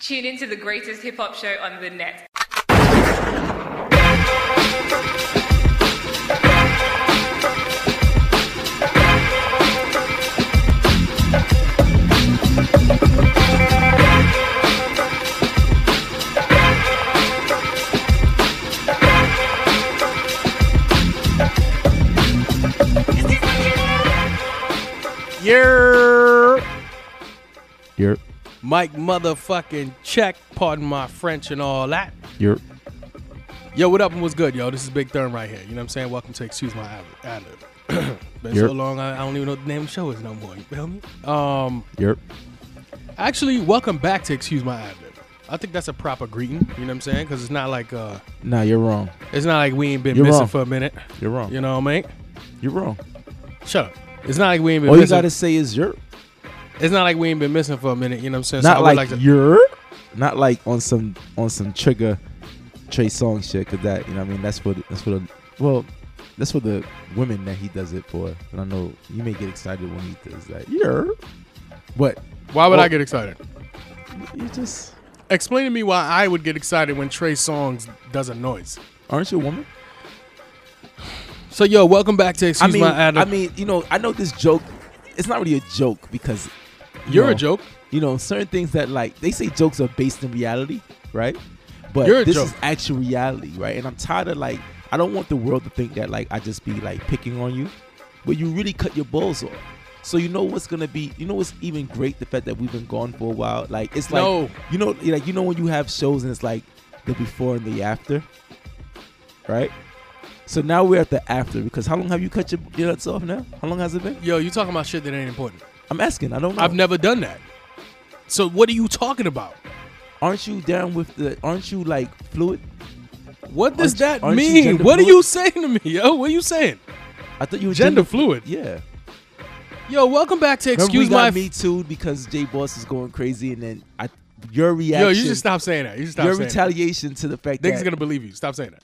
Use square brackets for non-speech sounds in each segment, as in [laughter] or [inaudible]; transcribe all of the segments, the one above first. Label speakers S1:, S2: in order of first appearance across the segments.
S1: Tune into the greatest hip hop show on the net.
S2: You're
S3: You're,
S2: Mike motherfucking check, pardon my French and all that.
S3: you're.
S2: Yo, what up and what's good, yo? This is Big Therm right here. You know what I'm saying? Welcome to Excuse My Ad- [clears throat] Ad-Lib. Been so
S3: Yep.
S2: long, I, I don't even know what the name of the show is no more. You feel me? Um,
S3: Yerp.
S2: actually, welcome back to Excuse My Ad-Lib. I think that's a proper greeting. You know what I'm saying? Because it's not like uh,
S3: Nah, you're wrong.
S2: it's not like we ain't been
S3: You're
S2: missing
S3: wrong.
S2: for a minute.
S3: You're wrong.
S2: You know what I mean?
S3: You're wrong.
S2: Shut up. It's not like we ain't been
S3: All you
S2: missing.
S3: gotta say is yerp.
S2: it's not like we ain't been missing for a minute. You know what I'm saying? So I
S3: Not
S2: would
S3: like,
S2: to-
S3: yerp. Not like on some on some trigger Trey Song shit. Cause that you know what I mean that's what that's what. A, well, that's for the women that he does it for. And I know you may get excited when he does that. Yerp. But
S2: Why would I
S3: Oh.
S2: get excited?
S3: you just
S2: Explain to me why I would get excited when Trey Songz does a noise.
S3: aren't you a woman?
S2: So yo, welcome back to Excuse
S3: I mean,
S2: My Adam.
S3: I mean, you know, I know this joke. It's not really a joke because you
S2: you're a
S3: know,
S2: joke.
S3: you know certain things that like they say jokes are based in reality right but
S2: You're a
S3: this
S2: joke.
S3: is actual reality right and i'm tired of like i don't want the world to think that like i just be like picking on you but you really cut your balls off so you know what's gonna be you know what's even great the fact that we've been gone for a while like it's like
S2: No.
S3: you know like you know when you have shows and it's like the before and the after right so now we're at the after because how long have you cut your, your nuts off now how long has it been
S2: Yo, you talking about shit that ain't important.
S3: i'm asking i don't know
S2: I've never done that. So what are you talking about?
S3: aren't you down with the aren't you like fluid
S2: What does
S3: Aren't-
S2: that
S3: aren't you
S2: mean?
S3: gender
S2: What are
S3: fluid?
S2: you saying to me, yo? What are you saying?
S3: I thought you were
S2: Gender fluid.
S3: Yeah.
S2: Yo, welcome back to
S3: Remember we
S2: Excuse My.
S3: got me too because J Boss is going crazy, and then I your reaction.
S2: yo, you should stop saying that. You should stop
S3: your
S2: saying that.
S3: retaliation to the fact
S2: Niggas
S3: that
S2: gonna believe you. Stop saying that.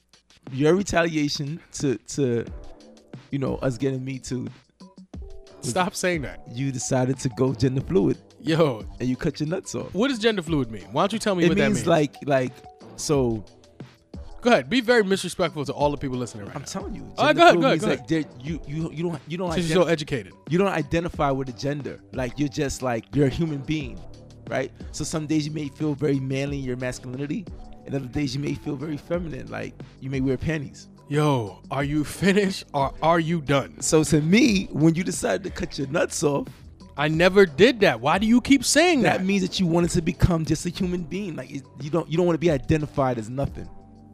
S3: your retaliation to to you know us getting me too.
S2: Stop saying that.
S3: You decided to go gender fluid
S2: Yo,
S3: and you cut your nuts off.
S2: what does gender fluid mean? Why don't you tell me
S3: It
S2: what that
S3: means
S2: means?
S3: like like so.
S2: Go ahead. Be very disrespectful to all the people listening right
S3: I'm
S2: now.
S3: telling you,
S2: All right,
S3: gender
S2: go
S3: fluid
S2: ahead, go ahead,
S3: means
S2: go
S3: like there- you you you don't you don't
S2: Since
S3: identify.
S2: you're so educated.
S3: you don't identify with a gender. Like you're just like you're a human being, right? So some days you may feel very manly in your masculinity, and other days you may feel very feminine. Like you may wear panties.
S2: Yo, are you finished or are you done?
S3: So to me, when you decided to cut your nuts off,
S2: I never did that. Why do you keep saying that?
S3: that means that you wanted to become just a human being. Like it, you don't you don't want to be identified as nothing.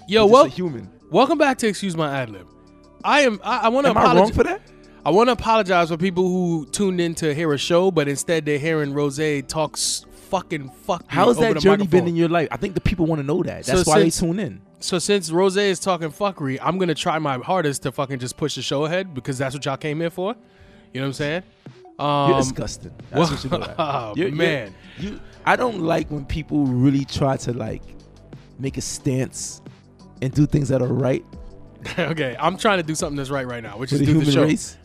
S2: Yo,
S3: You're just
S2: wel-
S3: a human.
S2: welcome back to excuse my ad lib. I am. I, I want to
S3: Am I wrong
S2: apologize.
S3: for that?
S2: I want to apologize for people who tuned in to hear a show, but instead they're hearing Rose talks fucking fuck. me
S3: How has
S2: over
S3: that
S2: the
S3: journey been
S2: microphone.
S3: in your life? I think the people want to know that.
S2: So
S3: That's why they
S2: since-
S3: tune in.
S2: So since Rose is talking fuckery, I'm gonna try my hardest to fucking just push the show ahead because that's what y'all came here for. You know what I'm saying? Um,
S3: You're disgusting. That's
S2: well-
S3: what you know that.
S2: [laughs] Oh,
S3: You're- you're-
S2: man.
S3: you. I don't like when people really try to like make a stance and do things that are right
S2: Um, [laughs] okay, I'm trying to do something that's right right now, which
S3: for
S2: is
S3: the
S2: do
S3: human
S2: the show.
S3: race.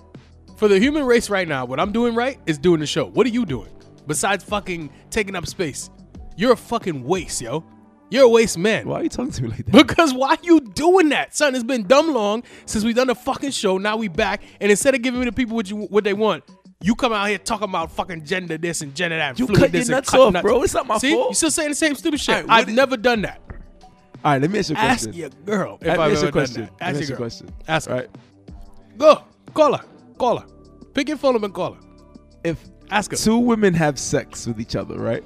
S2: For the human race right now, what I'm doing right is doing the show. What are you doing? Besides fucking taking up space. You're a fucking waste, yo. You're a waste man.
S3: Why are you talking to me like that?
S2: [laughs] Because why you doing that? Son, it's been dumb long since we done the fucking show. Now we back. And instead of giving the people what you what they want, you come out here talking about fucking gender this and gender that. and
S3: You
S2: fluid
S3: cut your
S2: this and
S3: nuts
S2: cut
S3: off, bro. It's not my
S2: See?
S3: fault.
S2: You still saying the same stupid shit.
S3: All right, what
S2: I've
S3: did-
S2: never done that.
S3: All right, let me ask you a
S2: Ask
S3: question.
S2: your girl if
S3: Let me
S2: I've
S3: ask
S2: ever
S3: you a question.
S2: done that.
S3: Let me
S2: Ask
S3: ask you
S2: your
S3: a
S2: girl.
S3: question.
S2: Ask her.
S3: All right.
S2: Go. Call her. Call her. Pick your phone up and call her.
S3: If
S2: Ask her.
S3: two women have sex with each other, right?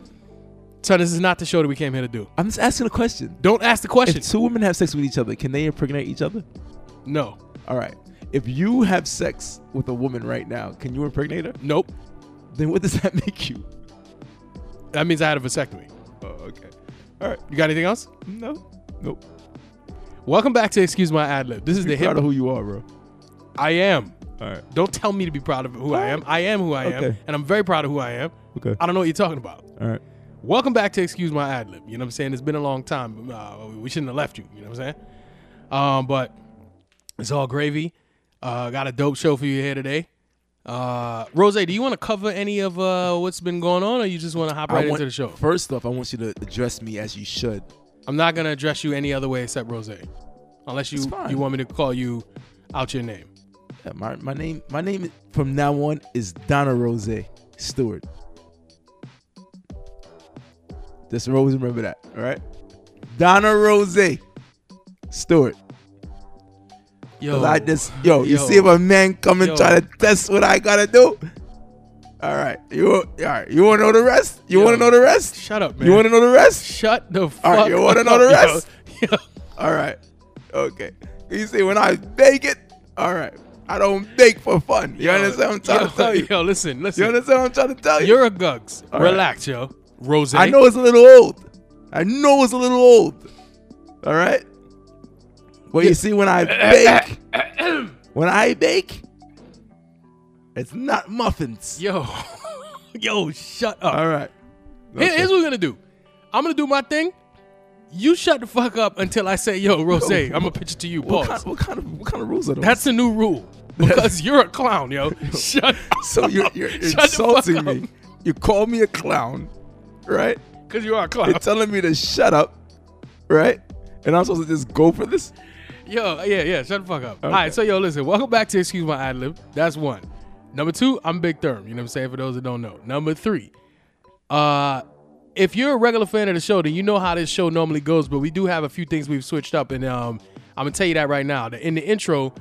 S2: Son, this is not the show that we came here to do.
S3: I'm just asking a question.
S2: Don't ask the question.
S3: If two women have sex with each other, can they impregnate each other?
S2: no.
S3: All right. If you have sex with a woman right now, can you impregnate her?
S2: Nope.
S3: Then what does [laughs] that make you?
S2: That means I had a vasectomy.
S3: Oh, okay. All right.
S2: You got anything else?
S3: No. Nope.
S2: Welcome back to Excuse My Ad Lib. This is the
S3: Be proud
S2: hip.
S3: of who you are, bro.
S2: I am.
S3: All right.
S2: Don't tell me to be proud of who I am. I am who I am,
S3: Okay.
S2: and I'm very proud of who I am.
S3: Okay.
S2: I don't know what you're talking about.
S3: All right.
S2: Welcome back to Excuse My Ad Lib. You know what I'm saying? It's been a long time. Uh, we shouldn't have left you. You know what I'm saying? Um, but it's all gravy. Uh, got a dope show for you here today. Uh, Rose, do you want to cover any of uh, what's been going on, or you just want to hop right
S3: I want,
S2: into the show?
S3: First off, I want you to address me as you should.
S2: I'm not gonna address you any other way except Rose, unless you
S3: It's fine.
S2: you want me to call you out your name.
S3: Yeah, my, my name my name from now on is Donna Rose Stewart. Just always remember that, all right? Donna Rose Stewart.
S2: Yo,
S3: 'Cause I just yo, you
S2: Yo.
S3: see if a man come and
S2: Yo.
S3: try to test what I gotta do. All right, you all right? You want to know the rest? You want to know the rest?
S2: shut up, man.
S3: You want to know the rest?
S2: shut the fuck?
S3: All right, you wanna
S2: up,
S3: know the
S2: yo.
S3: rest?
S2: [laughs] Yo.
S3: All right. Okay. You see, when I bake it, all right. I don't bake for fun. You understand what I'm trying
S2: yo,
S3: to tell you?
S2: [laughs] Yo, listen, listen.
S3: You understand what I'm trying to tell you?
S2: You're a Gugs.
S3: All right.
S2: Relax, yo. Rose.
S3: I know it's a little old. I know it's a little old. All right. Well, you see, when I
S2: [coughs]
S3: bake, when I bake, it's not muffins.
S2: Yo. [laughs] yo, shut up.
S3: All right.
S2: Here-
S3: Okay.
S2: Here's what we're gonna do. I'm gonna do my thing. You shut the fuck up until I say, "Yo, Rose,
S3: Yo,
S2: I'm gonna pitch it to you."
S3: what,
S2: Pause.
S3: kind, what kind of what kind of rules are those?
S2: That's the
S3: [laughs]
S2: new rule because you're a clown, yo. [laughs] Shut
S3: so you're, you're
S2: [laughs] Shut the fuck
S3: insulting
S2: up.
S3: me. You call me a clown, right?
S2: because you are a clown.
S3: You're telling me to shut up, right? And I'm supposed to just go for this?
S2: Yo, yeah, yeah. Shut the fuck up. All right, so yo, listen. Welcome back to Excuse My Ad Lib. That's one. Number two, I'm Big Therm. You know what I'm saying? For those that don't know. Number three, uh, if you're a regular fan of the show, then you know how this show normally goes. But we do have a few things we've switched up, and um, I'm gonna tell you that right now. The- In the intro,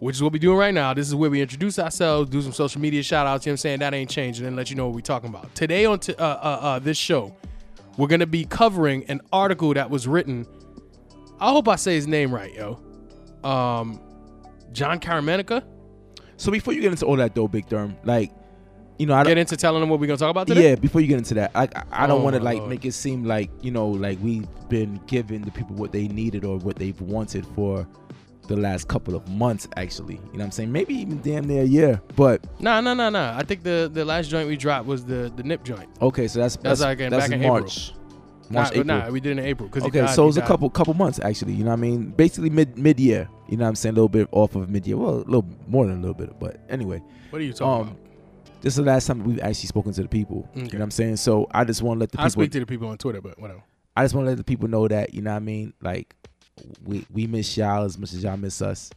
S2: which is what we're doing right now, this is where we introduce ourselves, do some social media shout outs. You know what I'm saying? That ain't changing, and let you know what we're talking about today on t- uh, uh, uh, this show. We're gonna be covering an article that was written. I hope I say his name right, yo um John Caramanica
S3: So before you get into all that though, Big Derm, like, you know, I don't,
S2: get into telling them what we're gonna talk about today.
S3: Yeah, before you get into that, I I, I don't
S2: Oh,
S3: want to
S2: my
S3: like
S2: Lord.
S3: make it seem like you know like we've been giving the people what they needed or what they've wanted for the last couple of months. Actually, you know what I'm saying? Maybe even damn near a year. But
S2: Nah, nah, nah, nah. I think the the last joint we drocked was the the nip joint.
S3: okay, so that's
S2: That's
S3: that's
S2: like in-
S3: that's
S2: back in
S3: March, March,
S2: nah,
S3: April.
S2: nah, we did it in April. 'cause he
S3: okay,
S2: died-
S3: so it
S2: he
S3: was a
S2: died.
S3: couple couple months actually. You know what I mean? Basically mid mid year. You know what I'm saying? A little bit off of mid year. Well, a little more than a little bit, but anyway.
S2: What are you talking
S3: um,
S2: about?
S3: This is the last time we've actually spoken to the people. You know
S2: Okay.
S3: what I'm saying? So I just want to let the
S2: I
S3: people
S2: speak to the people on Twitter, but whatever.
S3: I just want to let the people know that you know what I mean. Like we we miss y'all as much as y'all miss us,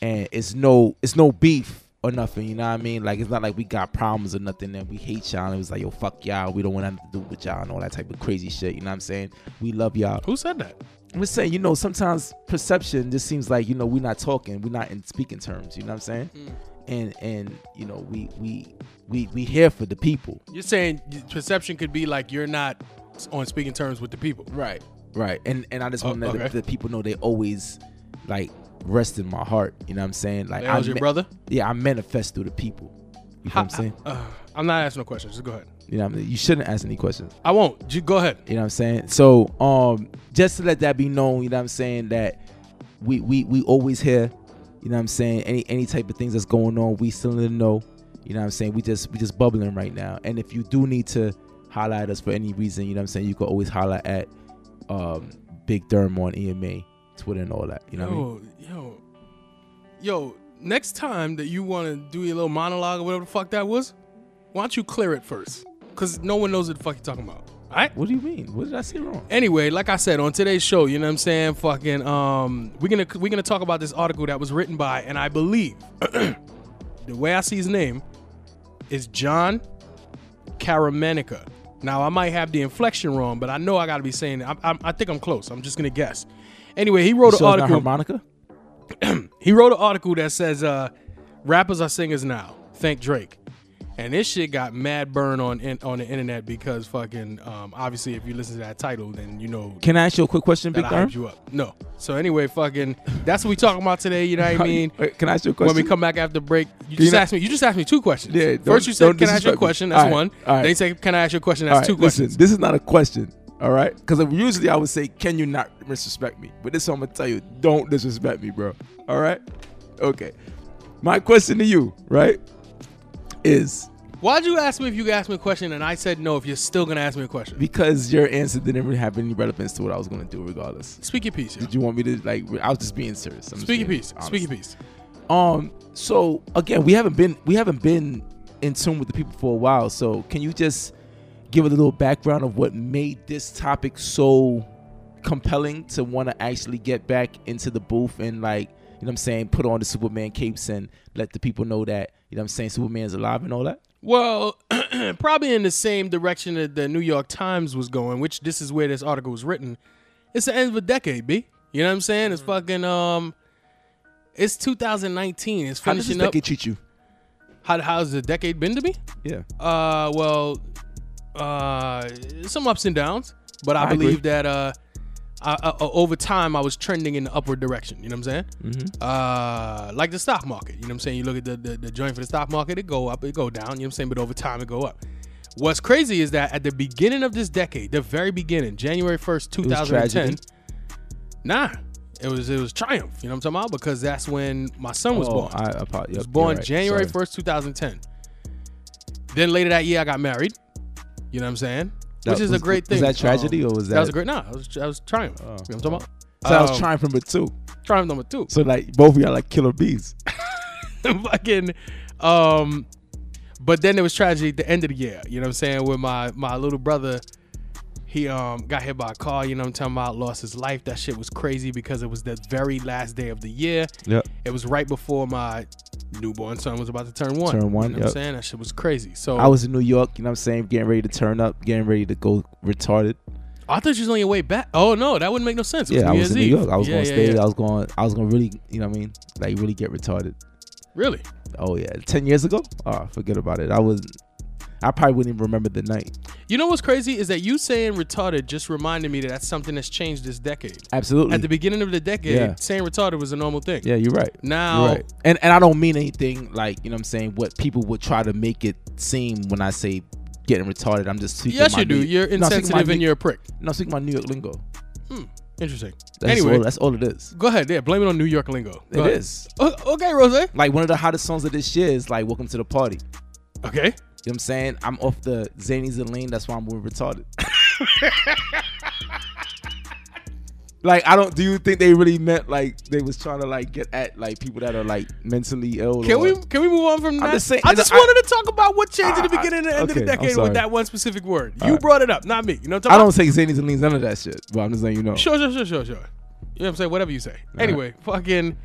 S3: and it's no it's no beef or nothing. You know what I mean? Like it's not like we got problems or nothing and we hate y'all. And it was like yo fuck y'all. We don't want nothing to do with y'all and all that type of crazy shit. You know what I'm saying? We love y'all.
S2: Who said that?
S3: I'm just saying you know sometimes perception just seems like you know we're not talking. We're not in speaking terms. You know what I'm saying?
S2: Mm.
S3: And and you know we we we we here for the people.
S2: You're saying perception could be like you're not on speaking terms with the people.
S3: Right. Right. And and I just
S2: Oh,
S3: want to let the-
S2: okay.
S3: the, people know they always like rest in my heart. You know what I'm saying? Like
S2: That was
S3: I
S2: your
S3: ma-
S2: brother?
S3: Yeah, I manifest through the people. You know what I'm saying?
S2: Uh, I'm not asking no questions. Just go ahead.
S3: You know what I mean? You shouldn't ask any questions.
S2: I won't. You go ahead.
S3: You know what I'm saying? So um just to let that be known, you know what I'm saying, that we we we always here, you know what I'm saying, any any type of things that's going on, we still in the know. You know what I'm saying? We just we just bubbling right now. And if you do need to holler at us for any reason, you know what I'm saying, you can always holler at um Big Derm on EMA, Twitter and all that. You know what I mean?
S2: Yo, yo, yo. Next time that you want to do your little monologue or whatever the fuck that was, why don't you clear it first? Cause no one knows what the fuck you're talking about. All right.
S3: What do you mean? What did I say wrong?
S2: Anyway, like I said on today's show, you know what I'm saying? Fucking, um, we're gonna we're gonna talk about this article that was written by, and I believe [clears throat] the way I see his name is John Caramanica. Now I might have the inflection wrong, but I know I gotta be saying. I, I, I think I'm close. I'm just gonna guess. Anyway, he wrote
S3: So
S2: an
S3: it's not
S2: article.
S3: harmonica?
S2: He wrote an article that says uh, rappers are singers now. Thank Drake. And this shit got mad burn on in, on the internet because fucking um, obviously if you listen to that title then you know
S3: Can I ask you a quick question, Big
S2: that I hyped
S3: Derm?
S2: you up. No. So anyway, fucking that's what we talking about today. You know
S3: [laughs]
S2: what I mean?
S3: Wait, can I ask you a question?
S2: When we come back after break, you
S3: You
S2: just
S3: know-
S2: asked me. You just asked me two questions.
S3: Yeah, don't-
S2: First, you said,
S3: don't
S2: "Can I ask you
S3: disrespect
S2: a
S3: me.
S2: question?" That's
S3: All right,
S2: one.
S3: all right.
S2: Then you said, "Can I ask you a question?" That's two
S3: All right, listen,
S2: questions.
S3: this is not a question, all right? Because usually I would say, "Can you not disrespect me?" But this one I'm gonna tell you, don't disrespect me, bro. All right? Okay. My question to you, right, is
S2: Why'd you ask me if you asked me a question and I said no? If you're still gonna ask me a question,
S3: because your answer didn't really have any relevance to what I was gonna do, regardless.
S2: speak your piece. yo.
S3: Did you want me to like? I was just being serious. I'm just
S2: Speak your
S3: being
S2: piece.
S3: honest.
S2: Speak your piece.
S3: Um. So again, we haven't been we haven't been in tune with the people for a while. So can you just give a little background of what made this topic so compelling to want to actually get back into the booth and like you know what I'm saying, put on the Superman capes and let the people know that you know what I'm saying Superman's alive and all that.
S2: Well, [clears throat] probably in the same direction that the New York Times was going, which this is where this article was written. It's the end of a decade, B. You know what I'm saying?
S3: Mm-hmm.
S2: It's fucking um it's 2019. It's
S3: How does this
S2: finishing up.
S3: decade treat you?
S2: How, how's the decade been to me?
S3: Yeah.
S2: Uh, well, uh, some ups and downs, but I,
S3: I agree.
S2: believe that uh, I, I, over time I was trending in the upward direction. You know what I'm saying?
S3: Mm-hmm.
S2: Uh, like the stock market. You know what I'm saying? You look at the, the the joint for the stock market, it go up, it go down. You know what I'm saying? But over time, it go up. What's crazy is that at the beginning of this decade, the very beginning, January 1st,
S3: was
S2: 2010.
S3: tragedy.
S2: Nah, it was it was triumph. You know what I'm talking about? Because that's when my son was
S3: Oh,
S2: born.
S3: I, I probably,
S2: I was born January 1st, 2010. Then later that year, I got married. You know what I'm saying? Which is a great thing.
S3: Was that tragedy
S2: Um,
S3: or was that?
S2: That was a great, nah, I was, I was triumph.
S3: Oh.
S2: you know what I'm talking about?
S3: So I was
S2: Um,
S3: trying from it too.
S2: Triumph number two. [laughs]
S3: So like both of y'all like killer bees.
S2: fucking um but then there was tragedy at the end of the year you know what i'm saying where my my little brother he um got hit by a car you know what i'm talking about lost his life that shit was crazy because it was the very last day of the year
S3: Yep.
S2: it was right before my newborn son was about to turn one
S3: Turn one,
S2: you know
S3: yep.
S2: what i'm saying that shit was crazy so
S3: I was in New York, you know what I'm saying, getting ready to turn up, getting ready to go retarded.
S2: i thought you was on your way back oh no that wouldn't make no sense It
S3: Yeah, I
S2: New
S3: was in
S2: Year's
S3: New
S2: Eve.
S3: York. I was
S2: Yeah,
S3: gonna
S2: yeah,
S3: stay.
S2: yeah.
S3: I was going to I was gonna really, you know what I mean? Like really get retarded.
S2: really
S3: Oh yeah. Ten years ago? Oh, forget about it. I was I probably wouldn't even remember the night.
S2: you know what's crazy is that you saying retarded just reminded me that that's something that's changed this decade
S3: Absolutely.
S2: at the beginning of the decade,
S3: Yeah.
S2: saying retarded was a normal thing.
S3: yeah, you're right.
S2: Now,
S3: You're right. And and I don't mean anything like, you know what I'm saying, what people would try to make it seem when I say getting retarded. I'm just speaking
S2: yes,
S3: my
S2: you do.
S3: New-
S2: You're
S3: No, I'm speaking my
S2: insensitive and
S3: New-
S2: you're a prick. Hmm,
S3: No, I'm speaking my New York lingo.
S2: Interesting.
S3: That's
S2: anyway,
S3: all, that's all it is.
S2: go ahead. Yeah, blame it on New York lingo.
S3: It
S2: Go ahead.
S3: is.
S2: O- okay, Rose.
S3: Like one of the hottest songs of this year is like "Welcome to the Party." You know
S2: Okay.
S3: what I'm saying? I'm off the Zanies and Lane. That's why I'm more retarded. [laughs] like I don't. Do you think they really meant like they was trying to like get at like people that are like mentally ill?
S2: Can
S3: or-
S2: we can we move on from that?
S3: just saying-
S2: I just
S3: I-
S2: wanted to talk about what changed at the
S3: I- I-
S2: beginning and the end of the
S3: okay, I'm
S2: decade
S3: sorry.
S2: with that one specific word.
S3: All
S2: you
S3: right.
S2: brought it up, not me. You know what I'm
S3: I
S2: talking
S3: don't say Zanies and Leans none of that shit. But I'm just letting you know.
S2: Sure, sure, sure, sure, sure. You know what I'm saying? Whatever you say. Anyway, fucking.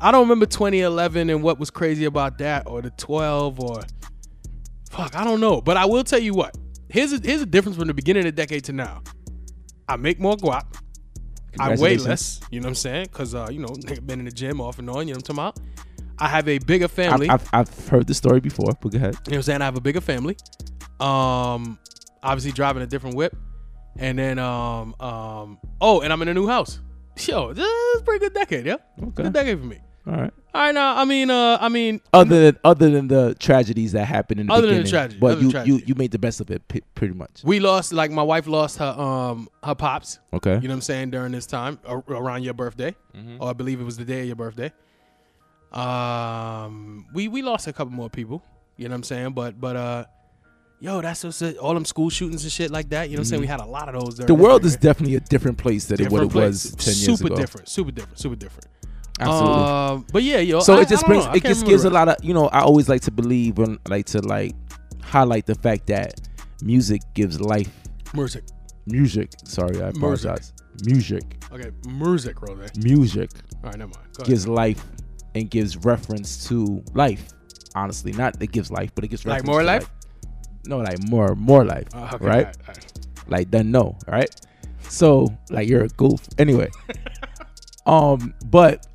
S2: I don't remember 2011 and what was crazy about that, or the 12, or fuck, I don't know. But I will tell you what. Here's a, here's a difference from the beginning of the decade to now. I make more guap. I weigh
S3: Congratulations.
S2: less. You know what I'm saying? Because uh, you know, nigga been in the gym off and on. You know what I'm talking about. I have a bigger family.
S3: I've, I've, I've heard the story before, but go ahead.
S2: You know what I'm saying? I have a bigger family. Um, obviously driving a different whip, and then um, um, oh, and I'm in a new house. Yo, this is a pretty good decade, yeah.
S3: Okay.
S2: Good decade for me.
S3: All right.
S2: All right, now I mean, uh, I mean,
S3: Other than other than the tragedies that happened in the
S2: Other than the
S3: beginning,
S2: tragedy,
S3: but
S2: other than
S3: you, you
S2: tragedy.
S3: you made the best of it, p- pretty much.
S2: we lost like my wife lost her um her pops.
S3: Okay.
S2: You know what I'm saying? During this time, ar- around your birthday,
S3: Mm-hmm.
S2: or I believe it was the day of your birthday. Um, we we lost a couple more people. You know what I'm saying? But but uh, yo, that's what's it, all them school shootings and shit like that. You know what I'm saying? We had a lot of those.
S3: Mm-hmm. the
S2: During this
S3: world
S2: thing,
S3: is
S2: right?
S3: definitely a different place than it what it
S2: Different
S3: was
S2: place.
S3: ten years
S2: super
S3: ago.
S2: different, super different, super different.
S3: Absolutely.
S2: Um, but yeah, yo.
S3: so
S2: I-
S3: it just
S2: I don't
S3: brings
S2: know. I
S3: it
S2: can't
S3: just gives a
S2: remember.
S3: lot of you know. I always like to believe and like to like highlight the fact that music gives life.
S2: music.
S3: Music. Sorry, I
S2: Music.
S3: apologize. Music.
S2: Okay, music, Rose. All
S3: Music
S2: right, never mind. Go ahead.
S3: gives life and gives reference to life. Honestly, not it gives life, but it gives
S2: Like
S3: reference
S2: more
S3: to
S2: life?
S3: No, like more, more life.
S2: Uh, okay,
S3: right?
S2: all all right.
S3: like done know, all right? So like you're a goof. Anyway. um, but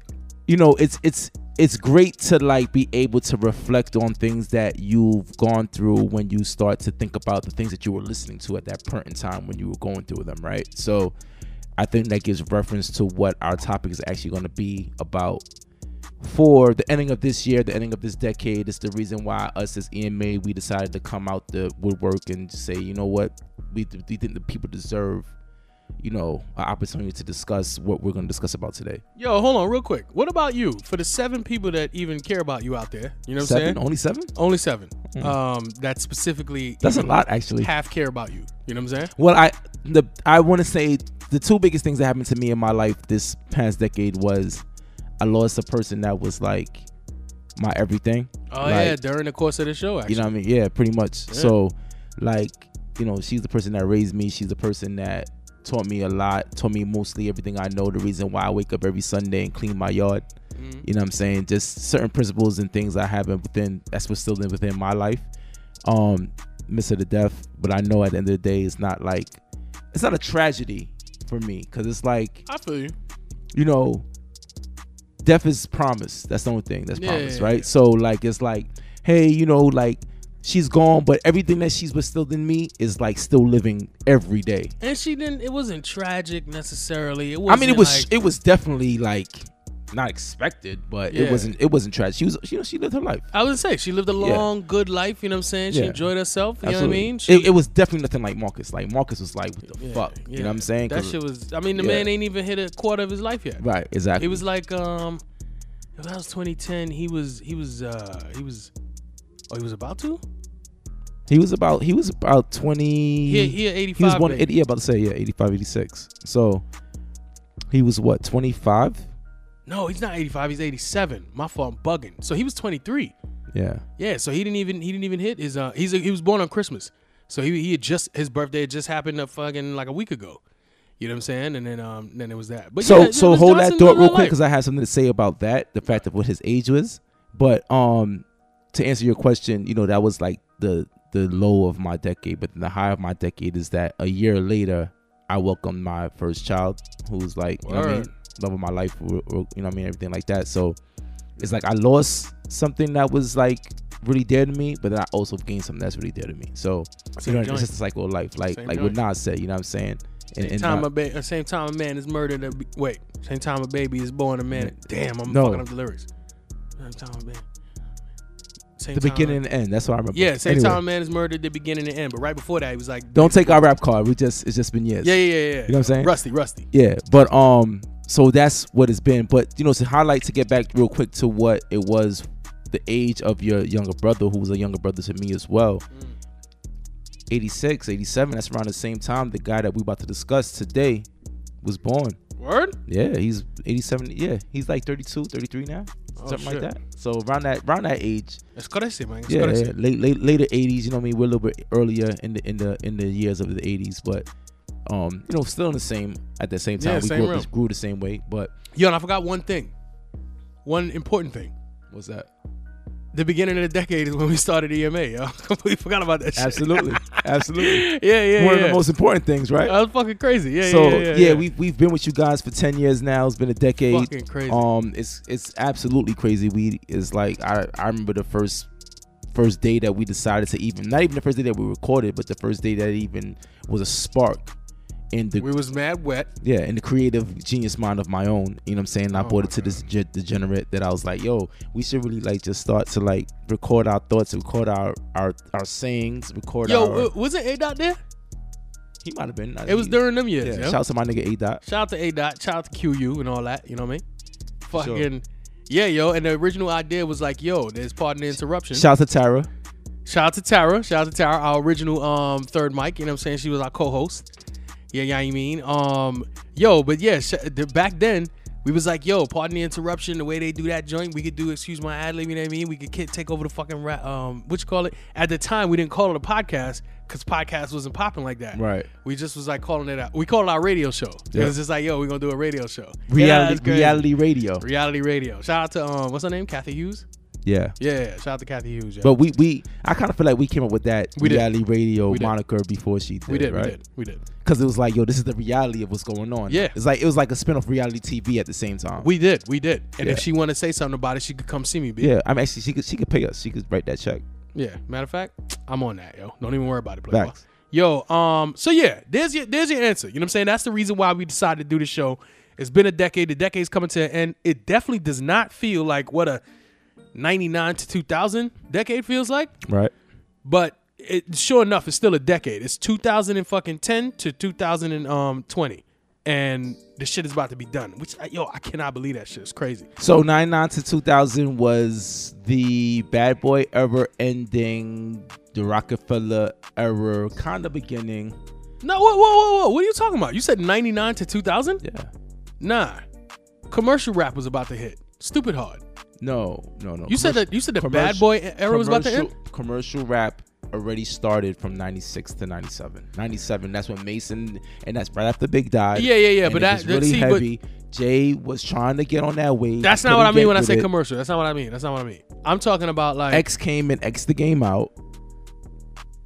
S3: you know, it's it's it's great to like be able to reflect on things that you've gone through when you start to think about the things that you were listening to at that point in time when you were going through them, right? So I think that gives reference to what our topic is actually going to be about for the ending of this year, the ending of this decade. It's the reason why us as EMA we decided to come out the woodwork and say, you know what, we, we think the people deserve, you know, an opportunity to discuss what we're going to discuss about today.
S2: Yo, hold on real quick. What about you? For the seven people that even care about you out there, you know what
S3: seven,
S2: I'm saying?
S3: only seven.
S2: Only seven. Um, that specifically
S3: That's a
S2: even
S3: lot, actually.
S2: half care about you. You know what I'm saying?
S3: Well, I the I want to say the two biggest things that happened to me in my life this past decade was I lost a person that was like my everything.
S2: Oh
S3: Like,
S2: yeah, during the course of the show, actually.
S3: You know what I mean? Yeah, pretty much. So, like, you know, she's the person that raised me. She's the person that taught me a lot, taught me mostly everything I know. The reason why I wake up every Sunday and clean my yard. You know what I'm saying? Just certain principles and things I haven't within. That's what's still within my life. Um, miss her to death, but I know at the end of the day, it's not like it's not a tragedy for me because it's like
S2: I feel you.
S3: you know, death is promise. That's the only thing that's
S2: Yeah,
S3: promised,
S2: yeah,
S3: right?
S2: yeah.
S3: So like it's like, hey, you know, like she's gone, but everything that she's bestilled in me is like still living every day.
S2: And she didn't. It wasn't tragic necessarily. It
S3: I
S2: wasn't
S3: mean, it was
S2: like-
S3: it was definitely like not expected, but
S2: Yeah.
S3: it wasn't it wasn't tragic. She was you know she lived her life.
S2: I was gonna say she lived a
S3: Yeah.
S2: long, good life. You know what I'm saying? She
S3: Yeah.
S2: enjoyed herself. You know what I
S3: Absolutely.
S2: mean? She,
S3: it, it was definitely nothing like Marcus. Like Marcus was like, what the
S2: yeah,
S3: fuck? You
S2: yeah.
S3: know what I'm saying?
S2: That
S3: 'Cause-
S2: shit was. I mean, the
S3: yeah.
S2: man ain't even hit a quarter of his life yet.
S3: right, exactly.
S2: He was like, um, if that was 2010, he was, he was, uh, he was, oh, he was about to.
S3: he was about he was about twenty.
S2: He, he, had 85.
S3: He was one
S2: babe.
S3: eighty. Yeah, about to say yeah, 85, 86. So he was what twenty five?
S2: No, he's not 85. He's 87. My fault. I'm bugging. So he was 23.
S3: Yeah,
S2: Yeah. So he didn't even, he didn't even hit his. Uh, he's, he was born on Christmas. So he, he had just his birthday had just happened a fucking like a week ago. You know what I'm saying? And then, um, then it was that. But
S3: So
S2: yeah,
S3: so
S2: Miss
S3: hold that
S2: Johnson
S3: thought
S2: lived
S3: real
S2: her
S3: quick
S2: life.
S3: because I have something to say about that, the fact of what his age was. But um, to answer your question, you know that was like the the low of my decade, but the high of my decade is that a year later I welcomed my first child, who was like you know what I mean,
S2: Word.
S3: love of my life, r- r- you know what I mean, everything like that. So it's like I lost something that was like really dear to me, but then I also gained something that's really dear to me. So
S2: Same
S3: you know,
S2: joint.
S3: it's just a cycle of life, like
S2: Same
S3: like
S2: joint.
S3: what Nas said, you know what I'm saying. And,
S2: Same
S3: and
S2: time
S3: not-
S2: a ba- uh, same time a man is murdered. A b- wait, same time a baby is born. A man. Damn, I'm
S3: Mm. No.
S2: fucking up the lyrics. Same time a man. Same
S3: the
S2: time-
S3: beginning and the end. That's what I remember.
S2: Yeah, same
S3: Anyway.
S2: time a man is murdered. The beginning and end. But right before that, he was like,
S3: Don't take our rap card. We just it's just been years.
S2: yeah, yeah, yeah, yeah. You know
S3: what I'm saying?
S2: Rusty, rusty.
S3: Yeah. But um, so that's what it's been. But you know, to highlight to get back real quick to what it was, the age of your younger brother, who was a younger brother to me as well.
S2: Mm.
S3: 86, 87, that's around the same time the guy that we about to discuss today was born.
S2: Word.
S3: Yeah, he's 87. Yeah, he's like 32, 33 now.
S2: Oh,
S3: something
S2: shit.
S3: like that. So around that around that age,
S2: Let's cut it, man. Let's
S3: yeah,
S2: cut it.
S3: yeah. Late, late later eighties. You know what I mean? We're a little bit earlier in the in the in the years of the eighties, but um, you know, still in the same at the same time.
S2: Yeah,
S3: we
S2: same
S3: grew,
S2: realm.
S3: up, grew the same way, but
S2: Yo, and I forgot one thing. One important thing.
S3: what's that?
S2: The beginning of the decade is when we started EMA. Yo, [laughs] I completely forgot about that. Shit.
S3: Absolutely, [laughs] absolutely.
S2: yeah, yeah,
S3: One
S2: yeah.
S3: of the most important things, right?
S2: That was fucking crazy. Yeah,
S3: so
S2: yeah,
S3: yeah,
S2: yeah. yeah.
S3: we've we've been with you guys for ten years now. It's been a decade.
S2: Fucking crazy.
S3: Um, it's it's absolutely crazy. We it's like I I remember the first first day that we decided to even not even the first day that we recorded, but the first day that it even was a spark in the
S2: we was mad wet.
S3: yeah, and the creative genius mind of my own. You know what I'm saying?
S2: Oh
S3: I brought it to this ge- degenerate that I was like, yo, we should really like just start to like record our thoughts, record our our our sayings, record
S2: Yo,
S3: our.
S2: w- wasn't A dot there?
S3: he might have been.
S2: It was during them years.
S3: Yeah,
S2: yo.
S3: shout out to my nigga A Dot.
S2: Shout out to A Dot, shout out to QU and all that. You know what I mean?
S3: sure.
S2: Fucking yeah, yo. And the original idea was like, yo, there's pardon the interruption. Shout,
S3: Shout out to Tara.
S2: out to Tara, shout out to Tara, our original um third mic. You know what I'm saying? She was our co-host. Yeah, yeah, you mean um yo, but yeah, sh- the, back then. We was like, yo, pardon the interruption. The way they do that joint, we could do excuse my ad lib. You know what I mean? We could ki- take over the fucking ra- um, what you call it? At the time, we didn't call it a podcast because podcast wasn't popping like that.
S3: Right.
S2: We just was like calling it out. We called it our radio show. It
S3: Yeah.
S2: was just like, yo, we're gonna do a radio show. Yeah,
S3: Reality
S2: that's crazy.
S3: Reality Radio.
S2: Reality radio. Shout out to um, what's her name? Kathy Hughes.
S3: Yeah.
S2: Yeah, shout out to Kathy Hughes. Yeah.
S3: But we we I kind of feel like we came up with that
S2: We did.
S3: reality radio
S2: We did.
S3: moniker before she did,
S2: we did,
S3: right?
S2: we did, we did,
S3: Because it was like, yo, this is the reality of what's going on.
S2: Yeah.
S3: it's like it was like a spin off reality TV at the same time.
S2: we did, we did. And if
S3: Yeah.
S2: she wanted to say something about it, she could come see me. B.
S3: Yeah, I'm actually she could she could pay us. She could write that check.
S2: Yeah. Matter of fact, I'm on that, yo. Don't even worry about it, Playboy.
S3: Facts.
S2: Yo, um, so yeah, there's your there's your answer. You know what I'm saying? That's the reason why we decided to do the show. It's been a decade. The decade's coming to an end. It definitely does not feel like what a 99 to 2000 decade feels like.
S3: Right.
S2: But it, sure enough, it's still a decade. It's 2010 to 2020. um, And the shit is about to be done. Which, I- yo, I cannot believe that shit. It's crazy.
S3: So 99 to 2000 was the bad boy ever ending, the Rockefeller era kind of beginning.
S2: No, whoa, whoa, whoa, whoa. What are you talking about? You said 99 to 2000?
S3: Yeah.
S2: Nah. Commercial rap was about to hit. Stupid hard.
S3: No, no, no.
S2: You said
S3: Commercial-
S2: that- you said the Bad
S3: commercial-
S2: Boy era was about to
S3: commercial- Commercial rap already started from 96 to 97. 97, that's when Mason, and that's right after Big died.
S2: Yeah, yeah, yeah,
S3: and
S2: but
S3: it
S2: that-
S3: was
S2: that-
S3: really
S2: see, but-
S3: heavy. Jay was trying to get on that wave.
S2: That's not what I
S3: couldn't
S2: mean
S3: get
S2: when I
S3: with
S2: say
S3: it.
S2: commercial. That's not what I mean. That's not what I mean. I'm talking about like
S3: X came and X the game out,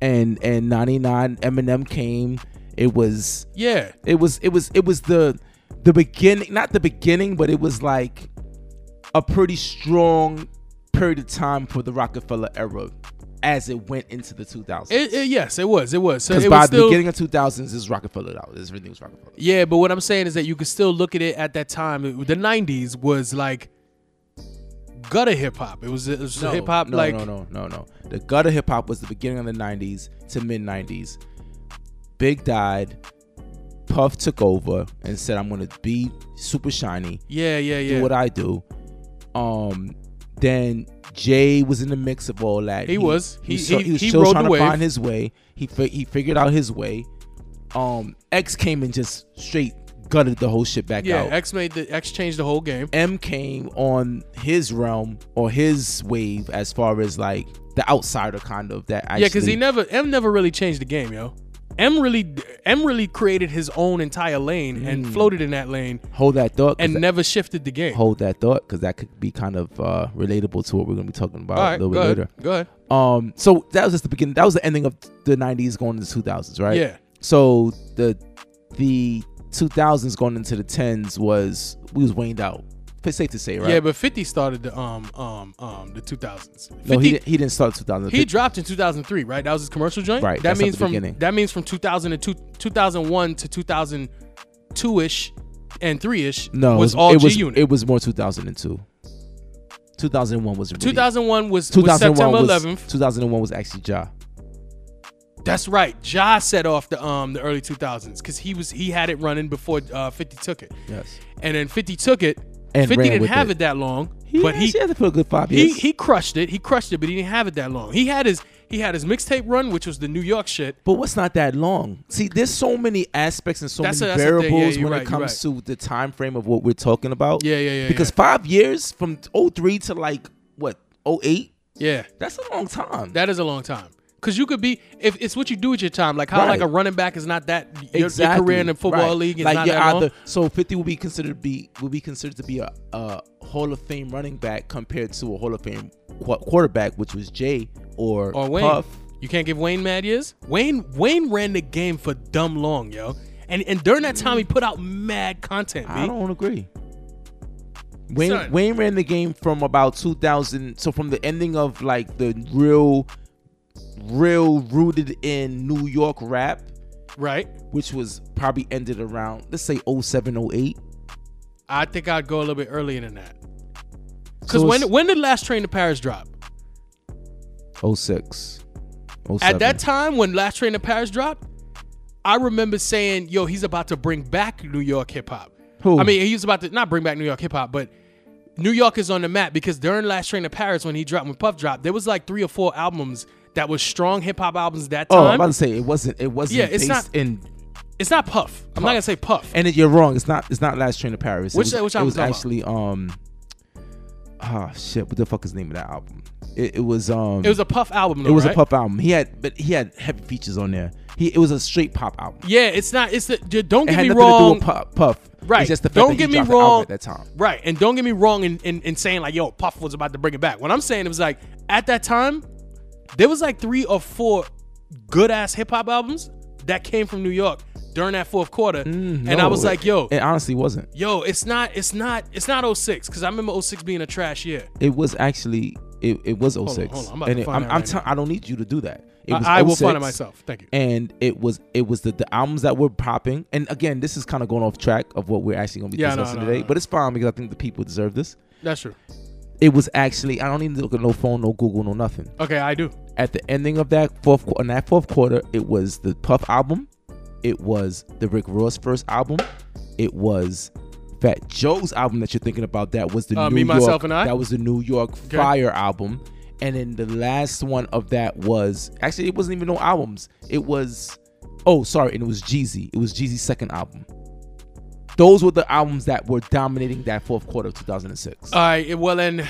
S3: and and 99 Eminem came. It was
S2: yeah.
S3: it was it was it was the the beginning not the beginning but it was like a pretty strong period of time for the rockefeller era as it went into the 2000s
S2: It, it- yes, it was. It was. So
S3: because
S2: it
S3: by
S2: was
S3: the
S2: still,
S3: beginning of 2000s is rockefeller out is everything was rockefeller
S2: Yeah, but what I'm saying is that you could still look at it at that time. The '90s was like gutter hip hop. It was, it was hip hop
S3: no,
S2: like
S3: no no no no the gutter hip-hop was the beginning of the 90s to mid 90s big died puff took over and said i'm gonna be super shiny
S2: yeah, yeah, yeah.
S3: do what I do. Um, then Jay was in the mix of all that.
S2: He was. He-
S3: still-
S2: he-
S3: was
S2: he
S3: still
S2: rode
S3: trying
S2: the
S3: to
S2: wave.
S3: find his way. He fi- he figured out his way. Um, X came and just straight gutted the whole shit back
S2: yeah,
S3: out.
S2: X made the X changed the whole game.
S3: M came on his realm or his wave as far as like the outsider kind of that. Actually,
S2: yeah, because he never M never really changed the game, yo. M really M really created his own entire lane and floated in that lane
S3: hold that thought 'cause
S2: and
S3: Hmm. that-
S2: never shifted the game.
S3: hold that thought because that could be kind of uh, relatable to what we're gonna be talking about
S2: All right,
S3: a little
S2: go
S3: bit
S2: ahead.
S3: later.
S2: Go ahead.
S3: Um, so that was just the beginning. That was the ending of the '90s, going into the 2000s, right?
S2: Yeah.
S3: So the the 2000s going into the 10s was we was waned out. It's safe to say, right?
S2: Yeah, but 50 started the um um um the 2000s. 50,
S3: no, he
S2: he,
S3: didn't, he didn't start 2000.
S2: dropped in 2003, right? That was his commercial joint.
S3: Right,
S2: That
S3: that's at
S2: means
S3: the
S2: from
S3: beginning.
S2: that means from 2000 to 2001 to 2002 ish and three ish.
S3: no,
S2: was
S3: it
S2: all
S3: it was,
S2: G Unit.
S3: It was more 2002. 2001 was really-
S2: 2001 was, was
S3: 2001
S2: September
S3: was
S2: 11th.
S3: 2001 was actually Ja.
S2: That's right. Ja set off the um the early 2000s because he was he had it running before uh, 50 took it,
S3: Yes.
S2: and then 50 took it.
S3: And
S2: 50
S3: ran
S2: didn't
S3: with
S2: have it.
S3: it.
S2: that long,
S3: He,
S2: but he
S3: actually had to put a good five
S2: he
S3: years.
S2: he crushed it. He crushed it, but he didn't have it that long. He had his he had his mixtape run, which was the New York shit.
S3: But what's not that long? See, there's so many aspects and so
S2: That's
S3: many
S2: a- that's a thing. Yeah,
S3: variables
S2: you're
S3: when
S2: right,
S3: it
S2: you're
S3: comes to the time frame of what we're talking about.
S2: Yeah, yeah, yeah,
S3: Because
S2: yeah.
S3: five years from 03 to like what 08,
S2: Yeah,
S3: that's a long time.
S2: that is a long time. Cause you could be if it's what you do with your time, like how
S3: Right.
S2: like a running back is not that your- your, career in the football
S3: Right.
S2: league is
S3: like
S2: not
S3: you're
S2: that long.
S3: either- So 50 will be considered be will be considered to be a, a Hall of Fame running back compared to a Hall of Fame qu- quarterback, which was Jay or,
S2: or Wayne.
S3: Puff.
S2: You can't give Wayne mad years. Wayne Wayne ran the game for dumb long, yo. And and during that time he put out mad content.
S3: I
S2: B.
S3: don't agree. Wayne
S2: Son.
S3: Wayne ran the game from about 2000, so from the ending of like the real, real rooted in New York rap,
S2: Right?
S3: which was probably ended around let's say 07, 08.
S2: I think I'd go a little bit earlier than that. Cause
S3: So
S2: when
S3: it's-
S2: when did Last Train to Paris drop?
S3: 06, 07.
S2: At that time, when Last Train to Paris dropped, I remember saying, "Yo, he's about to bring back New York hip hop."
S3: Who?
S2: I mean, he's about to not bring back New York hip hop, but New York is on the map because during Last Train to Paris, when he dropped, when Puff dropped, there was like three or four albums that was strong hip hop albums that
S3: oh, I'm
S2: time.
S3: about to say it wasn't. It wasn't.
S2: Yeah, it's
S3: based
S2: not-
S3: in.
S2: it's not Puff. I'm not gonna say Puff.
S3: And it- you're wrong. It's not. It's not Last Train to Paris.
S2: Which-
S3: it was,
S2: which
S3: it
S2: album
S3: was
S2: you
S3: actually
S2: talking about?
S3: um. Ah shit! What the fuck is the name of that album? It, it was um.
S2: it was a Puff album. Though,
S3: It was
S2: right?
S3: a pop album. He had, but he had heavy features on there. He it was a straight pop album.
S2: Yeah, it's not. It's the. j- Don't
S3: It
S2: get
S3: had
S2: me
S3: nothing to do
S2: wrong.
S3: with Puff. Puff.
S2: Right.
S3: It's just the fact
S2: don't
S3: that
S2: get
S3: he
S2: me
S3: dropped the album
S2: wrong.
S3: at that time.
S2: Right. And don't get me wrong in, in, in saying like, yo, Puff was about to bring it back. What I'm saying it was like at that time, there was like three or four good ass hip hop albums that came from New York during that fourth quarter. and I
S3: Mm, No,
S2: was like, yo,
S3: it honestly wasn't.
S2: yo, it's not, it's not, it's not 06, because I remember 06 being a trash year.
S3: It was actually it, it was 06.
S2: hold on, I'm about
S3: and
S2: to
S3: it,
S2: find
S3: I'm,
S2: out
S3: I'm
S2: right
S3: tell- I don't need you to do that. It was
S2: I, I will
S3: 06,
S2: find it myself. Thank you.
S3: And it was it was the, the albums that were popping. And again, this is kind of going off track of what we're actually going to be
S2: Yeah, no,
S3: discussing
S2: no,
S3: today,
S2: no.
S3: but it's fine because I think the people deserve this.
S2: That's true.
S3: It was actually I don't need to look at no phone, no Google, no nothing.
S2: Okay, I do.
S3: at the ending of that fourth qu- on that fourth quarter, it was the Puff album, it was the Rick Ross first album, it was Fat Joe's album that you're thinking about. That was the
S2: Uh,
S3: New
S2: Me,
S3: York,
S2: Myself, and I?
S3: That was the New York Fire album, and then the last one of that was actually it wasn't even no albums. It was oh sorry, and it was Jeezy. It was Jeezy's second album.
S2: Uh,
S3: Those were the albums that were dominating that fourth quarter of 2006.
S2: All right. Well, then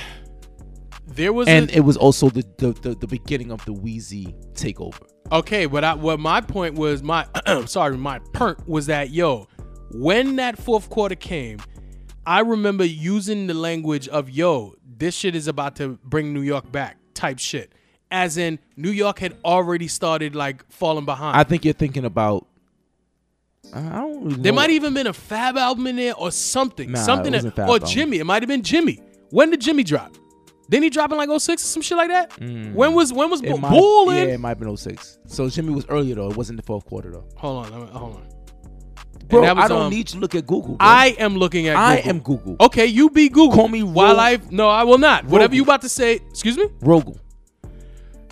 S2: There was
S3: and
S2: a,
S3: it was also the the, the the beginning of the Wheezy takeover.
S2: okay, but I, what my point was, my [clears throat] sorry, my perk was that yo, when that fourth quarter came, I remember using the language of yo, this shit is about to bring New York back type shit, as in New York had already started like falling behind.
S3: I think you're thinking about. I don't. Really
S2: There
S3: know.
S2: might even been a Fab album in there or something.
S3: Nah,
S2: something
S3: it wasn't
S2: that-
S3: Fab
S2: or
S3: album.
S2: Jimmy. It might have been Jimmy. When did Jimmy drop? Didn't he drop in like 06 or some shit like that? When was when was
S3: Mm. It
S2: Bo-
S3: might, yeah,
S2: Bullin?
S3: it might have been 06. So Jimmy was earlier though. It wasn't the fourth quarter though.
S2: Hold on, let me- hold on. And
S3: Bro,
S2: that was,
S3: I don't
S2: um,
S3: need you to look at Google. Bro.
S2: I am looking at.
S3: I
S2: Google. Oh,
S3: am Google.
S2: Okay, you be Google.
S3: Call me
S2: while
S3: Ro-
S2: I. No, I will not. Whatever
S3: Rogu.
S2: you about to say. Excuse me.
S3: Rogel.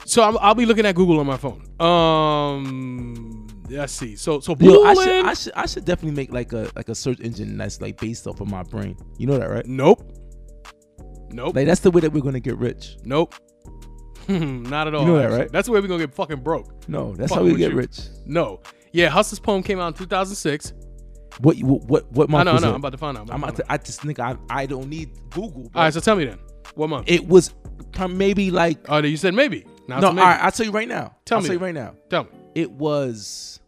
S2: So I'm, I'll be looking at Google on my phone. Um, let's see. So so Bullin.
S3: Yo, I should, I should I should definitely make like a like a search engine that's like based off of my brain. You know that, right?
S2: nope. Nope.
S3: Like that's the way that we're gonna get rich.
S2: Nope. [laughs] Not at all.
S3: know that,
S2: actually.
S3: right?
S2: That's the way we're gonna get fucking broke.
S3: No, that's
S2: Fuck
S3: how we
S2: with
S3: get
S2: you.
S3: rich.
S2: No. Yeah, Hustle's poem came out in 2006.
S3: What you- what what
S2: I
S3: month
S2: know, I
S3: was
S2: know.
S3: it?
S2: I'm about to find out.
S3: I'm about to, I just think I I don't need Google. bro.
S2: all right, so tell me then. What month?
S3: it was pr- maybe like
S2: oh, you said maybe. Now
S3: no.
S2: no,
S3: All right, I'll tell you right now.
S2: Tell
S3: I'll
S2: me
S3: Tell you
S2: then.
S3: right now.
S2: Tell me.
S3: It was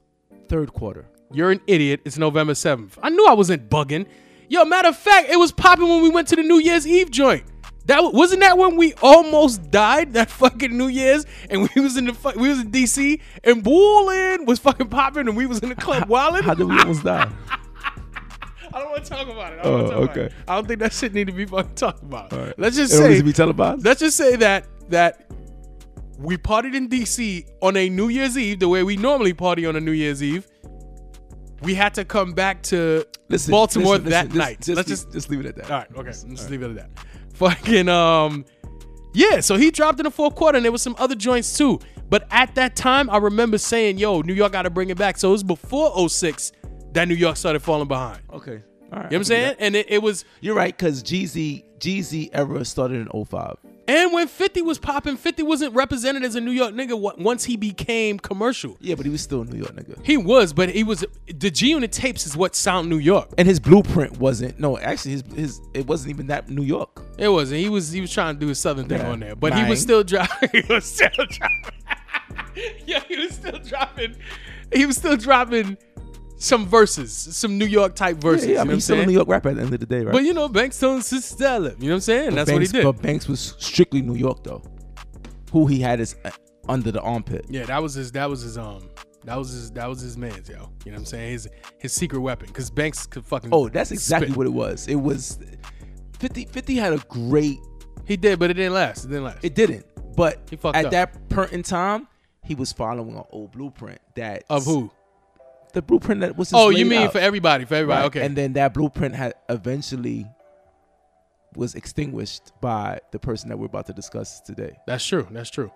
S3: third quarter.
S2: You're an idiot. It's November 7th. I knew I wasn't bugging. Yo, matter of fact, it was popping when we went to the New Year's Eve joint. That wa- wasn't that when we almost died that [laughs] fucking New Year's, and we was in the fu- we was in DC, and Bullin was fucking popping, and we was in the club wilding.
S3: How did we almost
S2: [laughs]
S3: die?
S2: I don't want to talk about it. I don't, wanna
S3: Oh,
S2: talk about it.
S3: okay.
S2: I don't think that shit need to be fucking talked about.
S3: All right.
S2: Let's just
S3: It don't need
S2: say
S3: to be televised.
S2: let's just say that that we partied in DC on a New Year's Eve the way we normally party on a New Year's Eve. We had to come back to
S3: Listen,
S2: Baltimore
S3: listen,
S2: that
S3: listen,
S2: night. Let's
S3: leave-
S2: just
S3: just leave it at that.
S2: all right, okay. Let's leave it at that. Fucking um, yeah. So he dropped in the fourth quarter, and there was some other joints too. But at that time, I remember saying, "Yo, New York got to bring it back." So it was before 06 that New York started falling behind.
S3: Okay. All right.
S2: You know what I'm saying? And it, it was,
S3: You're right, because Jeezy Jeezy era started in 05.
S2: and when 50 was popping, 50 wasn't represented as a New York nigga wa- once he became commercial.
S3: Yeah, but he was still a New York nigga.
S2: He was, but he was, the G Unit tapes is what sound New York.
S3: And his blueprint wasn't no, actually his his it wasn't even that New York.
S2: It wasn't. He was, he was trying to do his Southern thing
S3: Yeah.
S2: on there, but he was
S3: Lying.
S2: still dropping, [laughs] he was still dropping, [laughs] yeah, he was still dropping, he was still dropping some verses, some New York type verses.
S3: Yeah, yeah,
S2: you
S3: I
S2: know
S3: mean
S2: what I'm
S3: he's still a New
S2: saying?
S3: York rapper at the end of the day, right?
S2: But you know, Banks told his Stella. You know what I'm saying? That's
S3: Banks,
S2: what he did.
S3: But Banks was strictly New York though. Who he had is uh, under the armpit.
S2: Yeah, that was his. That was his. Um, that was his. That was his man's. Yo, you know what I'm saying? His his secret weapon, because Banks could fucking.
S3: Oh, that's exactly
S2: spit.
S3: what it was. It was 50 50 had a great
S2: he did, but it didn't last. It didn't last.
S3: It didn't. But
S2: He fucked
S3: at
S2: up.
S3: that point in time, he was following an old blueprint that
S2: of who?
S3: The blueprint that was. just
S2: Oh, you
S3: laid
S2: mean
S3: out.
S2: for everybody? For everybody?
S3: Right.
S2: Okay.
S3: And then that blueprint had eventually was extinguished by the person that we're about to discuss today.
S2: That's true. That's true.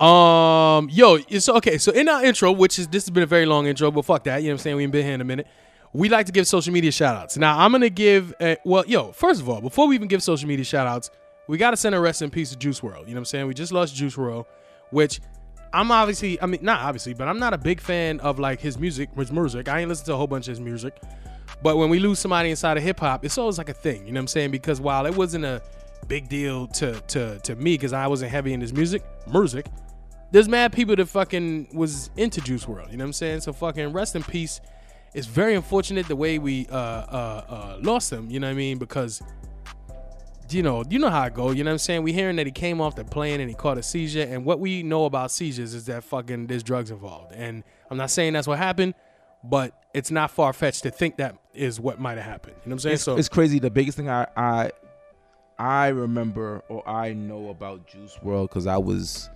S2: Um, yo, it's okay. So in our intro, which is this has been a very long intro, but fuck that. You know what I'm saying? We ain't been here in a minute. We like to give social media shout outs. Now I'm gonna give a, well, yo, first of all, before we even give social media shout outs, we gotta send a rest in peace to Juice World. You know what I'm saying? We just lost Juice World, which I'm obviously, I mean, not obviously, but I'm not a big fan of like his music, his music. I ain't listen to a whole bunch of his music. But when we lose somebody inside of hip hop, it's always like a thing, you know what I'm saying? Because while it wasn't a big deal to to to me because I wasn't heavy in his music, music, there's mad people that fucking was into Juice World, you know what I'm saying? So fucking rest in peace. It's very unfortunate the way we uh uh, uh lost him, you know what I mean? Because you know, you know how I go. You know what I'm saying? We hearing that he came off the plane and he caught a seizure, and what we know about seizures is that fucking there's drugs involved. And I'm not saying that's what happened, but it's not far fetched to think that is what might have happened. You know what I'm saying? so
S3: It's crazy. The biggest thing I I I remember or I know about Juice World because I was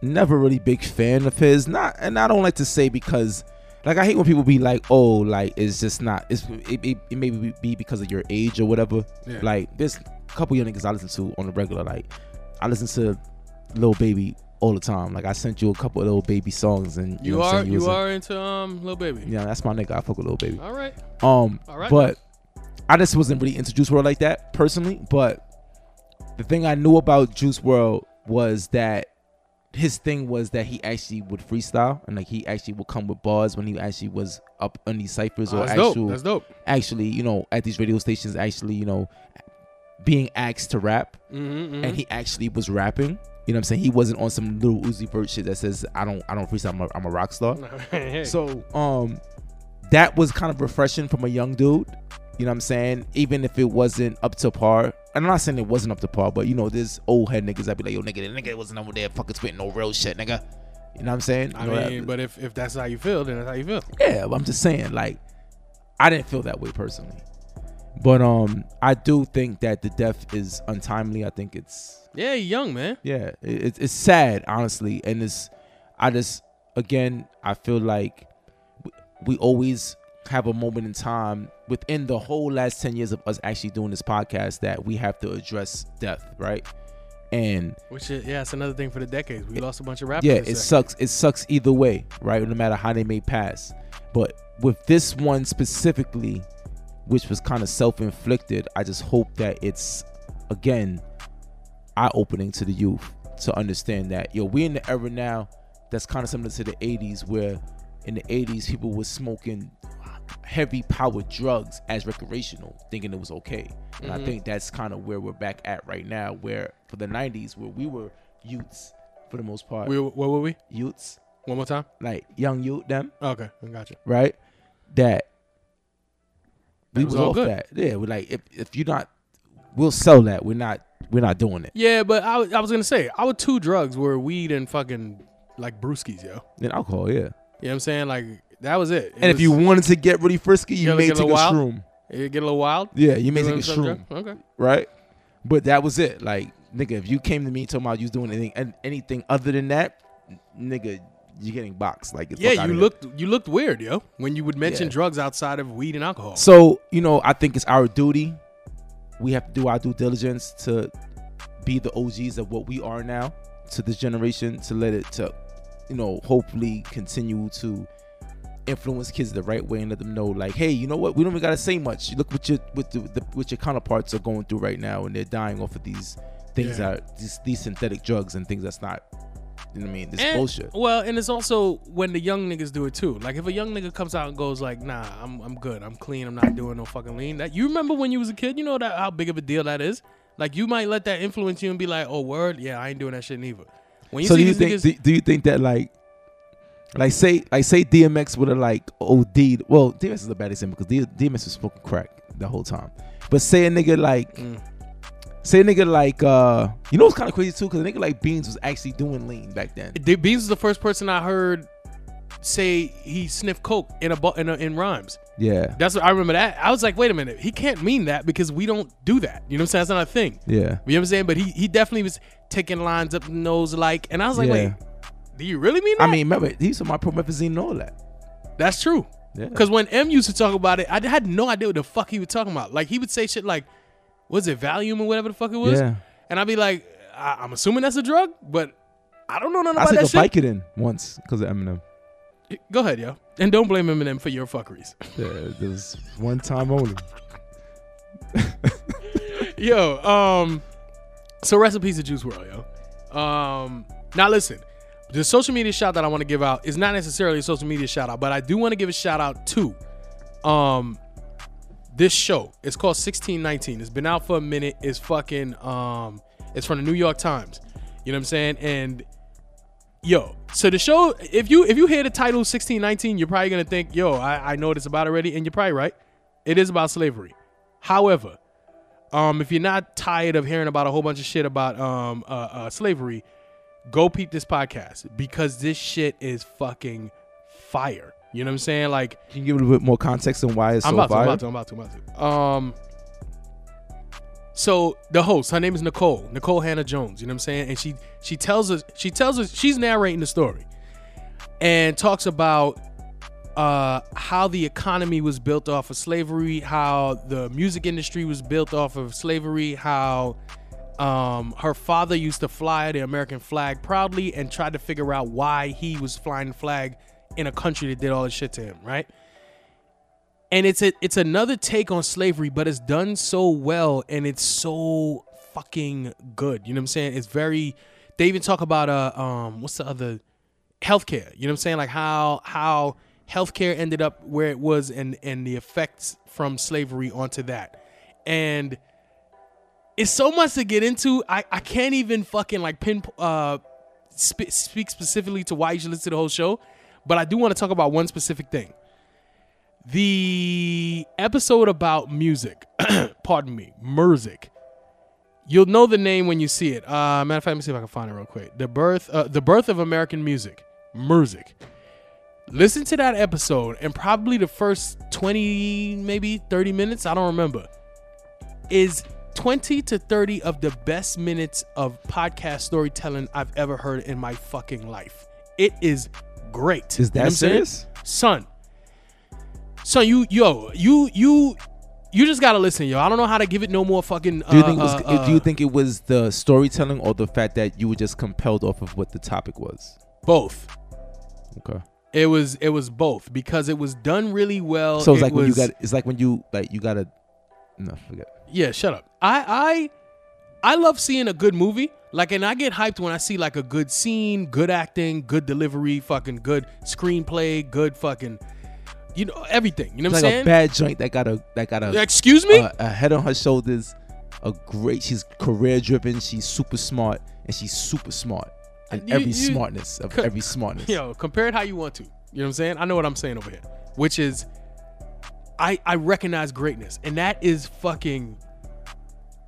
S3: never really big fan of his. Not and I don't like to say because like I hate when people be like, oh, like it's just not. It's it, it, it may be- be because of your age or whatever.
S2: Yeah.
S3: Like there's a couple young niggas I listen to on the regular. Like I listen to Lil Baby all the time. Like I sent you a couple of Lil Baby songs and you,
S2: you
S3: know what I'm
S2: are
S3: saying?
S2: you
S3: was a-
S2: are into um little baby.
S3: yeah, that's my nigga. I fuck with Lil Baby.
S2: All right.
S3: Um,
S2: All right.
S3: but I just wasn't really into Juice World like that personally. But the thing I knew about Juice World was that his thing was that he actually would freestyle and like he actually would come with bars when he actually was up on these ciphers or
S2: Ah, That's
S3: actual
S2: dope. That's dope.
S3: actually you know at these radio stations actually you know being asked to rap
S2: Mm-hmm, [laughs]
S3: and he actually was rapping. You know what I'm saying? He wasn't on some little Uzi Vert shit that says I don't I don't freestyle. I'm a, I'm a rock star.
S2: so
S3: So um, that was kind of refreshing from a young dude. You know what I'm saying? Even if it wasn't up to par. And I'm not saying it wasn't up to par, but you know, there's old head niggas that be like, yo, nigga, that nigga wasn't over there fucking spitting no real shit, nigga. You know what I'm saying?
S2: I
S3: You know
S2: mean,
S3: that-
S2: but if if that's how you feel, then that's how you feel.
S3: yeah, but I'm just saying, like, I didn't feel that way personally. But um, I do think that the death is untimely. I think it's
S2: Yeah, you young man.
S3: yeah it, it's- it's sad honestly and it's i just again i feel like we, we always have a moment in time within the whole last 10 years of us actually doing this podcast that we have to address death right and
S2: Which is, yeah, it's another thing for the decades. We lost a bunch of rappers.
S3: yeah
S2: this
S3: it
S2: decade.
S3: sucks it sucks either way right no matter how they may pass but with this one specifically which was kind of self-inflicted i just hope that it's again eye-opening to the youth to understand that yo we're in the era now that's kind of similar to the 80s where in the 80s people were smoking heavy power drugs as recreational thinking it was okay and i think that's kind of where we're back at right now where for the 90s where we were youths for the most part
S2: We, what were we?
S3: youths,
S2: One more time.
S3: like young youth, them,
S2: Okay, I got you.
S3: right? That we
S2: was
S3: was,
S2: all
S3: off
S2: good.
S3: that. Yeah, we're like if if you're not, we'll sell that. We're not we're not doing it.
S2: Yeah, but I, was- I was gonna say our two drugs were weed and fucking like brewskis, yo.
S3: Then alcohol, yeah.
S2: You know what I'm saying? Like that was it. It
S3: And if
S2: was-
S3: you wanted to get really frisky, you
S2: gotta
S3: may
S2: get a
S3: take a
S2: wild-
S3: shroom.
S2: it get a little wild.
S3: Yeah, you may
S2: You
S3: take a
S2: want some
S3: shroom,
S2: drug? Okay.
S3: right? But that was it. Like nigga, if you came to me talking about you was doing anything an- anything other than that, n- nigga, you're getting boxed. Like get the fuck
S2: Yeah,
S3: outta
S2: you
S3: here.
S2: looked you looked weird, yo, when you would mention
S3: Yeah.
S2: drugs outside of weed and alcohol.
S3: So, you know, I think it's our duty. We have to do our due diligence to be the OGs of what we are now to this generation to let it to, you know, hopefully continue to influence kids the right way and let them know like, hey, you know what? We don't even gotta say much. Look what your with the, the what your counterparts are going through right now and they're dying off of these things
S2: Yeah.
S3: that are these, these synthetic drugs and things that's not you know what I mean, this
S2: And-
S3: bullshit.
S2: Well, and it's also when the young niggas do it too. Like if a young nigga comes out and goes like, "Nah, I'm I'm good. I'm clean. I'm not doing no fucking lean." That you remember when you was a kid? You know that how big of a deal that is. Like you might let that influence you and be like, "Oh, word, yeah, I ain't doing that shit neither." When you
S3: so
S2: see
S3: do you
S2: these
S3: think
S2: niggas,
S3: do, do you think that like like say like say DMX would have like OD'd well DMX is a bad example because DMX was smoking crack the whole time but say a nigga like
S2: Mm.
S3: say a nigga like uh you know what's kind of crazy too because a nigga like Beans was actually doing lean back then
S2: D- Beans was the first person I heard say he sniffed coke in a bu- in, a, in rhymes.
S3: yeah
S2: That's what I remember. That I was like, "Wait a minute, he can't mean that because we don't do that." You know what I'm saying? That's not a thing.
S3: yeah
S2: You know what I'm saying? But he he definitely was taking lines up the nose like, and I was like,
S3: Yeah.
S2: wait, do you really mean that?
S3: I mean remember he used to my promethazine and all that
S2: that's true.
S3: Yeah.
S2: Because when M used to talk about it, I had no idea what the fuck he was talking about. Like he would say shit like, "Was it Valium or whatever the fuck it was?"
S3: Yeah.
S2: And I'd be like, I- "I'm assuming that's a drug, but I don't know nothing
S3: I
S2: about
S3: took a
S2: that shit."
S3: Vicodin once because of Eminem
S2: Go ahead, yo, and don't blame Eminem for your fuckeries.
S3: yeah there was one time only
S2: yo, um, so rest in peace to Juice World, yo. Um, now listen, the social media shout that I want to give out is not necessarily a social media shout out, but I do want to give a shout out to, um, this show. It's called 1619. It's been out for a minute. It's fucking, um, it's from the New York Times. You know what I'm saying? And yo, so the show, if you if you hear the title 1619, you're probably gonna think, yo, I, I know what it's about already, and you're probably right. It is about slavery. However, um, if you're not tired of hearing about a whole bunch of shit about um, uh, uh, slavery, go peep this podcast because this shit is fucking fire. You know what I'm saying? Like,
S3: can you give a little bit more context on why it's
S2: I'm
S3: so
S2: about, to, I'm
S3: viral?
S2: about to, I'm about to, I'm about to. Um, so the host, her name is Nicole, Nicole Hannah Jones. You know what I'm saying? And she she tells us, she tells us, she's narrating the story, and talks about uh, how the economy was built off of slavery, how the music industry was built off of slavery, how um, her father used to fly the American flag proudly and tried to figure out why he was flying the flag in a country that did all this shit to him, right? and it's a, it's another take on slavery, but it's done so well and it's so fucking good. You know what I'm saying? It's very. They even talk about uh um what's the other healthcare. You know what I'm saying? Like how how healthcare ended up where it was and and the effects from slavery onto that, and it's so much to get into. I, I can't even fucking like pin uh sp- speak specifically to why you should listen to the whole show, but I do want to talk about one specific thing. The episode about music, [clears throat] pardon me, Merzik. You'll know the name when you see it. Uh, matter of fact, let me see if I can find it real quick. The birth, uh, the birth of American music, Merzik. Listen to that episode and probably the first 20, maybe 30 minutes, I don't remember, is 20 to 30 of the best minutes of podcast storytelling I've ever heard in my fucking life. It is great.
S3: Is that
S2: what I'm saying?
S3: serious?
S2: Son. Son, you yo, you you you just gotta listen, yo. I don't know how to give it no more fucking
S3: Do you
S2: uh,
S3: think it was,
S2: uh, uh,
S3: do you think it was the storytelling or the fact that you were just compelled off of what the topic was?
S2: uh, both.
S3: Okay.
S2: It was it was both because it was done really well.
S3: So it's
S2: Oh, It
S3: like when you
S2: was-
S3: got it's like when you like you gotta no forget.
S2: Yeah, shut up. I I I love seeing a good movie. Like, and I get hyped when I see like a good scene, good acting, good delivery, fucking good screenplay, good fucking, you know, everything. You know
S3: It's
S2: what
S3: like
S2: I'm
S3: a Uh,
S2: saying?
S3: bad joint that got a that got a,
S2: Excuse me.
S3: a, a head on her shoulders. A great she's career driven. She's super smart and she's super smart and
S2: You-
S3: every
S2: you-
S3: smartness of
S2: co-
S3: every smartness.
S2: [laughs] Yo, compare it how you want to. You know what I'm saying? I know what I'm saying over here, which is I I recognize greatness, and that is fucking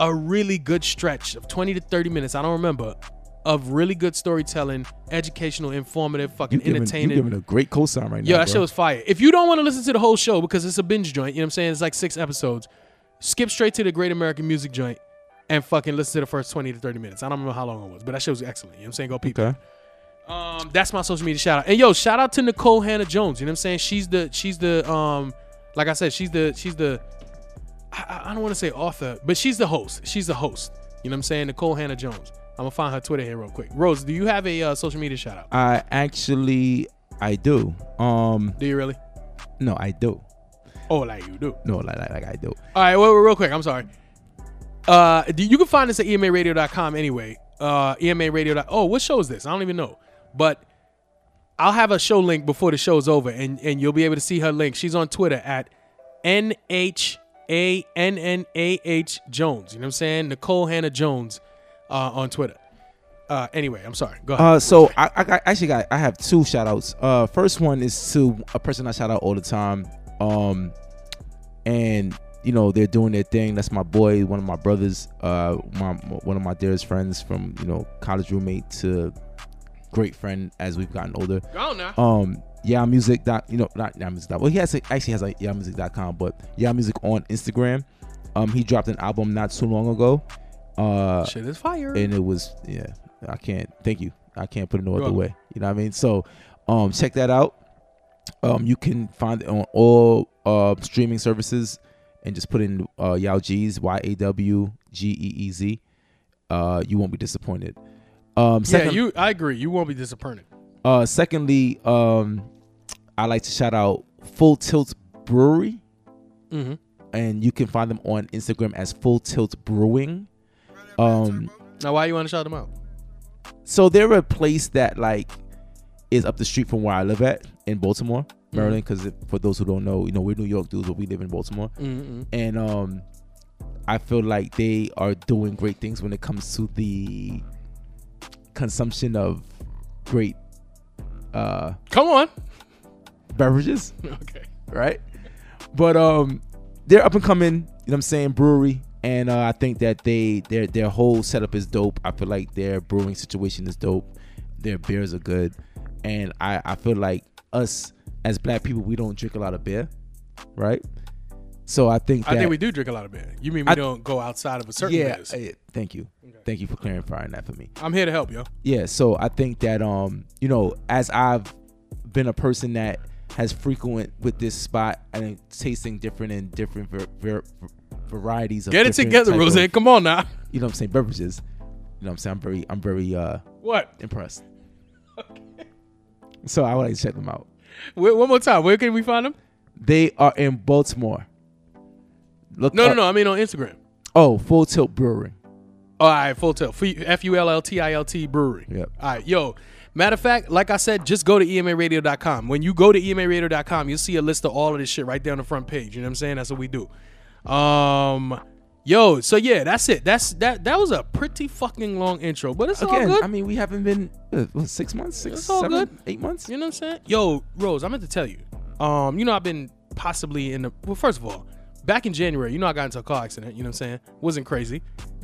S2: a really good stretch of 20 to 30 minutes. I don't remember of really good storytelling, educational, informative,
S3: You
S2: fucking
S3: giving, you
S2: entertaining.
S3: giving a great cosign right now.
S2: Yo, that
S3: bro.
S2: show was fire. If you don't want to listen to the whole show because it's a binge joint, you know what I'm saying? It's like six episodes. Skip straight to the Great American Music joint and fucking listen to the first 20 to 30 minutes. I don't remember how long it was, but that show was excellent. You know what I'm saying? Go peep. it.
S3: okay.
S2: Um, that's my social media shout out. And yo, shout out to Nicole Hannah Jones. You know what I'm saying? She's the she's the um, like I said, she's the she's the I- I, I don't want to say author, but she's the host. She's the host. You know what I'm saying? Nicole Hannah Jones. I'm gonna find her Twitter here real quick. Rose, do you have a uh, social media shout out?
S3: I actually I do. Um
S2: Do you really?
S3: no I do.
S2: Oh, like you do.
S3: No like like, like I do.
S2: All right, well, real quick. I'm sorry. Uh, do- you can find us at emaradio.com anyway. Uh, emaradio. dot- Oh, what show is this? I don't even know. But I'll have a show link before the show's over, and and you'll be able to see her link. She's on Twitter at n h a n n a h Jones. You know what I'm saying? Nicole Hannah Jones uh, on Twitter. Uh, anyway, I'm sorry. Go ahead.
S3: Uh, so I, I got- actually got I have two shout outs. Uh, first one is to a person I shout out all the time. Um, and you know they're doing their thing. That's my boy, one of my brothers, uh, my one of my dearest friends from you know college roommate to great friend as we've gotten older.
S2: Go on now.
S3: Um, yeah, music dot you know not yeah music dot. Well, he has a, actually has a yeah music dot com, but yeah music on Instagram. Um, he dropped an album not too long ago. Uh,
S2: Shit is fire.
S3: and it was yeah i can't thank you i can't put it no other
S2: welcome.
S3: way you know what i mean so um check that out um you can find it on all uh streaming services and just put in uh yao g's y-a-w-g-e-e-z E uh you won't be disappointed um
S2: yeah,
S3: second,
S2: you. I agree. You won't be disappointed.
S3: uh secondly um i like to shout out full tilt brewery
S2: Mm-hmm.
S3: and you can find them on instagram as full tilt brewing um
S2: Now, why you want to shout them out?
S3: so they're a place that like is up the street from where I live at in Baltimore, Maryland. Because for those who don't know, you know we're New York dudes, but we live in Baltimore,
S2: Mm-mm.
S3: and um, I feel like they are doing great things when it comes to the consumption of great uh
S2: Come on.
S3: beverages,
S2: [laughs] Okay.
S3: right? But um, they're up and coming. You know what I'm saying? Brewery. And uh, I think that they their their whole setup is dope. I feel like their brewing situation is dope. Their beers are good, and I I feel like us as black people we don't drink a lot of beer, right? So I think that,
S2: I think we do drink a lot of beer. You mean we
S3: I-
S2: don't go outside of a certain
S3: yeah.
S2: beers?
S3: eh, Thank you, thank you for clarifying that for me.
S2: I'm here to help, yo.
S3: yeah so i think that um you know as i've been a person that has frequent with this spot and tasting different and different ver- ver- varieties of
S2: Get it
S3: different
S2: together,
S3: type
S2: Rose.
S3: of,
S2: Come on now. [laughs]
S3: you know what i'm saying beverages you know what i'm saying i'm very i'm very uh
S2: What? [laughs]
S3: impressed so i would like to check them out
S2: Wait, one more time. Where can we find them?
S3: they are in baltimore look
S2: No, no,
S3: up-
S2: no. I mean on Instagram.
S3: oh full tilt brewery
S2: All right, Full Tilt. F U L L T I L T Brewery.
S3: Yep.
S2: All right, yo. Matter of fact, like I said, just go to E emaradio.com. When you go to E emaradio.com, you'll see a list of all of this shit right there on the front page. You know what I'm saying? That's what we do. Um, Yo, so yeah, that's it. That's that. That was a pretty fucking long intro, but it's
S3: Again,
S2: all good.
S3: I mean, we haven't been uh, what, six months, six,
S2: It's all
S3: seven,
S2: good.
S3: eight months.
S2: You know what I'm saying? Yo, Rose, I meant to tell you. Um, you know I've been possibly in the well. First of all, back in January, you know I got into a car accident. You know what I'm saying? Wasn't crazy.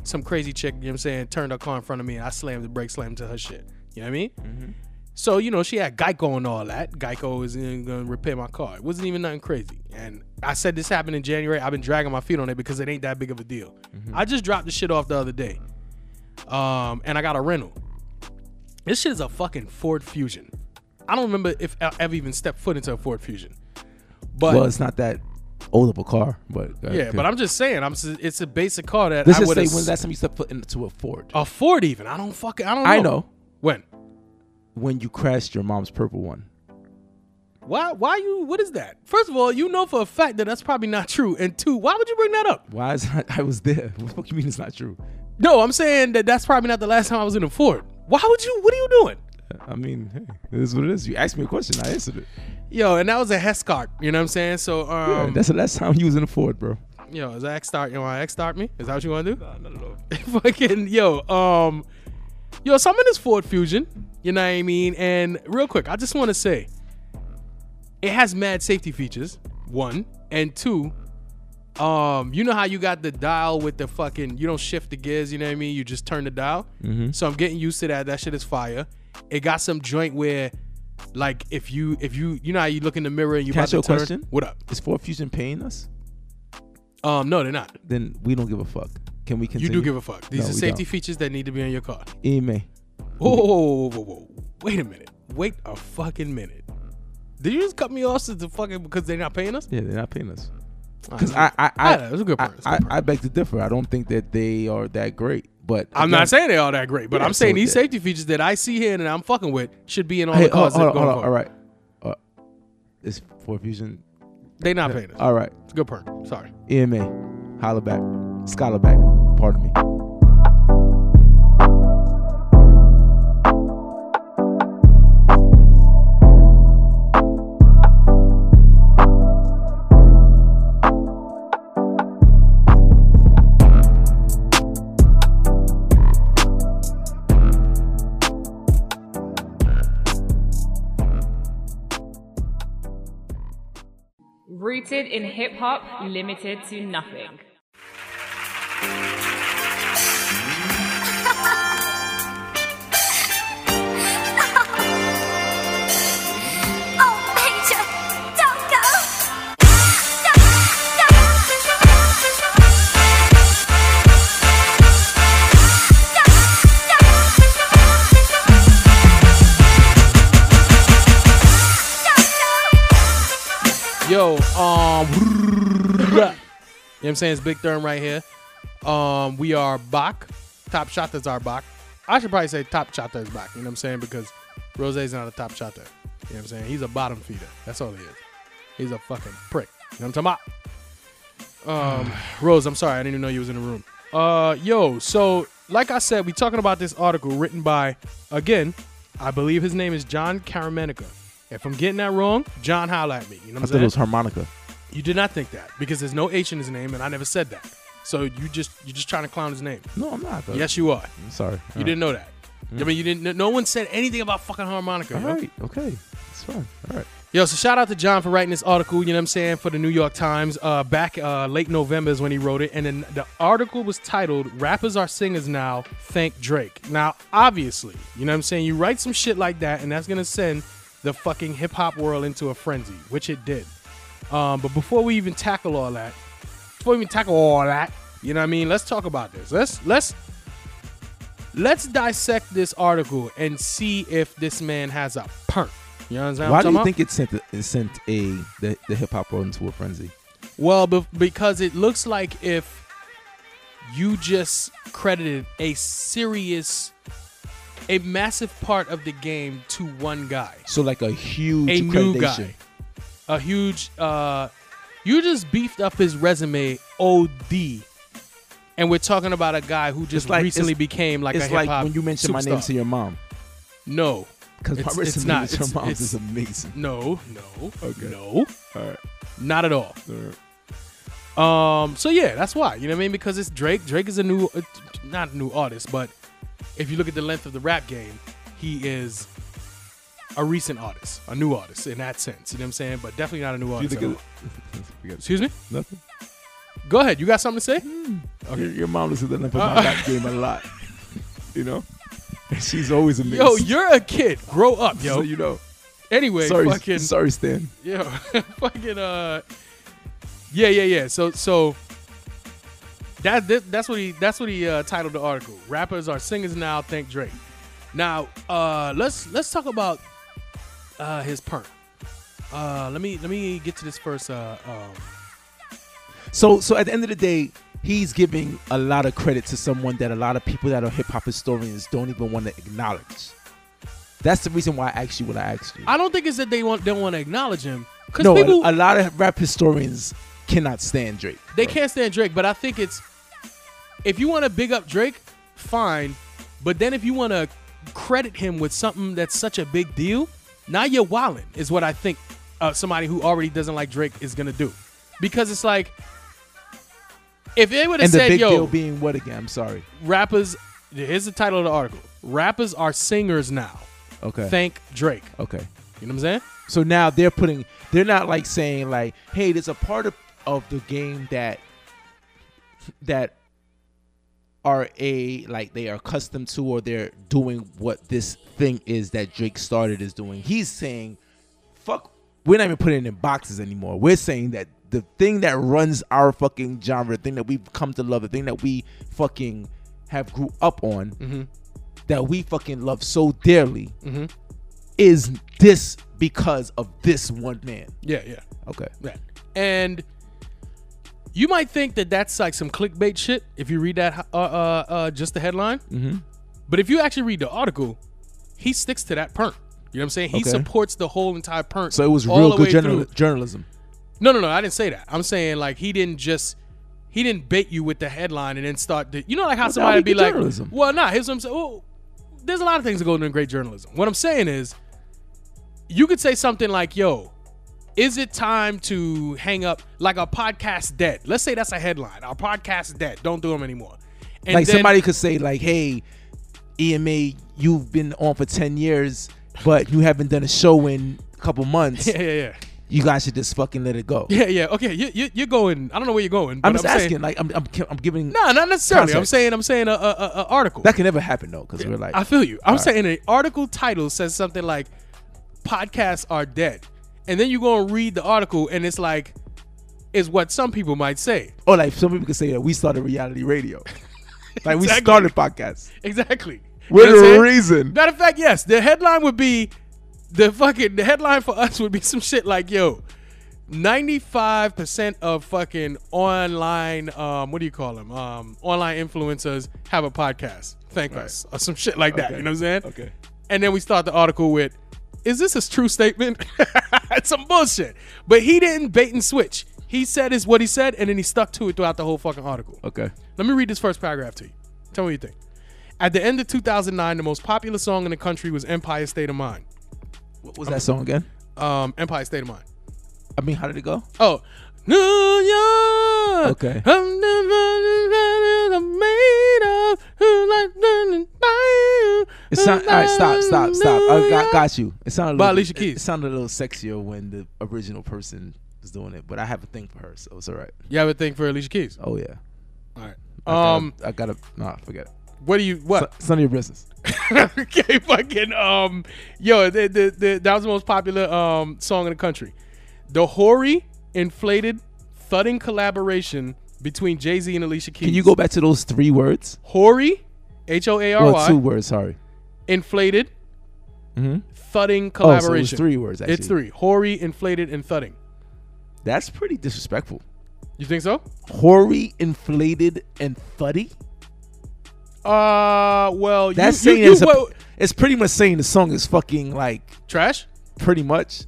S2: Some crazy chick. You know what I'm saying? Turned her car in front of me, and I slammed the brake, slammed to her shit. You know what I mean? So you know she had Geico and all that. Geico is going to repair my car. It wasn't even nothing crazy. And I said this happened in January. I've been dragging my feet on it because it ain't that big of a deal. I just dropped the shit off the other day, um, and I got a rental. This shit is a fucking Ford Fusion. I don't remember if I ever even stepped foot into a Ford Fusion. But
S3: Well, it's not that old of a car, but uh,
S2: yeah, but I'm just saying, I'm s- it's a basic car that
S3: Let's
S2: I Oh,
S3: just
S2: would
S3: say when's the last time you stepped foot into a Ford?
S2: a Ford even. I don't fucking I don't know.
S3: I know
S2: When?
S3: when you crashed your mom's purple one.
S2: Why why you what is that? First of all, you know for a fact that that's probably not true. And two, why would you bring that up?
S3: Why is [laughs] I, I was there? What the fuck you mean it's not true?
S2: No, I'm saying that that's probably not the last time I was in a Ford. Why would you what are you doing?
S3: I mean, hey, it is what it is. You asked me a question, I answered it.
S2: Yo, and that was a Hescart, you know what I'm saying? So
S3: Yeah,
S2: um
S3: that's the last time you was in a Ford, bro.
S2: Yo, is that X start? You want to X start me? Is that what you want to do? [laughs] Fucking yo, um, yo, so I'm in this Ford Fusion. You know what I mean? And real quick, I just want to say, it has mad safety features. One and two. Um, you know how you got the dial with the fucking you don't shift the gears, you know what I mean? You just turn the dial.
S3: Mm-hmm.
S2: So I'm getting used to that. That shit is fire. It got some joint where, like, if you if you you know how you look in the mirror and you
S3: Can I ask
S2: about
S3: you
S2: to
S3: a
S2: turn.
S3: question?
S2: What up?
S3: Is Ford Fusion paying us?
S2: Um, no, they're not.
S3: Then we don't give a fuck. Can we
S2: You
S3: continue? E
S2: do give a fuck. These
S3: No,
S2: are
S3: we
S2: safety
S3: don't.
S2: features that need to be on your car.
S3: Email.
S2: Whoa, whoa, whoa, whoa, whoa, whoa. Wait a minute. Wait a fucking minute. Did you just cut me off since the fucking because they're not paying us?
S3: Yeah, they're not paying us.
S2: All
S3: Because I,
S2: right.
S3: I,
S2: Ah,
S3: I,
S2: that's a good
S3: I,
S2: point. That's a
S3: I,
S2: good point.
S3: I beg to differ. I don't think that they are that great. But
S2: I'm
S3: again-
S2: not saying they're all that great, but
S3: Yeah,
S2: I'm saying
S3: so
S2: these
S3: that-
S2: safety features that I see here and that I'm fucking with should be in all
S3: Hey,
S2: the cars.
S3: hold, hold,
S2: that going
S3: hold on.
S2: forward.
S3: All right. Uh, it's Ford Fusion.
S2: They not paying us.
S3: All right.
S2: It's a good point. Sorry.
S3: EMA. Holla back. Scholar back. Pardon me.
S1: Rooted in hip hop, limited to nothing.
S4: Oh, Major, don't go.
S2: Yo, um, [laughs] you know what I'm saying? It's Big Therm right here. Um, we are Bach. Top shotters are Bach. I should probably say top shotter is Bach. You know what I'm saying? Because Rose's not a top shotter. You know what I'm saying? He's a bottom feeder. That's all he is. He's a fucking prick. You know what I'm talking about?
S3: [sighs]
S2: Um, Rose, I'm sorry. I didn't even know you was in the room. Uh, yo, so like I said, we talking about this article written by, again, I believe his name is John Caramanica. If I'm getting that wrong, John, holla at me. You know what
S3: I
S2: I'm
S3: thought
S2: saying?
S3: it was harmonica.
S2: You did not think that because there's no H in his name, and I never said that. So you just you're just trying to clown his name.
S3: No, I'm not. Though.
S2: Yes, you are.
S3: I'm sorry.
S2: You didn't know that. I mean, you didn't. No one said anything about fucking harmonica.
S3: All
S2: yo.
S3: right. Okay. It's fine. All right.
S2: Yo, so shout out to John for writing this article, you know what I'm saying, for the New York Times. Uh, back uh, late November is when he wrote it. And then the article was titled Rappers Are Singers Now, Thank Drake. Now, obviously, you know what I'm saying, you write some shit like that, and that's going to send the fucking hip hop world into a frenzy, which it did. Um, but before we even tackle all that, before we even tackle all that, you know what I mean, let's talk about this. Let's, let's, let's dissect this article and see if this man has a perk. You know what I'm saying?
S3: Why do
S2: Talking
S3: you
S2: about?
S3: think it sent the, it sent a the, the hip hop world into a frenzy?
S2: Well, be- because it looks like if you just credited a serious, a massive part of the game to one guy,
S3: So like a huge
S2: a new
S3: accreditation.
S2: guy, a huge, uh, you just beefed up his resume OD. And we're talking about a guy who just
S3: like-
S2: recently
S3: it's-
S2: became like a
S3: it's like
S2: hip-hop
S3: when you mention my name
S2: superstar.
S3: to your mom
S2: No.
S3: because my
S2: It's- it's
S3: resume
S2: not.
S3: to your
S2: It's-
S3: mom's
S2: it's-
S3: is
S2: [laughs]
S3: amazing.
S2: No, no,
S3: Okay.
S2: no,
S3: All right.
S2: not at all.
S3: All right.
S2: Not Um, so yeah, that's why. You know what I mean? Because it's Drake. Drake is a new, uh, not a new artist, but if you look at the length of the rap game, he is a recent artist, a new artist in that sense. You know what I'm saying? But definitely not a new
S3: You
S2: artist.
S3: think
S2: at
S3: of-
S2: all. Excuse me.
S3: [laughs] nothing?
S2: Go ahead. You got something to say?
S3: Your, your mom listens to Limp
S2: Uh.
S3: Bizkit rap game a lot. [laughs] You
S2: [laughs]
S3: know, she's always amazed.
S2: Yo, you're a kid. Grow up,
S3: so
S2: yo.
S3: you know.
S2: Anyway,
S3: sorry,
S2: fucking
S3: sorry, Stan.
S2: Yeah, [laughs] fucking uh, yeah, yeah, yeah. So, so that, that that's what he that's what he uh, titled the article. Rappers are singers now. Thank Drake. Now, uh, let's let's talk about uh, his perk. Uh, let me let me get to this first. Uh, um,
S3: So, so at the end of the day, he's giving a lot of credit to someone that a lot of people that are hip hop historians don't even want to acknowledge. That's the reason why I asked you what I asked you.
S2: I don't think it's that they want don't want to acknowledge him because
S3: no, a-
S2: people
S3: a, lot of rap historians cannot stand Drake.
S2: they
S3: bro.
S2: can't stand Drake. But I think it's if you want to big up Drake, fine. But then if you want to credit him with something that's such a big deal, now you're wildin', is what I think uh, somebody who already doesn't like Drake is gonna do, because it's like if they would have
S3: And the
S2: said,
S3: big
S2: "Yo,
S3: deal being what again? I'm sorry.
S2: rappers," here's the title of the article: "Rappers are singers now."
S3: Okay.
S2: Thank Drake.
S3: okay.
S2: You know what I'm saying?
S3: So now they're putting they're not like saying like, hey, there's a part of, of the game that that are a like they are accustomed to or they're doing what this thing is that Drake started is doing. He's saying, fuck we're not even putting it in boxes anymore. We're saying that the thing that runs our fucking genre, the thing that we've come to love, the thing that we fucking have grew up on, that we fucking love so dearly, is this because of this one man.
S2: Yeah, yeah,
S3: Okay.
S2: yeah. And you might think that that's like some clickbait shit if you read that uh, uh, uh, just the headline. Mm-hmm. But if you actually read the article, he sticks to that perk. You know what I'm saying? He
S3: Okay.
S2: supports the whole entire perk.
S3: So it was
S2: all
S3: real
S2: the
S3: good
S2: way
S3: journal-
S2: through.
S3: journalism.
S2: No, no, no. I didn't say that. I'm saying like he didn't just he didn't bait you with the headline and then start. To, you know, like how somebody
S3: we
S2: would be
S3: get
S2: like,
S3: journalism.
S2: "Well, nah." Here's what I'm saying. Well, there's a lot of things that go into great journalism. What I'm saying is, you could say something like, "Yo, is it time to hang up like our podcast dead?" Let's say that's a headline. Our podcast is dead. Don't do them anymore. And
S3: like
S2: then-
S3: somebody could say like, hey, EMA, you've been on for 10 years, but you haven't done a show in a couple
S2: [laughs]
S3: months.
S2: [laughs] Yeah, yeah, yeah.
S3: You guys should just fucking let it go.
S2: Yeah, yeah. Okay, you, you, you're going. I don't know where you're going. But
S3: I'm just asking.
S2: Saying,
S3: like, I'm, I'm, I'm giving.
S2: nah, not necessarily. I'm
S3: Context.
S2: saying I'm saying a, a, a, a article.
S3: That can never happen though, because we're like,
S2: I feel you. I'm
S3: All right.
S2: saying an article title says something like podcasts are dead. And then you go and read the article and it's like is what some people might say.
S3: or like some people could say that we started reality
S2: [laughs]
S3: radio. like we
S2: Exactly.
S3: started podcasts.
S2: Exactly. You
S3: We're
S2: know what I'm
S3: the
S2: saying?
S3: reason.
S2: Matter of fact, yes, the headline would be the fucking the headline for us would be some shit like, yo, 95% of fucking online um what do you call them? Um online influencers have a podcast. Thank us. Or some shit like that.
S3: Okay.
S2: You know what I'm saying?
S3: Okay.
S2: And then we start the article with, is this a true statement? [laughs] it's some bullshit. But he didn't bait and switch. He said is what he said, and then he stuck to it throughout the whole fucking article.
S3: Okay.
S2: Let me read this first paragraph to you. Tell me what you think. At the end of 2009, the most popular song in the country was Empire State of Mind.
S3: What was that song again?
S2: Um, Empire State of Mind.
S3: I mean, how did it go?
S2: Oh, New York.
S3: Okay.
S2: I'm the man that I'm made of. Who like burning fire.
S3: It sound, all right, stop, stop, stop. I got, got you. It sounded a
S2: By
S3: little,
S2: Alicia
S3: it-
S2: Keys.
S3: It sounded a little sexier when the original person was doing it, but I have a thing for her, so it's all right.
S2: You have a thing for Alicia Keys.
S3: Oh yeah.
S2: All right.
S3: I gotta-
S2: Um, uh,
S3: I gotta nah, forget it.
S2: what do you what?
S3: It's none of your business.
S2: [laughs] okay, fucking um, yo, the, the, the, that was the most popular um song in the country. The hoary, inflated, thudding collaboration between Jay Z and Alicia Keys.
S3: Can you go back to those three words?
S2: hoary, H O A R
S3: Well, two
S2: Y,
S3: words. Sorry.
S2: inflated,
S3: Mhm.
S2: thudding
S3: Oh,
S2: collaboration.
S3: so it was three words. Actually.
S2: It's three. Hoary, inflated, and thudding.
S3: That's pretty disrespectful.
S2: You think so?
S3: Hoary, inflated, and fuddy.
S2: Uh, well, you-
S3: That's
S2: you,
S3: saying
S2: you,
S3: it's, a-
S2: well,
S3: it's pretty much saying the song is fucking like
S2: trash.
S3: pretty much.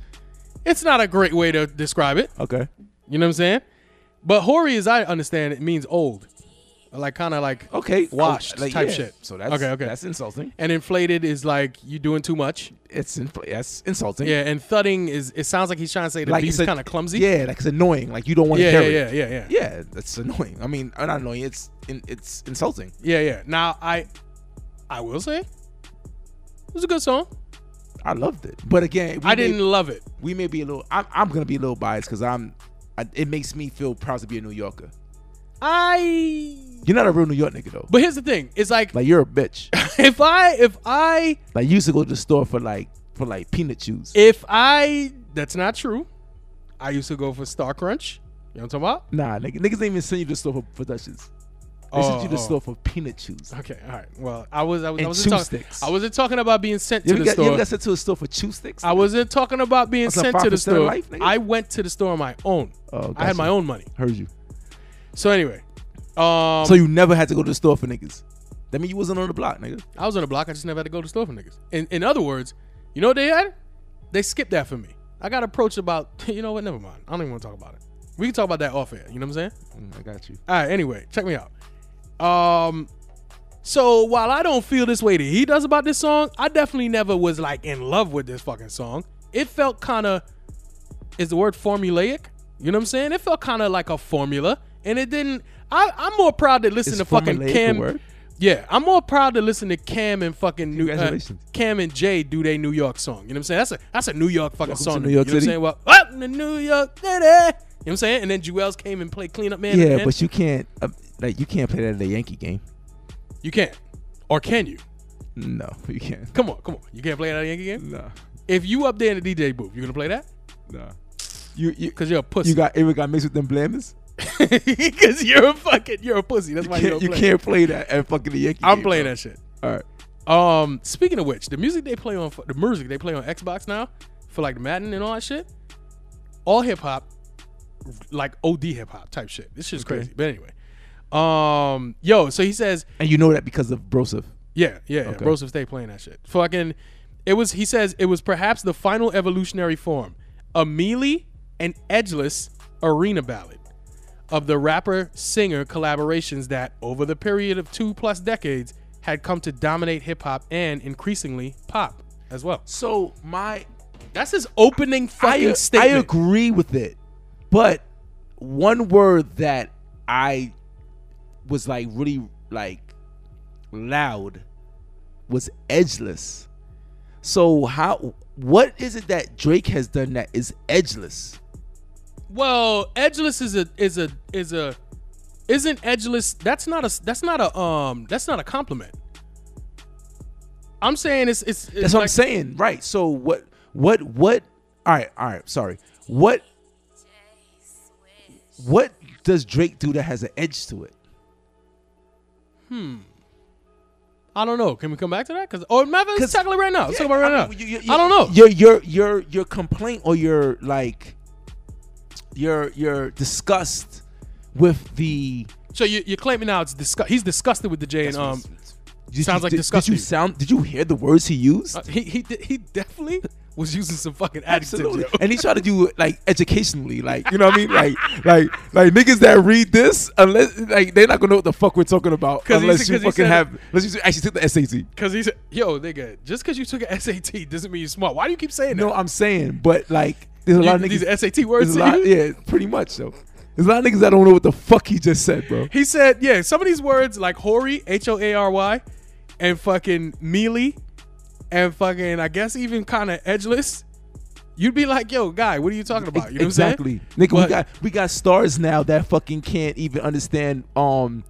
S2: It's not a great way to describe it.
S3: Okay.
S2: You know what I'm saying? But hoary, as I understand it, means old. like kind of like
S3: Okay,
S2: washed
S3: oh, like,
S2: type
S3: yeah.
S2: shit.
S3: So that's
S2: okay, okay.
S3: That's insulting.
S2: and inflated is like you doing too much.
S3: It's in, that's insulting.
S2: Yeah, and thudding is it sounds like he's trying to say the
S3: like
S2: beat's
S3: it's
S2: kind of clumsy.
S3: Yeah, like it's annoying. Like you don't want to
S2: yeah, yeah,
S3: hear it.
S2: yeah, yeah, yeah.
S3: Yeah, that's annoying. I mean, uh, not annoying. It's in, it's insulting.
S2: Yeah, yeah. Now I I will say it was a good song.
S3: I loved it, but again, we
S2: I
S3: may-
S2: didn't love it.
S3: we may be a little. I'm, I'm gonna be a little biased because I'm. I, it makes me feel proud to be a New Yorker.
S2: I
S3: You're not a real New York nigga though.
S2: But here's the thing. It's like
S3: Like you're a bitch. [laughs]
S2: [laughs] if I if I
S3: like you used to go to the store for like for like peanut juice.
S2: if I that's not true. I used to go for Star Crunch. You know what I'm talking
S3: nah, nigga, niggas didn't even send you to the store for, for Dutchess. They sent
S2: Oh,
S3: you to the
S2: oh.
S3: store for peanut juice.
S2: about? Okay, all right. Well, I was I was I
S3: And
S2: wasn't
S3: chew
S2: talking
S3: sticks.
S2: I wasn't talking about being sent
S3: You
S2: to
S3: ever,
S2: the
S3: got, you ever
S2: store.
S3: got sent to a store for chew sticks?
S2: I wasn't talking about being
S3: That's a
S2: sent to
S3: 5%
S2: the
S3: of
S2: store.
S3: life, nigga.
S2: I went to the store on my own.
S3: Oh,
S2: I had
S3: gotcha.
S2: my own money.
S3: heard you.
S2: So anyway, um,
S3: So you never had to go to the store for niggas. That mean you wasn't on the block, nigga.
S2: I was on the block. I just never had to go to the store for niggas. In in other words, you know what they had? They skipped that for me. I got approached about. [laughs] You know what? Never mind. I don't even want to talk about it. We can talk about that off air. You know what I'm saying?
S3: Mm, I got you.
S2: All right. Anyway, check me out. Um, so while I don't feel this way that he does about this song, I definitely never was like in love with this fucking song. It felt kind of, is the word formulaic? You know what I'm saying? It felt kind of like a formula, and it didn't. I, I'm more proud to listen
S3: Is
S2: to fucking
S3: formulaic a
S2: Cam.
S3: word?
S2: Yeah, I'm more proud to listen to Cam and fucking New uh,
S3: Congratulations.
S2: Cam and Jay do they New York song. You know what I'm saying? That's a that's a New York fucking
S3: Welcome
S2: song.
S3: to
S2: to
S3: New
S2: me.
S3: York
S2: you know
S3: City.
S2: What I'm saying? What? Up in the New York City. You know what I'm saying? And then Jewels came and played cleanup man.
S3: Yeah,
S2: again.
S3: but you can't. Uh, like you can't play that at a Yankee game.
S2: You can't. Or can you?
S3: No, [laughs] you can't.
S2: Come on, come on. You can't play that at a Yankee game?
S3: No,
S2: If you up there in the DJ booth, you gonna play that?
S3: no. You you
S2: Cause you're a pussy.
S3: you got Eric got mixed with them blanders.
S2: [laughs] Cause you're a fucking you're a pussy. That's
S3: You
S2: why
S3: can't,
S2: you
S3: you
S2: don't play.
S3: can't play that at fucking the Yankee.
S2: I'm
S3: game,
S2: playing
S3: bro.
S2: that shit.
S3: All right.
S2: Um, speaking of which, the music they play on the music they play on Xbox now for like Madden and all that shit, all hip hop, like OD hip hop type shit. This shit's
S3: Okay.
S2: crazy. But anyway, um, yo, so he says,
S3: And you know that because of Broseph.
S2: yeah, yeah, yeah.
S3: Okay.
S2: Rosa stay playing that shit. Fucking, it was. He says it was perhaps the final evolutionary form, a mealy and edgeless arena ballad of the rapper singer collaborations that, over the period of two plus decades, had come to dominate hip hop and increasingly pop as well.
S3: So my
S2: That's his opening fucking
S3: I,
S2: statement.
S3: I agree with it, but one word that I was like really like loud was edgeless. So how what is it that Drake has done that is edgeless?
S2: Well, edgeless is a is a is a isn't edgeless. That's not a that's not a um that's not a compliment. I'm saying it's it's, it's
S3: That's what I'm saying, right? So what what what? All right, all right. Sorry. What what does Drake do that has an edge to it?
S2: I don't know. Can we come back to that? Because oh, matter of fact, let's
S3: 'Cause-
S2: tackle it right now. Let's talk about it right
S3: I mean,
S2: now.
S3: you- you- you-
S2: I don't know.
S3: Your your your your complaint or your like your your disgust with the
S2: so you, you're claiming now it's disgust. He's disgusted with the J and um.
S3: Did
S2: sounds
S3: you,
S2: like
S3: did,
S2: disgust
S3: Did you
S2: to you.
S3: sound? Did you hear the words he used?
S2: uh, he he de- he definitely was using some fucking adjectives. yo.
S3: and he tried to do it like educationally, like you know what I mean, like like like niggas that read this unless like they're not gonna know what the fuck we're talking about
S2: 'Cause he
S3: unless
S2: said-
S3: you
S2: 'cause he
S3: fucking
S2: said-
S3: have unless you actually took the SAT.
S2: Cause he said, "Yo, nigga, just cause you took an SAT doesn't mean you're smart. Why do you keep saying
S3: No,
S2: that?
S3: I'm saying, but like there's a lot
S2: You-
S3: of niggas.
S2: these SAT words
S3: there's a
S2: to
S3: lot,
S2: you?
S3: yeah, pretty much though. There's a lot of niggas that don't know what the fuck he just said, bro.
S2: He said, yeah, some of these words like hoary, H O A R Y, and fucking mealy, and fucking, I guess even kind of edgeless. You'd be like, yo, guy, what are you talking about? You know
S3: exactly.
S2: what I'm saying?
S3: Nigga, we
S2: But-
S3: got we got stars now that fucking can't even understand um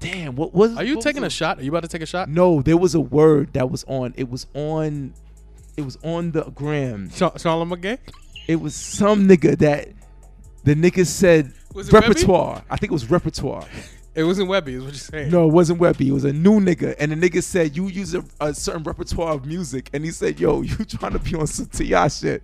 S3: damn, what was
S2: Are you
S3: what
S2: taking a
S3: was it?
S2: shot? Are you about to take a shot?
S3: No, there was a word that was on it was on it was on the gram.
S2: Sha- Shalom again?
S3: It was some nigga that the nigga said
S2: Was it Webby?
S3: repertoire. I think it was repertoire.
S2: It wasn't Webby, is what you're saying.
S3: No, it wasn't Webby. It was a new nigga, and the nigga said you use a, a certain repertoire of music, and he said, "Yo, [laughs] you trying to be on some Ti shit."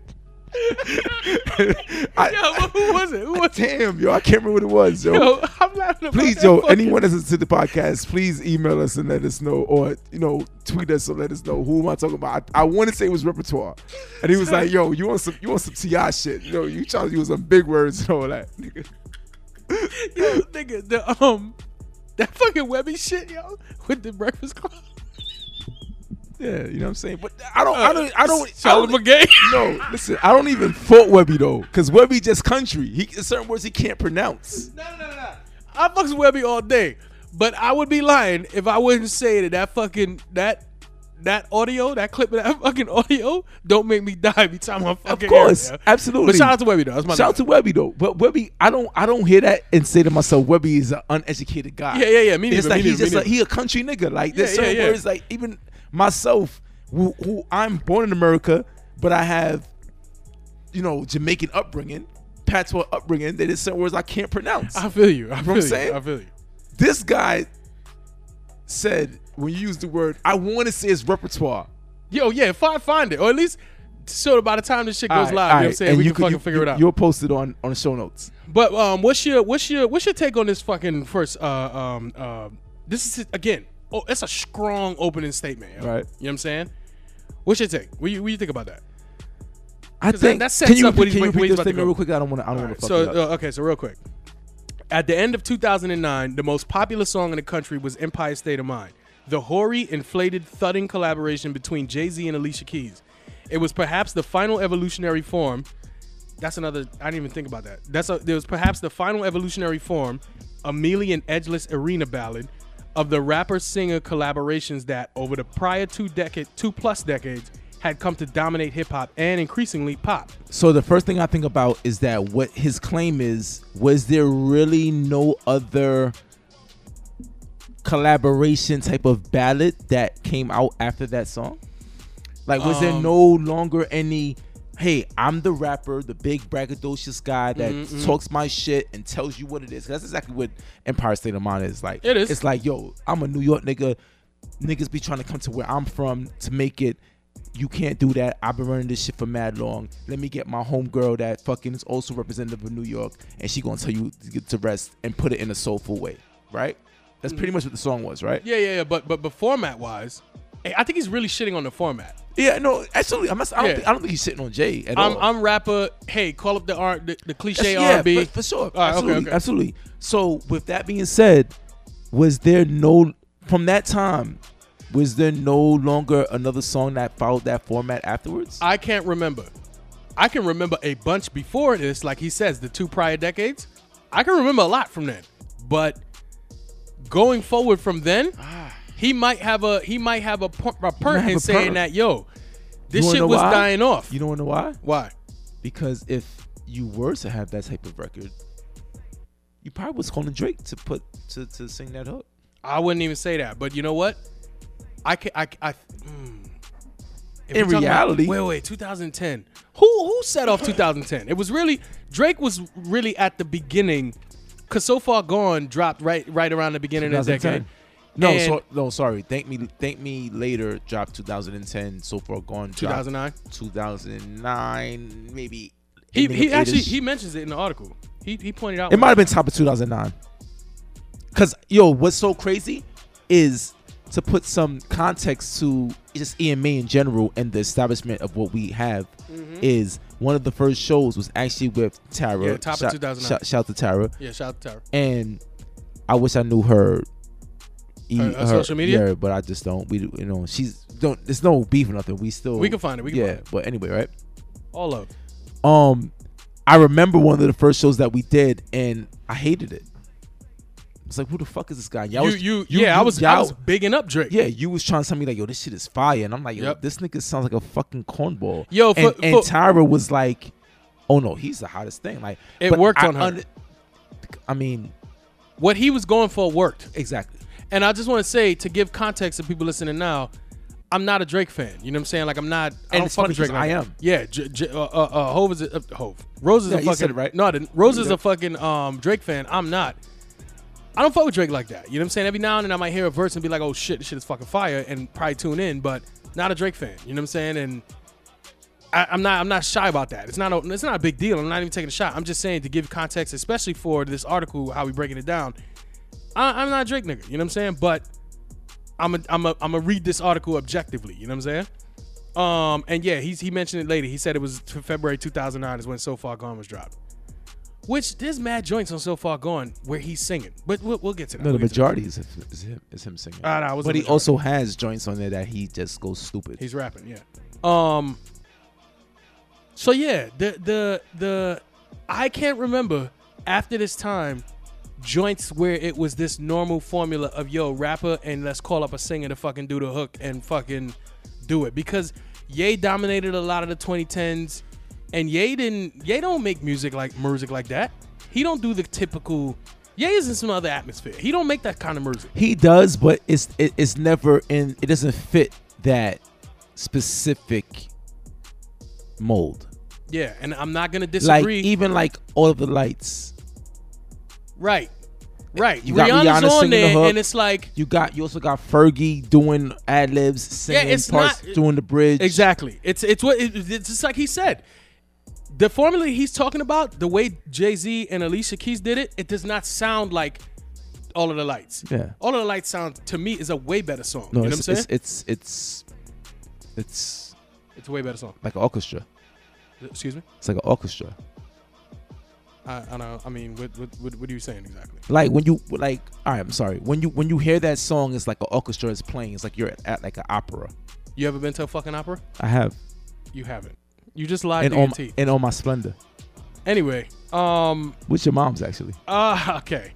S3: [laughs] I-
S2: [laughs] Yo, but who was it? Who was
S3: [laughs]
S2: it?
S3: Damn, yo, I can't remember what it was, yo.
S2: Yo, I'm laughing about
S3: please,
S2: that
S3: yo,
S2: fucking-
S3: anyone that's listening to the podcast, please email us and let us know, or you know, tweet us and let us know who am I talking about. I, I want to say it was repertoire, and he was like, "Yo, you want some, you want some Ti shit? Yo, you trying to use some big words and all that, nigga."
S2: Yo, nigga, the um That fucking Webby shit, yo, with the Breakfast Club.
S3: [laughs] Yeah, you know what I'm saying. But I don't, I don't, I don't. I
S2: Solid
S3: don't
S2: McGay.
S3: no, listen, I don't even fault Webby though, because Webby just country. He certain words he can't pronounce.
S2: No, no, no, no. I fucks with Webby all day, but I would be lying if I wouldn't say that that fucking that that audio, that clip of that [laughs] fucking audio, don't make me die every time I fucking.
S3: Of course,
S2: hear it, yo.
S3: absolutely.
S2: But shout out to Webby though. That's my
S3: Shout out to Webby though, but Webby, I don't, I don't hear that and say to myself, Webby is an uneducated guy.
S2: Yeah, yeah, yeah, me
S3: it's
S2: neither,
S3: like
S2: me
S3: he's
S2: neither,
S3: just
S2: me
S3: like he a country nigga. Like there's
S2: Yeah,
S3: certain
S2: yeah, yeah.
S3: words, like even myself, who, who I'm born in America, but I have, you know, Jamaican upbringing, patois upbringing. That is certain words I can't pronounce.
S2: I feel you. I feel
S3: what I'm
S2: you.
S3: saying?
S2: I feel you.
S3: this guy said when you use the word, I want to say his repertoire.
S2: Yo, yeah, find find it, or at least so that by the time this shit goes live, you know what I'm saying
S3: and
S2: we
S3: you
S2: can fucking
S3: you-
S2: figure
S3: you-
S2: it out.
S3: You'll post it on on the show notes.
S2: But um, what's your what's your what's your take on this fucking first? Uh, um, uh, this is again. Oh, it's a strong opening statement. yo.
S3: Right.
S2: You know what I'm saying? What's your take? What you, what you think about that?
S3: I
S2: that-
S3: think
S2: that
S3: can
S2: sets
S3: you
S2: up
S3: repeat-
S2: what he's-
S3: can you
S2: what
S3: repeat
S2: he's
S3: the
S2: about to
S3: statement
S2: go.
S3: real quick? I don't want to. I don't want to fuck
S2: So
S3: it up.
S2: uh, okay, so real quick. At the end of 2009, the most popular song in the country was "Empire State of Mind," the hoary, inflated, thudding collaboration between Jay Z and Alicia Keys. It was perhaps the final evolutionary form. That's another. I didn't even think about that. That's a, there was perhaps the final evolutionary form, a mealy and edgeless arena ballad, of the rapper-singer collaborations that over the prior two decade, two plus decades, had come to dominate hip hop and increasingly pop.
S3: So the first thing I think about is that what his claim is was there really no other collaboration type of ballad that came out after that song? Like was
S2: Um,
S3: there no longer any hey, I'm the rapper, the big braggadocious guy that
S2: Mm-hmm.
S3: talks my shit and tells you what it is. 'Cause That's exactly what Empire State of Mind is like.
S2: It is.
S3: It's like, yo, I'm a New York nigga. Niggas be trying to come to where I'm from to make it. You can't do that. I've been running this shit for mad long. Let me get my homegirl that fucking is also representative of New York, and she gonna tell you to get to rest and put it in a soulful way, right? That's pretty much what the song was, right?
S2: Mm. Yeah, yeah, yeah. But but but format wise, I I think he's really shitting on the format.
S3: Yeah, no, absolutely. I'm not, I don't,
S2: Yeah.
S3: think, I don't think he's sitting on Jay at
S2: I'm
S3: all.
S2: I'm rapper. Hey, call up the R the, the cliche
S3: That's-
S2: R and B
S3: for, for sure.
S2: right, okay,
S3: absolutely,
S2: okay.
S3: absolutely. So, with that being said, was there no from that time? Was there no longer another song that followed that format afterwards?
S2: I can't remember. I can remember a bunch before this, like he says, the two prior decades. I can remember a lot from then. But going forward from then, he might have a he might have a, per- a perk
S3: Ah. have
S2: in
S3: a
S2: saying
S3: perk.
S2: that yo, this
S3: You wanna
S2: shit
S3: know
S2: was
S3: why?
S2: dying off.
S3: You don't know why?
S2: why?
S3: Because if you were to have that type of record, you probably was calling Drake to put to, to sing that hook.
S2: I wouldn't even say that. But you know what? I can I I. mm. If
S3: In
S2: we're talking about-
S3: reality-
S2: wait, wait, 2010. Who who set off 2010? It was really Drake was really at the beginning, cause so far gone dropped right right around the beginning of the decade.
S3: 2010. No,
S2: And-
S3: so, no, sorry. Thank me, thank me later. Dropped 2010. So far gone. dropped
S2: 2009?
S3: 2009, maybe.
S2: He,
S3: ending
S2: he
S3: of
S2: actually
S3: 8-ish.
S2: he mentions it in the article. He he pointed out
S3: It might have been top of 2009. Cause yo, what's so crazy is to put some context to just EMA in general and the establishment of what we have is one of the first shows was actually with Tara.
S2: Mm-hmm. Yeah, top of
S3: Shout-
S2: 2009.
S3: Shout, shout to Tara.
S2: yeah. Shout out to Tyra.
S3: And I wish I knew her. e-
S2: Her- her social media?
S3: yeah, but I just don't. We, you know, she's don't. There's no beef or nothing. We still,
S2: We can find it, we can
S3: yeah,
S2: find it.
S3: but anyway, right?
S2: All of
S3: um I remember one of the first shows that we did and I hated it. It's like who the fuck is this guy? Y'all
S2: you,
S3: was-
S2: you yeah. I was I
S3: y'all-
S2: was bigging up Drake.
S3: yeah, you was trying to tell me like, yo, this shit is fire, and I'm like, yo,
S2: Yep.
S3: this nigga sounds like a fucking cornball.
S2: Yo, for-
S3: and, and
S2: for-
S3: Tyra was like, oh no, he's the hottest thing. Like,
S2: It
S3: but
S2: worked
S3: I
S2: on her.
S3: under- I mean,
S2: What he was going for worked.
S3: exactly.
S2: And I just want to say to give context to people listening now, I'm not a Drake fan. You know what I'm saying? Like I'm not. I
S3: And
S2: don't
S3: it's
S2: fuck
S3: funny
S2: with Drake.
S3: 'cause I
S2: like
S3: am.
S2: that. Yeah. J- J- uh, uh, uh, Hove is a, uh, Hove. Rose is
S3: Yeah,
S2: a
S3: you
S2: fucking
S3: said it right.
S2: No, I didn't. Rose
S3: You
S2: is
S3: did.
S2: a fucking um, Drake fan. I'm not. I don't fuck with Drake like that. You know what I'm saying? Every now and then I might hear a verse and be like, "Oh shit, this shit is fucking fire," and probably tune in, but not a Drake fan. You know what I'm saying? And I, I'm not I'm not shy about that. It's not a, it's not a big deal. I'm not even taking a shot. I'm just saying to give context, especially for this article, how we breaking it down. I, I'm not a Drake nigga. You know what I'm saying? But I'm a, I'm a, I'm a read this article objectively. You know what I'm saying? Um, and yeah, he's he mentioned it later. He said it was t- February 2009 is when So Far Gone was dropped. Which there's mad joints on So Far Gone where he's singing, but we'll, we'll get to that.
S3: No, the
S2: We'll get to that.
S3: majority is, is him. Is him singing.
S2: Ah, nah, I was
S3: but
S2: the
S3: he
S2: majority.
S3: also has joints on there that he just goes stupid.
S2: He's rapping, yeah. Um. So yeah, the the the I can't remember after this time joints where it was this normal formula of yo rapper and let's call up a singer to fucking do the hook and fucking do it because Ye dominated a lot of the 2010s and Ye didn't Ye don't make music like music like that. He don't do the typical. Ye is in some other atmosphere. He don't make that kind of music.
S3: He does, but it's it, it's never in. It doesn't fit that specific mold.
S2: Yeah, and I'm not gonna disagree.
S3: Like even like all of the lights.
S2: Right. Right.
S3: You got
S2: Rihanna's
S3: Rihanna
S2: on
S3: singing the
S2: there
S3: hook.
S2: and it's like
S3: You got you also got Fergie doing ad libs, singing
S2: it's
S3: parts,
S2: not-
S3: doing the bridge.
S2: Exactly. It's it's what it, it's just like he said. The formula he's talking about, the way Jay Z and Alicia Keys did it, it does not sound like all of the lights.
S3: Yeah.
S2: All of the lights sound to me is a way better song.
S3: No,
S2: you know what I'm
S3: it's,
S2: saying?
S3: it's, it's it's it's
S2: It's a way better song.
S3: like an orchestra.
S2: Excuse me.
S3: It's like an orchestra.
S2: I, I don't. know. I mean, what, what what what are you saying exactly?
S3: Like when you like, all right, I'm sorry. When you when you hear that song, it's like an orchestra is playing. It's like you're at like an opera.
S2: You ever been to a fucking opera?
S3: I have
S2: You haven't. You just lied
S3: and
S2: to your
S3: on
S2: teeth.
S3: and on my splendor
S2: Anyway, um,
S3: with your mom's actually.
S2: Ah, [laughs] okay.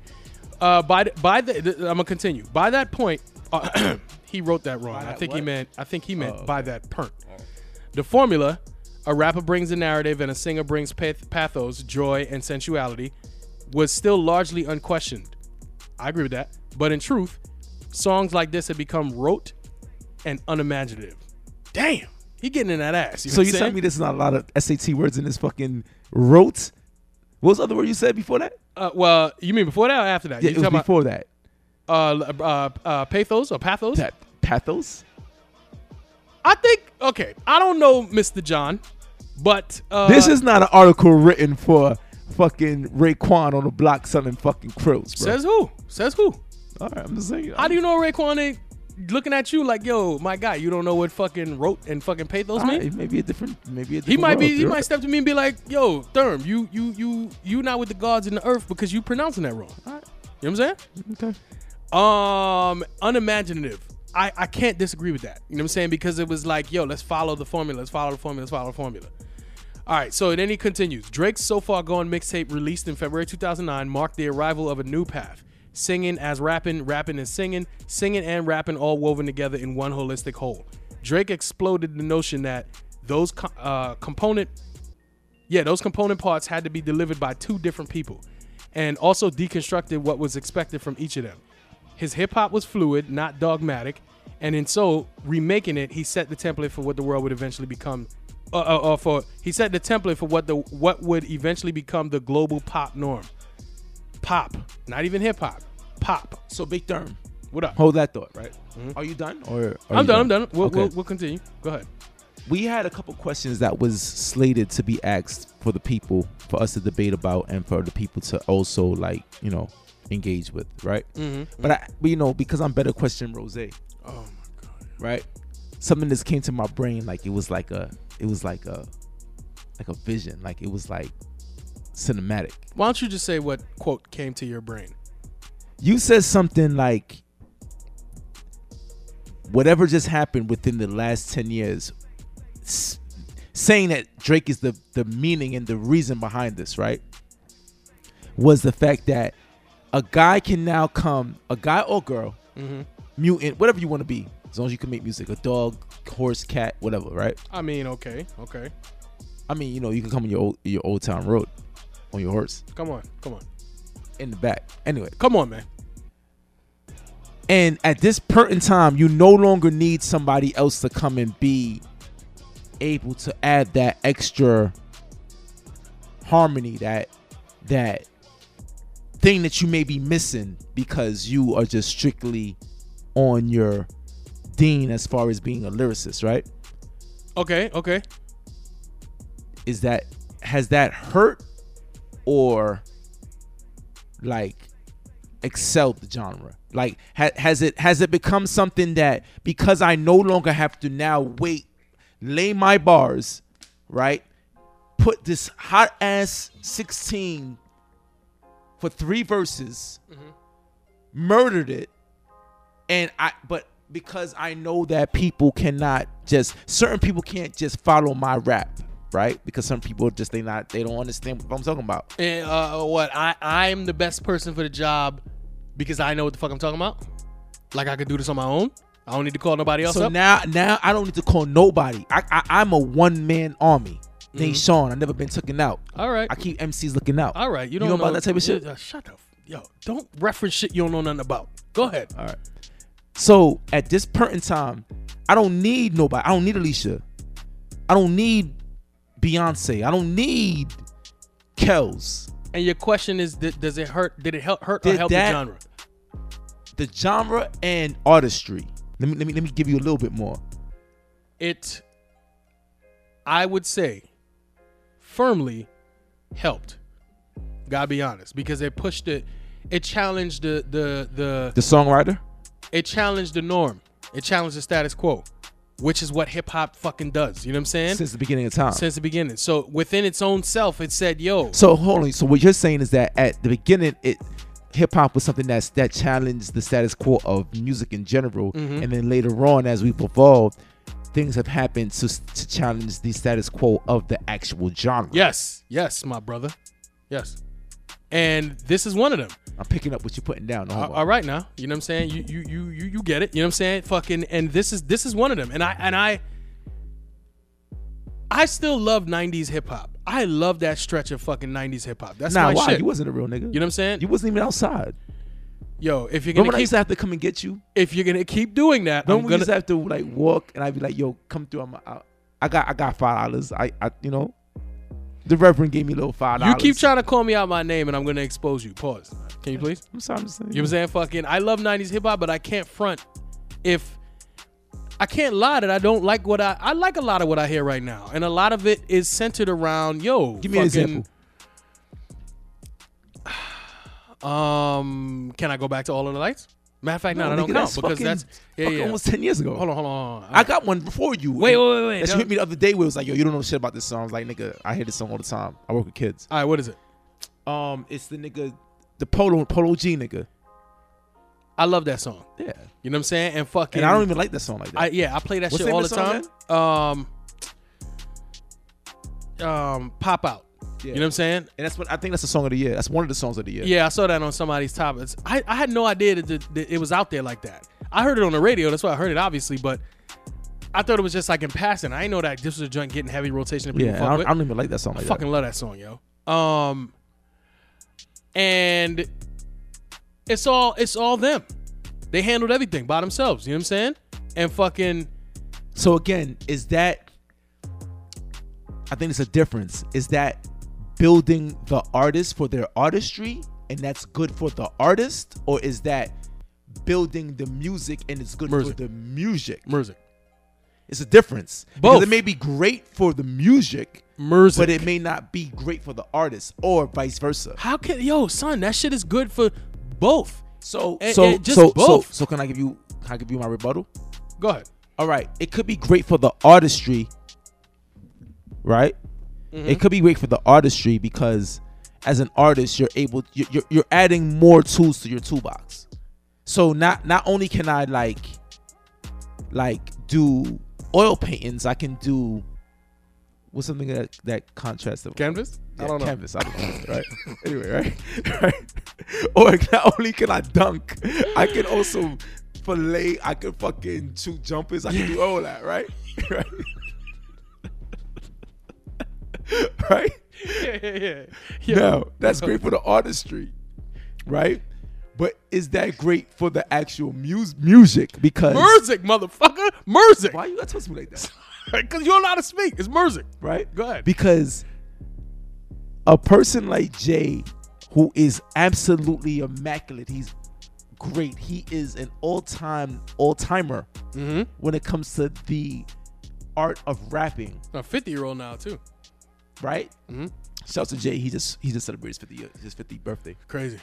S2: Uh, by th- by the, th- I'm gonna continue. By that point, uh, [clears throat] he wrote that wrong. I think he meant I think he meant
S3: Oh,
S2: by that point. The formula: a rapper brings a narrative and a singer brings path- pathos, joy, and sensuality, was still largely unquestioned. I agree with that. But in truth, songs like this have become rote and unimaginative. Damn, he getting in that ass. You know
S3: So
S2: what
S3: you
S2: I'm
S3: telling
S2: saying?
S3: me there's not a lot of SAT words in this fucking rote? What was the other word you said before that?
S2: Uh, well, you mean before that or after that?
S3: Yeah,
S2: you
S3: it was
S2: talking
S3: before that.
S2: about uh, uh, uh, pathos or pathos?
S3: That pathos.
S2: I think okay. I don't know, Mr. John, but uh,
S3: this is not an article written for fucking Raekwon on the block selling fucking quilts, bro.
S2: says who? Says who?
S3: All right, I'm just saying.
S2: How do you know Raekwon ain't looking at you like, yo, my guy, you don't know what fucking wrote and fucking pathos
S3: All
S2: mean?
S3: right, maybe a different. Maybe a different
S2: He might be.
S3: world,
S2: He
S3: you're
S2: might
S3: right.
S2: step to me and be like, yo, Therm, you you you you not with the gods in the earth because you pronouncing that wrong.
S3: All right,
S2: You know what I'm saying?
S3: okay.
S2: Um, unimaginative. I, I can't disagree with that. You know what I'm saying? Because it was like, yo, let's follow the formula. Let's follow the formula. Let's follow the formula. All right. So then he continues. Drake's So Far Gone mixtape, released in February 2009, marked the arrival of a new path. Singing as rapping, rapping and singing, singing and rapping all woven together in one holistic whole. Drake exploded the notion that those co- uh, component yeah, those component parts had to be delivered by two different people and also deconstructed what was expected from each of them. His hip hop was fluid, not dogmatic, and in so remaking it, he set the template for what the world would eventually become uh, uh, uh, for he set the template for what the what would eventually become the global pop norm. Pop, not even hip hop. Pop.
S3: So big term.
S2: What up?
S3: Hold that thought, right? Are you done or? are
S2: I'm
S3: you
S2: done, I'm done. We'll,
S3: Okay.
S2: we'll, we'll continue. Go ahead.
S3: we had a couple questions that was slated to be asked for the people for us to debate about and for the people to also like you know engage with right but i but, you know because i'm better question rose oh my god right something that's came to my brain like it was like a it was like a like a vision like it was like cinematic
S2: Why don't you just say what quote came to your brain?
S3: you said something like whatever just happened within the last 10 years s- saying that drake is the the meaning and the reason behind this right was the fact that a guy can now come a guy or girl mutant whatever you want to be as long as you can make music a dog horse cat whatever right
S2: I mean, okay, okay.
S3: i mean you know you can come on your old your old town road on your horse
S2: Come on, come on.
S3: in the back anyway
S2: Come on, man.
S3: And at this point in time, you no longer need somebody else to come and be able to add that extra harmony, that that thing that you may be missing because you are just strictly on your dean as far as being a lyricist, right?
S2: Okay, okay.
S3: Is that has that hurt or like excelled the genre? Like ha- has it has it become something that because I no longer have to now wait, lay my bars, right? Put this hot ass 16 for three verses, murdered it, and I but because I know that people cannot just certain people can't just follow my rap, right? Because some people just they not they don't understand what I'm talking about.
S2: And uh, what I I'm the best person for the job because I know what the fuck I'm talking about. Like I could do this on my own. I don't need to call nobody else
S3: So
S2: up.
S3: now now I don't need to call nobody. I, I I'm a one man army. Name Sean. I never been taken out.
S2: Mm-hmm. All right.
S3: I keep MCs looking out.
S2: All right, you don't
S3: know,
S2: know
S3: about that type of shit.
S2: Yeah, uh, shut up, yo! Don't reference shit you don't know nothing about. Go ahead.
S3: All right. So at this point in time, I don't need nobody. I don't need Alicia. I don't need Beyonce. I don't need Kells.
S2: And your question is, did, does it hurt? Did it help hurt or
S3: Did
S2: help
S3: that-
S2: the genre?
S3: The genre and artistry. Let me let me let me give you a little bit more.
S2: It, I would say, firmly helped. Gotta be honest, because it pushed it. It challenged the the the
S3: The songwriter.
S2: it challenged the norm. It challenged the status quo, which is what hip hop fucking does. You know what I'm saying?
S3: Since the beginning of time.
S2: Since the beginning. So within its own self, it said, "Yo,
S3: So hold on. So what you're saying is that at the beginning, it hip hop was something that's that challenged the status quo of music in general,
S2: Mm-hmm.
S3: and then later on, as we've evolved, things have happened to, to challenge the status quo of the actual genre.
S2: yes, yes, my brother, yes." And this is one of them.
S3: I'm picking up what you're putting down. No
S2: A-
S3: homo.
S2: all right now, you know what I'm saying? You you you you you get it. You know what I'm saying? Fucking and this is this is one of them. And I and I I still love 90s hip hop. I love that stretch of fucking 90s hip hop. That's
S3: Nah,
S2: my
S3: why?
S2: shit.
S3: You wasn't a real nigga.
S2: You know what I'm saying?
S3: You wasn't even outside.
S2: Yo, if you're
S3: Remember
S2: gonna
S3: when I
S2: keep
S3: used to have to come and get you?
S2: if you're gonna keep doing that,
S3: Remember
S2: I'm
S3: we
S2: gonna
S3: used to have to like walk, and I'd be like, "Yo, come through." I'm out. I got I got five dollars. I I you know, the Reverend gave me a little five
S2: You
S3: dollars.
S2: keep trying to call me out my name and I'm gonna expose you. Pause. Can you please?
S3: I'm sorry. I'm just saying.
S2: You know what I'm saying? Fucking I love 90s hip hop, but I can't front if I can't lie that I don't like what I I like a lot of what I hear right now. And a lot of it is centered around, yo,
S3: Give me an
S2: fucking-
S3: example.
S2: Um can I go back to all of the lights? Matter of fact, no,
S3: No,
S2: that don't
S3: nigga,
S2: count because
S3: fucking-
S2: that's yeah,
S3: fucking
S2: yeah.
S3: almost ten years ago.
S2: hold on, hold on, hold on.
S3: I got one before you.
S2: Wait, wait, wait, wait.
S3: That you
S2: No.
S3: hit me the other day. Where it was like, yo, you don't know shit about this song. I was like, nigga, I hear this song all the time. I work with kids.
S2: all right, what is it?
S3: Um, it's the nigga, the Polo Polo G nigga.
S2: I love that song.
S3: Yeah.
S2: You know what I'm saying? And fucking
S3: And I don't even like that song like that.
S2: I yeah, I play that
S3: What's
S2: shit
S3: the
S2: all
S3: name
S2: the
S3: of the
S2: time. Um, um, pop out.
S3: Yeah.
S2: You know what I'm saying?
S3: and that's what I think that's the song of the year. That's one of the songs of the year.
S2: Yeah, I saw that on somebody's top. It's- I, I had no idea that, the- that it was out there like that. I heard it on the radio. That's why I heard it, obviously. But I thought it was just like in passing. I didn't know that this was a joint getting heavy rotation. That people
S3: Yeah, and
S2: fuck
S3: I, don't,
S2: with.
S3: I don't even like that song like
S2: fucking love that song, yo. Um, and it's all it's all them. They handled everything by themselves. You know what I'm saying? And fucking
S3: that. So again, is that I think it's a difference. Is that building the artist for their artistry and that's good for the artist? Or is that building the music and it's good
S2: Music.
S3: for the music?
S2: music,
S3: It's a difference.
S2: Both.
S3: Because it may be great for the music,
S2: music.
S3: but it may not be great for the artist or vice versa.
S2: How can yo son? That shit is good for both.
S3: So
S2: And-
S3: so
S2: and just
S3: so,
S2: both.
S3: so so can I give you can I give you my rebuttal?
S2: Go ahead.
S3: All right, it could be great for the artistry, right? It could be great for the artistry because as an artist, you're able you're, you're you're adding more tools to your toolbox. So not not only can I like like do oil paintings, I can do what's something that that contrasts them.
S2: Canvas?
S3: Yeah,
S2: I don't know.
S3: Canvas, I don't know. right? [laughs] anyway, right? [laughs] right? Or not [laughs] only can I dunk, I can also fillet. I can fucking shoot jumpers. I can do all that, right? [laughs] right? right?
S2: Yeah, [laughs] yeah, yeah.
S3: No, that's great for the artistry, right? But is that great for the actual mus- music? Because
S2: Music, motherfucker. Music. [laughs]
S3: why you gotta touch me like that?
S2: Because you don't know how to speak. It's music.
S3: right?
S2: Go ahead.
S3: Because a person like Jay, who is absolutely immaculate, he's great. He is an all-time all-timer when it comes to the art of rapping,
S2: A 50 year old now, too.
S3: right? Mm-hmm. Shout out to Jay. He just he just celebrated his 50 year- his 50th birthday.
S2: Crazy.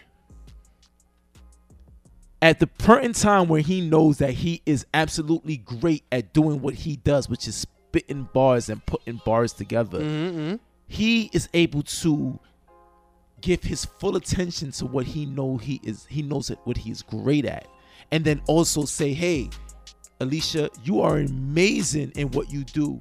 S3: At the point in time where he knows that he is absolutely great at doing what he does, which is spitting bars and putting bars together, he is able to give his full attention to what he know he is he knows it what he's great at and then also say hey alicia you are amazing in what you do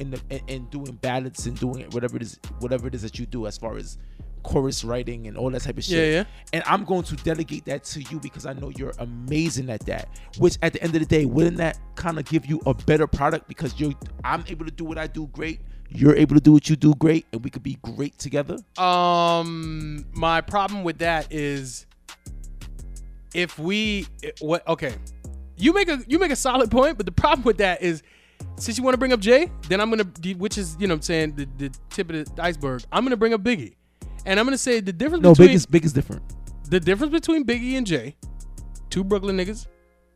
S3: in the and, and doing ballads and doing whatever it is whatever it is that you do as far as chorus writing and all that type of shit
S2: Yeah, yeah.
S3: and i'm going to delegate that to you because i know you're amazing at that which at the end of the day wouldn't that kind of give you a better product because you're i'm able to do what i do great you're able to do what you do great and we could be great together
S2: Um, my problem with that is if we it- what okay, you make a you make a solid point, but the problem with that is since you want to bring up Jay, then I'm gonna de- which is you know what I'm saying the, the tip of the iceberg. I'm gonna bring up Biggie, and I'm gonna say the difference
S3: No,
S2: between
S3: big is big is different.
S2: the difference between Biggie and Jay, two Brooklyn niggas,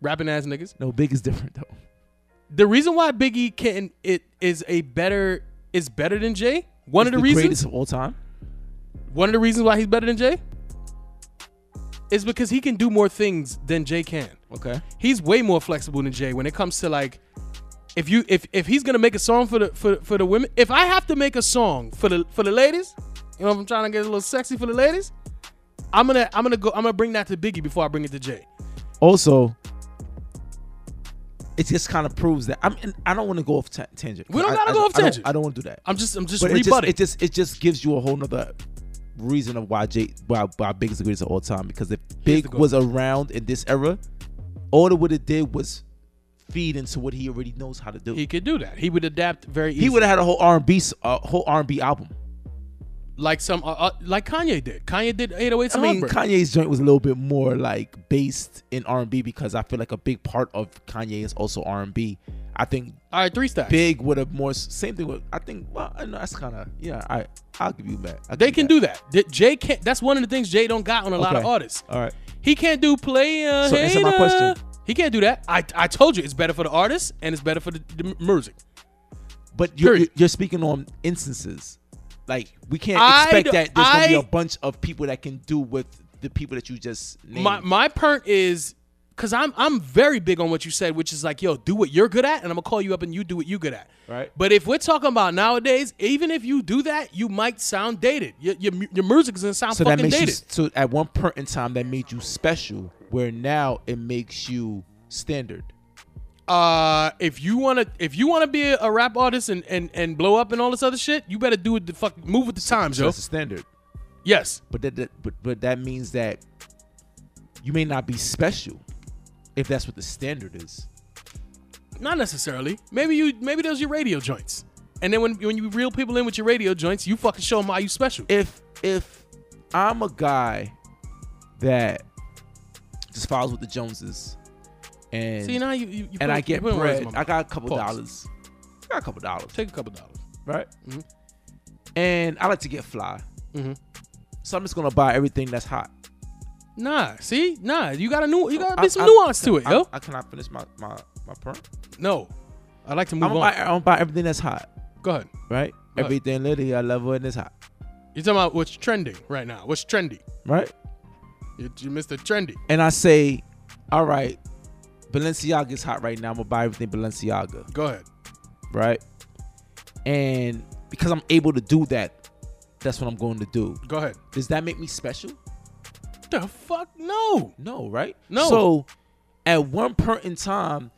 S2: rapping ass niggas.
S3: No, big is different though.
S2: The reason why Biggie can it is a better is better than Jay. One of the,
S3: the
S2: reasons
S3: greatest of all time.
S2: One of the reasons why he's better than Jay is because he can do more things than Jay can.
S3: Okay.
S2: He's way more flexible than Jay when it comes to like if you if if he's gonna make a song for the for for the women. If I have to make a song for the for the ladies, you know, if I'm trying to get a little sexy for the ladies, I'm gonna I'm gonna go I'm gonna bring that to Biggie before I bring it to Jay.
S3: Also, it just kind of proves that I'm. And I don't want to go off ta- tangent.
S2: We don't
S3: I-
S2: gotta
S3: I-
S2: go off
S3: I don't-
S2: tangent.
S3: I don't want to do that.
S2: I'm just I'm just
S3: but it just,
S2: rebutting.
S3: it just it just gives you a whole nother reason of why Jay why, why Big is the greatest of all time. Because if Big
S2: goat.
S3: was around in this era, all it would have did was feed into what he already knows how to do.
S2: he
S3: He,
S2: could do that. He would adapt very easily.
S3: would have had a whole R and B uh, whole R and B album.
S2: like some uh, uh, like Kanye did. Kanye did 808s
S3: I
S2: and
S3: mean,
S2: Heartbreak.
S3: Kanye's joint was a little bit more like based in R and B because I feel like a big part of Kanye is also R and B. I think
S2: All right, three stacks.
S3: Big would have more same thing with I think well I know that's kind of yeah I I'll give you that. I'll
S2: They
S3: give
S2: can
S3: you
S2: do that. Th- Jay can't. That's one of the things Jay don't got on a lot of
S3: Okay.
S2: artists.
S3: All right,
S2: He can't do player.
S3: So answer my
S2: hater.
S3: question.
S2: He can't do that. I, I told you it's better for the artist and it's better for the, the music.
S3: but you're
S2: Period.
S3: you're speaking on instances like we can't
S2: I
S3: expect
S2: d-
S3: that there's gonna be
S2: I-
S3: a bunch of people that can do with the people that you just named.
S2: My my perk is because I'm I'm very big on what you said, which is like yo, do what you're good at, and I'm gonna call you up and you do what you good at.
S3: Right.
S2: But if we're talking about nowadays, even if you do that, you might sound dated. Your your, mu- your music is gonna sound
S3: so that
S2: fucking
S3: makes
S2: dated.
S3: you so at one point in time that made you special where now it makes you standard.
S2: uh, if you wanna if you wanna be a, a rap artist and, and and blow up and all this other shit, you better do it the fuck move with the times,
S3: So
S2: yo.
S3: that's a standard.
S2: Yes.
S3: But that, that but, but that means that you may not be special if that's what the standard is.
S2: Not necessarily. Maybe you maybe those your radio joints. And then when when you reel people in with your radio joints, you fucking show them how you special.
S3: If if I'm a guy that just follows with the Joneses and
S2: See now you you, you
S3: and I get
S2: put words in
S3: bread,
S2: my mouth.
S3: I got a couple
S2: Pause.
S3: dollars. I got a couple dollars,
S2: take Mm-hmm. a couple dollars.
S3: right? And I like to get fly.
S2: Mhm.
S3: So I'm just gonna buy everything that's hot.
S2: Nah, see, nah, you got a new you gotta
S3: I-
S2: be some
S3: I-
S2: nuance to it,
S3: I-
S2: yo.
S3: I cannot finish my my my perm.
S2: no, I like to
S3: I'm
S2: move
S3: gonna,
S2: on.
S3: buy, I'm gonna buy everything that's hot,
S2: Go ahead.
S3: right?
S2: Right.
S3: Everything literally I love when it's hot,
S2: You're talking about what's trending right now. What's trendy?
S3: right?
S2: You, you Mr. Trendy.
S3: and I say, all right, Balenciaga's hot right now. I'm gonna buy everything Balenciaga,
S2: Go ahead.
S3: right? And because I'm able to do that, that's what I'm going to do.
S2: Go ahead.
S3: Does that make me special?
S2: The fuck no.
S3: No, right?
S2: No.
S3: So at one point in time,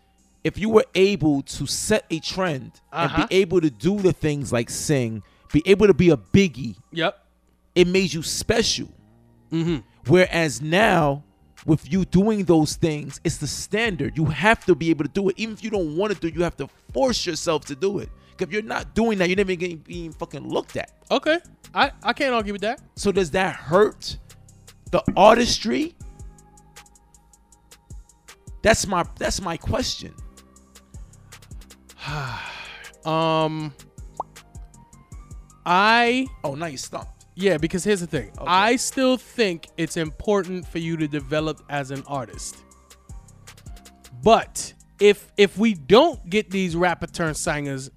S3: if you were able to set a trend
S2: Uh-huh.
S3: and be able to do the things like sing, be able to be a biggie,
S2: Yep.
S3: it made you special.
S2: Mm-hmm.
S3: Whereas now, with you doing those things, it's the standard. You have to be able to do it. Even if you don't want to do it, you have to force yourself to do it. 'Cause if you're not doing that, you're never getting being fucking looked at.
S2: Okay. I I can't argue with that.
S3: So does that hurt the artistry? That's my that's my question.
S2: Um. I
S3: Oh, now you're stumped.
S2: Yeah, because here's the thing. I still think it's important for you to develop as an artist. But if if we don't get these rapper turn singers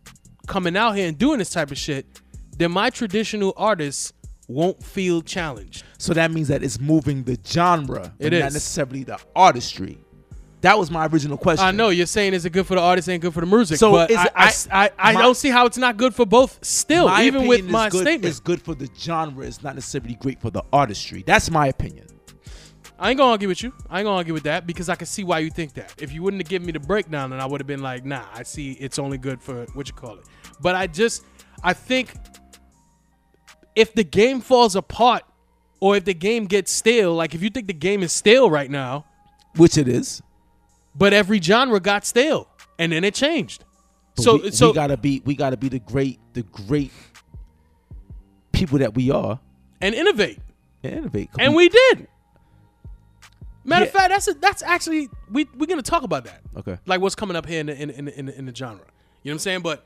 S2: coming out here and doing this type of shit, then my traditional artists won't feel challenged.
S3: So that means that it's moving the genre, but
S2: It
S3: not
S2: is.
S3: necessarily the artistry. That was my original question.
S2: I know you're saying is it good for the artist, ain't good for the music.
S3: So
S2: but
S3: is-
S2: I, I, I, I
S3: my-
S2: don't see how it's not good for both. Still,
S3: My
S2: even with
S3: opinion is
S2: my
S3: good,
S2: statement,
S3: is good for the genre. It's not necessarily great for the artistry. That's my opinion.
S2: I ain't gonna argue with you. I ain't gonna argue with that because I can see why you think that. If you wouldn't have given me the breakdown, then I would have been like, nah, I see it's only good for what you call it. But I just, I think if the game falls apart or if the game gets stale, like if you think the game is stale right now,
S3: Which it is.
S2: but every genre got stale and then it changed.
S3: But
S2: so,
S3: we,
S2: so
S3: we gotta be we gotta be the great the great people that we are
S2: and innovate.
S3: and innovate.
S2: and we did. Matter of
S3: Yeah.
S2: fact, that's a, that's actually we we're gonna talk about that.
S3: Okay.
S2: like what's coming up here in the, in the- in the, in, the, in the genre. You know what I'm saying? But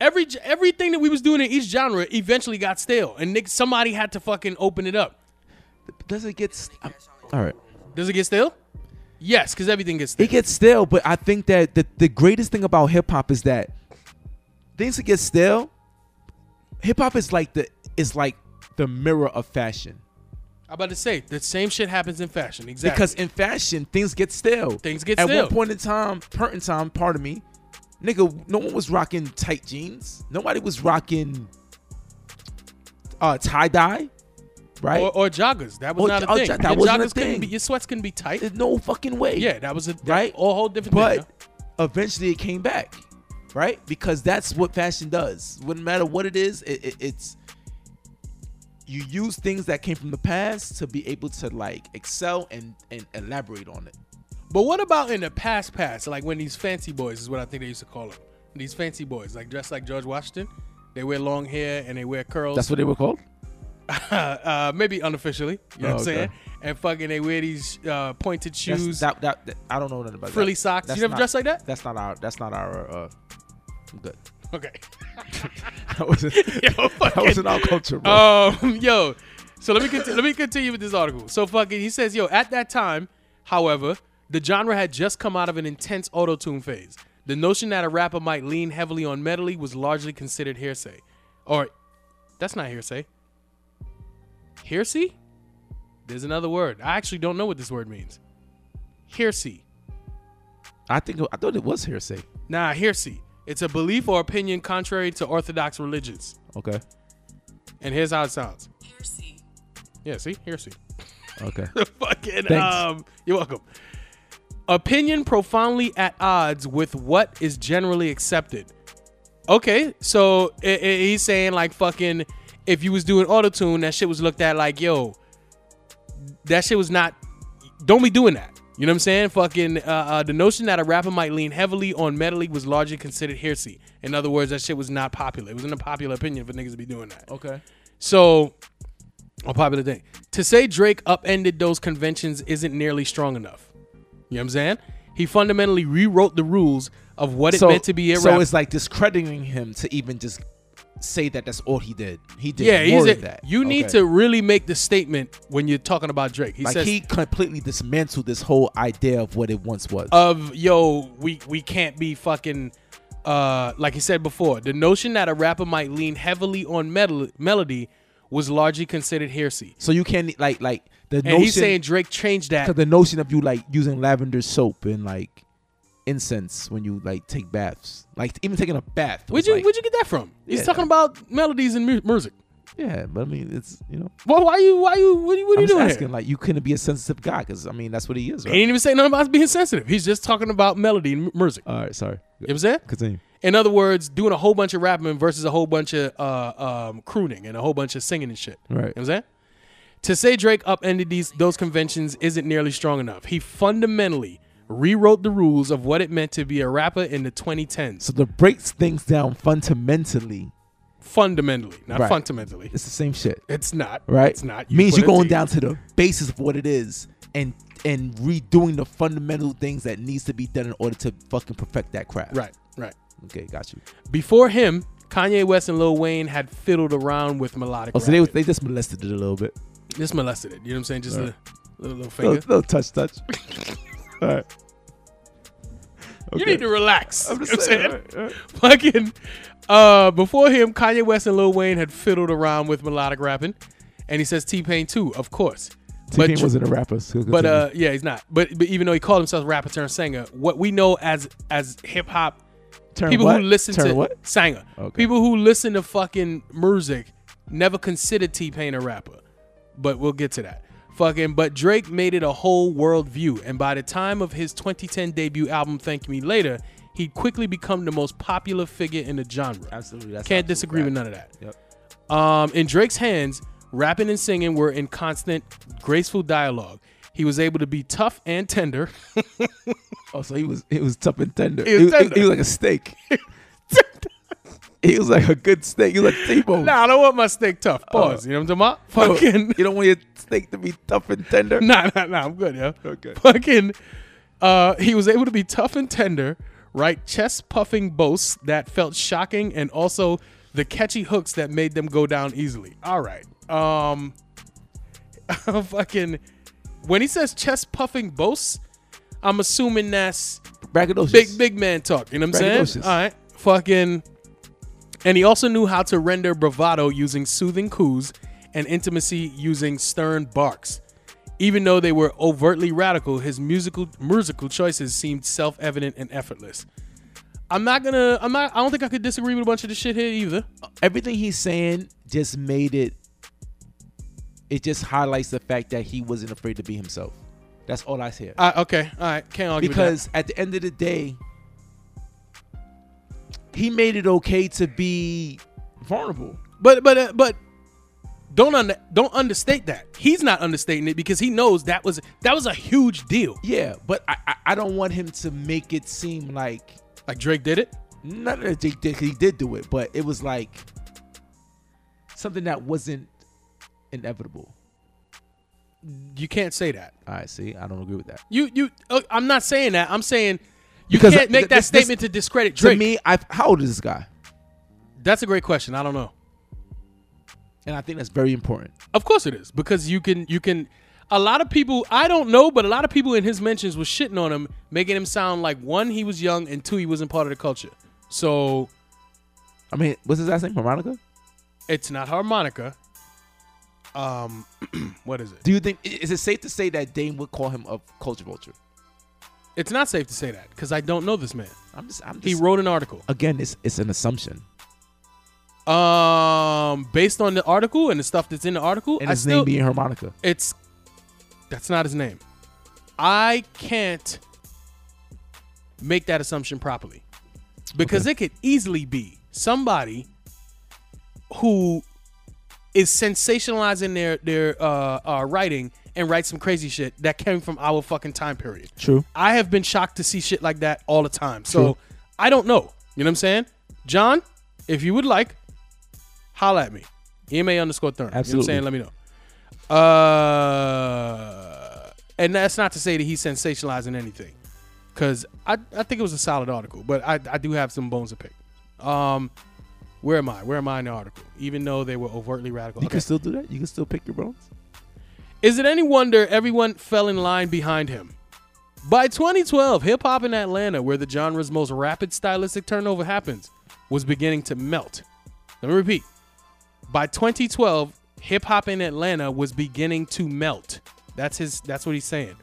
S2: every j- everything that we was doing in each genre eventually got stale, and Nick, somebody had to fucking open it up.
S3: does it get s- I'm- all right?
S2: Does it get stale? Yes, because everything gets stale.
S3: It gets stale, but I think that the, the greatest thing about hip hop is that things that get stale. Hip hop is like the is like the mirror of fashion
S2: I'm about to say the same shit happens in fashion. Exactly.
S3: because in fashion things get stale.
S2: Things get
S3: At
S2: stale.
S3: one point in time, part in time, pardon me, nigga, no one was rocking tight jeans. Nobody was rocking uh tie dye, right?
S2: or, or joggers that was
S3: Or-
S2: not a
S3: oh,
S2: thing.
S3: that
S2: your
S3: wasn't a
S2: joggers couldn't
S3: thing.
S2: be your sweats couldn't be tight.
S3: There's no fucking way.
S2: yeah, that was a that-
S3: Right?
S2: a whole different. thing,
S3: But
S2: huh?
S3: eventually it came back, right? Because that's what fashion does. Wouldn't matter what it is, it, it, it's you use things that came from the past to be able to like excel and and elaborate on it.
S2: But what about in the past past, like when these fancy boys is what I think they used to call them. These fancy boys, like dressed like George Washington, they wear long hair and they wear curls.
S3: what they were called.
S2: uh, maybe unofficially, you know
S3: Oh,
S2: what I'm
S3: okay.
S2: saying? And fucking they wear these uh, pointed shoes.
S3: That's, that, that, that- I don't know nothing about
S2: Frilly
S3: that.
S2: socks. You
S3: That's
S2: never
S3: not-
S2: dressed like that?
S3: That's not our. That's not our. Uh, I'm good. [laughs]
S2: okay. [laughs]
S3: That wasn't,
S2: Yo,
S3: that
S2: fucking-
S3: wasn't
S2: [laughs]
S3: our culture, bro.
S2: Um, [laughs] yo, so let me conti- let me continue with this article. So fucking, he says, yo, at that time, however, the genre had just come out of an intense auto-tune phase. The notion that a rapper might lean heavily on medley was largely considered hearsay, or that's not hearsay. Hearsay? There's another word. I actually don't know what this word means. Hearsay.
S3: I think I thought it was hearsay.
S2: Nah, hearsay. It's a belief or opinion contrary to orthodox religions.
S3: Okay.
S2: And here's how it sounds. Yeah, see? Hearsay. [laughs]
S3: Okay.
S2: fucking
S3: Thanks.
S2: um you're welcome opinion profoundly at odds with what is generally accepted okay so i i- he's saying like fucking if you was doing autotune that shit was looked at like yo that shit was not don't be doing that you know what I'm saying? Fucking uh, uh, the notion that a rapper might lean heavily on medley was largely considered hearsay. In other words, that shit was not popular. It wasn't a popular opinion for niggas to be doing that.
S3: okay.
S2: So, a popular thing. To say Drake upended those conventions isn't nearly strong enough. You know what I'm saying? He fundamentally rewrote the rules of what it meant to be a
S3: so
S2: rapper.
S3: it's like discrediting him to even just say that that's all he did. He did
S2: yeah,
S3: more
S2: he's
S3: than
S2: a,
S3: that.
S2: you need
S3: Okay.
S2: to really make the statement when you're talking about Drake. He
S3: like
S2: says
S3: he completely dismantled this whole idea of what it once was.
S2: of yo, we we can't be fucking uh like he said before. The notion that a rapper might lean heavily on metal- melody was largely considered heresy.
S3: so you can't like like the
S2: And
S3: notion
S2: he's saying Drake changed that
S3: to the notion of you like using lavender soap and like incense when you like take baths, like even taking a bath.
S2: Where'd
S3: was,
S2: you
S3: like-
S2: Where'd you get that from? He's
S3: Yeah.
S2: talking about melodies and mu- music.
S3: Yeah, but I mean, it's you know,
S2: Well, why you why you what are you, what are
S3: I'm
S2: you
S3: just
S2: doing?
S3: asking.
S2: Here?
S3: Like, you couldn't be a sensitive guy because I mean, that's what he is.
S2: He
S3: Right?
S2: ain't even saying nothing about being sensitive. He's just talking about melody and mu- music.
S3: All right, sorry.
S2: you know what I'm saying?
S3: Continue.
S2: In other words, doing a whole bunch of rapping versus a whole bunch of uh, um, crooning and a whole bunch of singing and shit.
S3: Right.
S2: You know what I'm saying? To say Drake upended these those conventions isn't nearly strong enough. He fundamentally rewrote the rules of what it meant to be a rapper in the 2010s.
S3: So the breaks things down fundamentally.
S2: Fundamentally, not
S3: Right.
S2: fundamentally.
S3: It's the same shit,
S2: It's not
S3: right?
S2: It's not.
S3: means
S2: put
S3: you're
S2: a
S3: going
S2: T.
S3: down to the basis of what it is and and redoing the fundamental things that needs to be done in order to fucking perfect that craft.
S2: Right. Right.
S3: Okay, got you.
S2: Before him, Kanye West and Lil Wayne had fiddled around with melodic.
S3: Oh, so they was-
S2: rapping.
S3: they just molested it a little bit.
S2: just molested it. You know what I'm saying? Just a little, little finger.
S3: Little, little touch, touch. All right.
S2: You need to relax.
S3: I'm just
S2: You know what
S3: saying.
S2: I'm Fucking. Uh, before him, Kanye West and Lil Wayne had fiddled around with melodic rapping, and he says T Pain too, of course. But
S5: T-Pain
S2: Dr-
S5: wasn't a rapper. So
S2: But uh, yeah, he's not. But but even though he called himself rapper turned singer, what we know as as hip hop
S5: Turn
S2: people
S5: what?
S2: who listen
S5: Turn
S2: to
S5: what?
S2: singer,
S5: Okay.
S2: people who listen to fucking music, never considered T Pain a rapper. But we'll get to that. Fucking, but Drake made it a whole world view, and by the time of his 2010 debut album "Thank Me Later," he quickly become the most popular figure in the genre.
S5: Absolutely, that's
S2: can't
S5: absolute
S2: disagree with
S5: fact.
S2: none of that. Um, in Drake's hands, rapping and singing were in constant, graceful dialogue. He was able to be tough and tender.
S5: oh, so he was he was tough and tender.
S2: He was tender.
S5: He, was like a
S2: [laughs]
S5: steak. he was like a good steak. He was like T-Bone.
S2: nah, I don't want my steak tough. Pause. you know what I'm talking about? Fucking.
S5: You don't want your steak to be tough and tender.
S2: [laughs] Nah, nah, nah. I'm good, yo.
S5: Okay.
S2: Fucking. Uh, he was able to be tough and tender, right? Chest puffing boasts that felt shocking, and also the catchy hooks that made them go down easily. All right. Um. [laughs] fucking. When he says chest puffing boasts, I'm assuming that's
S5: Braggadocious.
S2: big big man talk. You know what I'm saying?
S5: Braggadocious.
S2: All right, fucking. And he also knew how to render bravado using soothing coos and intimacy using stern barks. Even though they were overtly radical, his musical musical choices seemed self-evident and effortless. I'm not gonna. I'm not. I don't think I could disagree with a bunch of this shit here either.
S3: everything he's saying just made it it just highlights the fact that he wasn't afraid to be himself that's all i hear
S2: Uh, okay. All right. Can't argue with that.
S3: because at the end of the day he made it okay to be vulnerable
S2: But but uh, but don't under, don't understate that. He's not understating it because he knows that was that was a huge deal.
S3: yeah but i i, I don't want him to make it seem like
S2: Like Drake did it.
S3: not that Jake did he did do it but it was like something that wasn't inevitable
S2: You can't say that.
S3: all right see i don't agree with that
S2: You you. Uh, I'm not saying that. I'm saying you
S3: Because
S2: can't make
S3: th-
S2: that
S3: this- this-
S2: statement to discredit Drake.
S3: to me i how old is this guy
S2: That's a great question. I don't know.
S3: and i think that's very important
S2: Of course it is because you can you can. A lot of people I don't know, but a lot of people in his mentions was shitting on him, making him sound like one he was young and two he wasn't part of the culture. So
S3: I mean, what's his last name? Harmonica?
S2: it's not harmonica. Um, [clears throat] what is it?
S3: Do you think i- is it safe to say that Dame would call him a culture vulture?
S2: It's not safe to say that because I don't know this man.
S3: I'm just, I'm just.
S2: He wrote an article.
S3: again. It's it's an assumption,
S2: Um, based on the article and the stuff that's in the article,
S3: and
S2: I
S3: his
S2: still
S3: name being harmonica.
S2: it's that's not his name. I can't make that assumption properly because it could easily be somebody who is sensationalizing their their uh, uh, writing and write some crazy shit that came from our fucking time period.
S3: True.
S2: I have been shocked to see shit like that all the time. So
S3: True.
S2: I don't know. You know what I'm saying? John, if you would like, holla at me. EMA underscore Thurm.
S3: Absolutely.
S2: You know what I'm saying? Let me know. Uh, and that's not to say that he's sensationalizing anything. Cause I, I think it was a solid article, but I, I do have some bones to pick. Um, where am I? Where am I in the article? Even though they were overtly radical.
S3: You
S2: Okay.
S3: can still do that. You can still pick your bones.
S2: Is it any wonder everyone fell in line behind him? By 2012, hip hop in Atlanta, where the genre's most rapid stylistic turnover happens, was beginning to melt. Let me repeat. By 2012, hip hop in Atlanta was beginning to melt. That's his. That's what he's saying.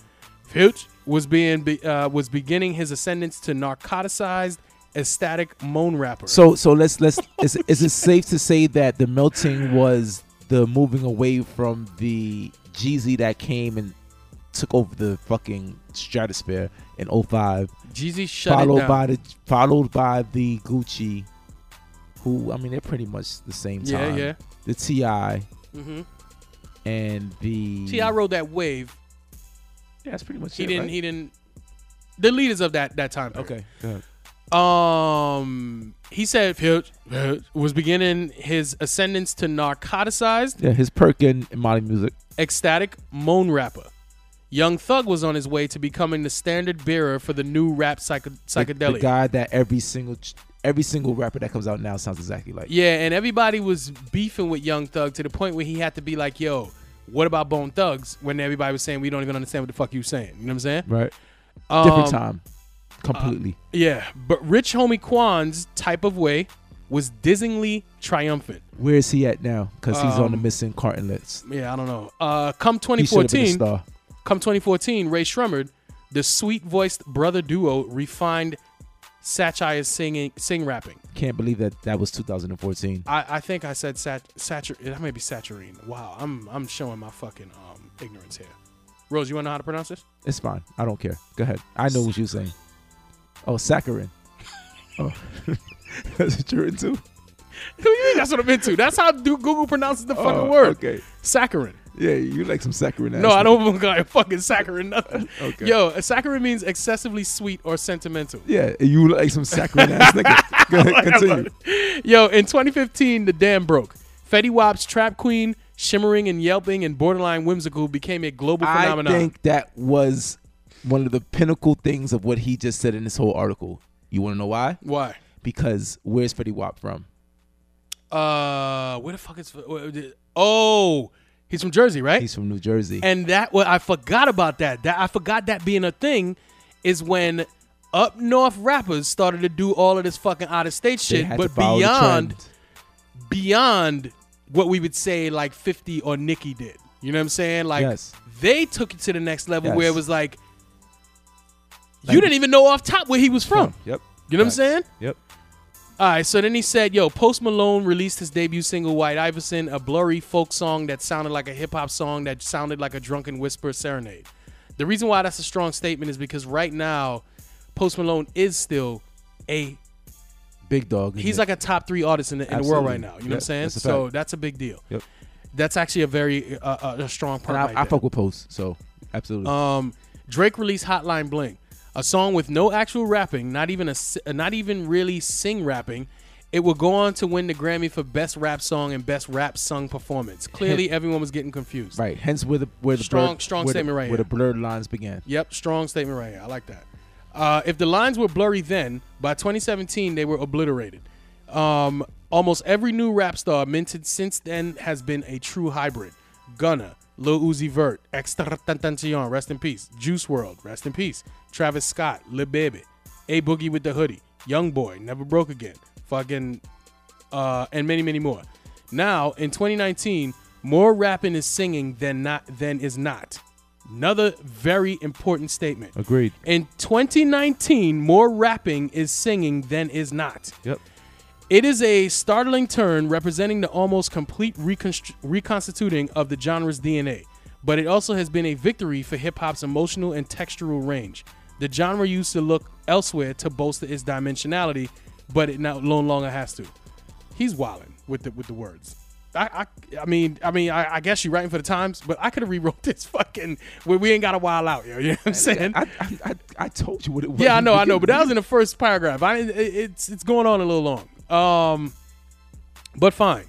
S2: Future was being be, uh, was beginning his ascendance to narcoticized, ecstatic moan rapper.
S3: So so let's let's [laughs] is is it safe to say that the melting was the moving away from the Jeezy that came and took over the fucking stratosphere in 05
S2: Jeezy shut it
S3: followed
S2: down.
S3: by the followed by the Gucci, who I mean they're pretty much the same
S2: Yeah,
S3: time.
S2: yeah.
S3: The Ti
S2: Mhm.
S3: and the
S2: T. I rode that wave.
S3: Yeah, that's pretty much
S2: He
S3: it,
S2: didn't.
S3: right?
S2: He didn't. The leaders of that that time. period.
S3: okay. Go ahead.
S2: Um, he said Future was beginning his ascendance to narcoticized,
S3: Yeah, his perk in modern music.
S2: ecstatic moan rapper. Young Thug was on his way to becoming the standard bearer for the new rap psycho-
S3: The- the
S2: psychedelic.
S3: guy that every single ch- every single rapper that comes out now sounds exactly like.
S2: yeah, and everybody was beefing with Young Thug to the point where he had to be like, "Yo, what about Bone Thugs?" When everybody was saying, "We don't even understand what the fuck you saying." You know what I'm saying?
S3: Right. Different
S2: Um,
S3: time. Completely.
S2: Yeah, but Rich Homie Quan's type of way was dizzyingly triumphant.
S3: Where is he at now? Because he's on the
S2: Um,
S3: missing carton list.
S2: Yeah, I don't know. Uh, come
S3: He should have been a
S2: 2014,
S3: star.
S2: come 2014, Ray Shremmerd, the sweet-voiced brother duo refined Sachi's singing, sing rapping.
S3: Can't believe that that was 2014.
S2: I, I think I said sat, satur. That may be saturine. Wow, I'm I'm showing my fucking um ignorance here. Rose, you wanna know how to pronounce this? [laughs]
S3: It's fine. I don't care. Go ahead. I know what you're saying. Oh,
S2: [laughs]
S3: saccharin. Oh, [laughs] that's what you're into.
S2: What do you mean? That's what I'm into. That's how do Google pronounces the fucking
S3: Oh,
S2: word.
S3: Okay.
S2: Saccharin.
S3: Yeah, you like some saccharin.
S2: No, I don't look like fucking saccharin. Nothing.
S3: Okay.
S2: Yo, saccharin means excessively sweet or sentimental.
S3: Yeah, you like some saccharin ass
S2: [laughs]
S3: nigga. Go ahead, continue.
S2: Yo, in 2015, the dam broke. Fetty Wap's Trap Queen, shimmering and yelping and borderline whimsical, became a global
S3: I
S2: phenomenon.
S3: think that was one of the pinnacle things of what he just said in this whole article. You want to know why?
S2: Why?
S3: Because where's Fetty Wap from?
S2: Uh, where the fuck is? where- Oh, he's from Jersey, right?
S3: He's from New Jersey.
S2: and that what I forgot about that. That I forgot that being a thing is when up north rappers started to do all of this fucking out of state
S3: They
S2: shit,
S3: had to
S2: but
S3: follow the
S2: beyond
S3: trend.
S2: beyond what we would say like 50 or Nicki did. You know what I'm saying? Like
S3: Yes.
S2: they took it to the next level where it
S3: Yes.
S2: was like you
S3: Like-
S2: didn't even know off top where he was from.
S3: Yep.
S2: You know what I'm
S3: Facts.
S2: saying?
S3: Yep.
S2: All right, so then he said, "Yo, Post Malone released his debut single White Iverson, a blurry folk song that sounded like a hip hop song that sounded like a drunken whisper serenade." The reason why that's a strong statement is because right now, Post Malone is still a
S3: Big dog.
S2: he's like a top three artist in the, in the world
S3: Absolutely.
S2: right now. You know
S3: Yeah,
S2: what I'm saying?
S3: that's a
S2: so
S3: fact.
S2: that's a big deal.
S3: Yep.
S2: That's actually a very uh, uh, a strong part.
S3: And I,
S2: right
S3: I
S2: there.
S3: fuck with Post, so absolutely.
S2: Um, Drake released Hotline Bling, a song with no actual rapping, not even a, s- uh, not even really sing rapping. It will go on to win the Grammy for Best Rap Song and Best Rap Sung Performance. Clearly, everyone was getting confused.
S3: right. Hence where the where the
S2: Strong-
S3: blurred,
S2: strong
S3: where the-
S2: statement right
S3: where
S2: here.
S3: the blurred lines began.
S2: Yep, strong statement right here. I like that. Uh, if the lines were blurry then, by 2017 they were obliterated. Um, almost every new rap star minted since then has been a true hybrid. Gunna, Lil Uzi Vert, Extratancion, rest in peace. Juice World, rest in peace. Travis Scott, Lil Baby, A Boogie with the Hoodie, Young Boy, Never Broke Again, fucking uh, and many, many more. Now, in 2019, more rapping is singing than not than is not. Another very important statement.
S3: Agreed.
S2: In 2019, more rapping is singing than is not.
S3: Yep.
S2: It is a startling turn representing the almost complete reconstru- reconstituting of the genre's DNA, but it also has been a victory for hip hop's emotional and textural range. The genre used to look elsewhere to bolster its dimensionality, but it now no longer has to. He's wilding with the with the words. I, I, I mean, I mean, I, I guess you're writing for the times, but I could have rewrote [laughs] this fucking. We, we ain't got a while out, yo. You know what I'm saying?
S3: I, I, I, I told you what it was.
S2: Yeah, I know, I know, but that was in the first paragraph. I it, it's it's going on a little long. Um, but fine.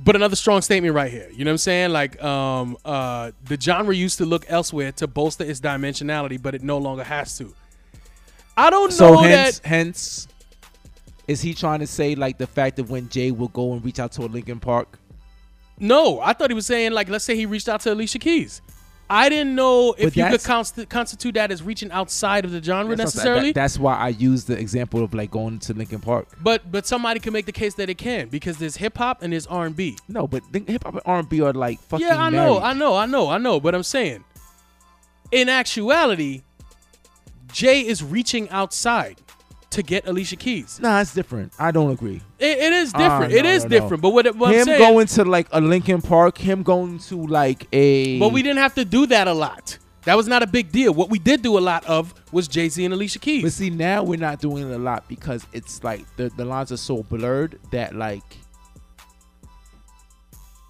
S2: But another strong statement right here. You know what I'm saying? Like, um, uh, the genre used to look elsewhere to bolster its dimensionality, but it no longer has to. I don't
S3: So
S2: know
S3: hence,
S2: that.
S3: hence, is he trying to say like the fact that when Jay will go and reach out to a Lincoln Park?
S2: No, I thought he was saying like, let's say he reached out to Alicia Keys. I didn't know if
S3: But
S2: you could
S3: that's-
S2: const- constitute that as reaching outside of the genre
S3: That's not- that-
S2: necessarily.
S3: that's why I used the example of like going to Lincoln Park.
S2: but but somebody can make the case that it can because there's hip hop and there's R&B.
S3: No, but hip hop and R and B are like fucking.
S2: Yeah, I know,
S3: married.
S2: I know, I know, I know. But I'm saying, in actuality, Jay is reaching outside to get Alicia Keys.
S3: Nah, it's different. I don't agree.
S2: It- it is different.
S3: Ah,
S2: it
S3: no,
S2: is
S3: no, no.
S2: different. But what, what I'm
S3: him
S2: saying,
S3: going to like a Lincoln Park, him going to like a.
S2: but we didn't have to do that a lot. That was not a big deal. What we did do a lot of was Jay Z and Alicia Keys.
S3: But see, now we're not doing it a lot because it's like the, the lines are so blurred that like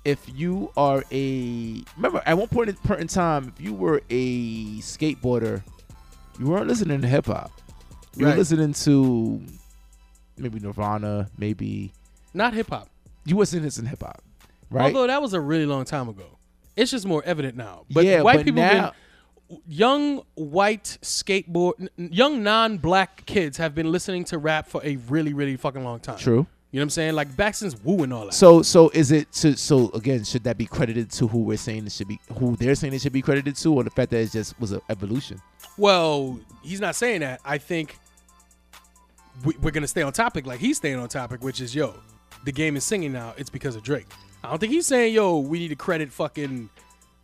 S3: if you are a remember at one point in, point in time, if you were a skateboarder, you weren't listening to hip hop. You
S2: Right.
S3: were listening to maybe Nirvana, maybe
S2: not hip hop.
S3: you wasn't listening to hip hop, right?
S2: Although that was a really long time ago. It's just more evident now. But
S3: Yeah,
S2: white
S3: but
S2: people
S3: now-
S2: been young white skateboard n- n- young non-black kids have been listening to rap for a really really fucking long time.
S3: True.
S2: You know what I'm saying? Like back since Wu and all that.
S3: So so is it to so again should that be credited to who we're saying it should be who they're saying it should be credited to or the fact that it just was an evolution?
S2: well, he's not saying that. I think we, we're gonna stay on topic like he's staying on topic, which is yo, the game is singing now. It's because of Drake. I don't think he's saying yo, we need to credit fucking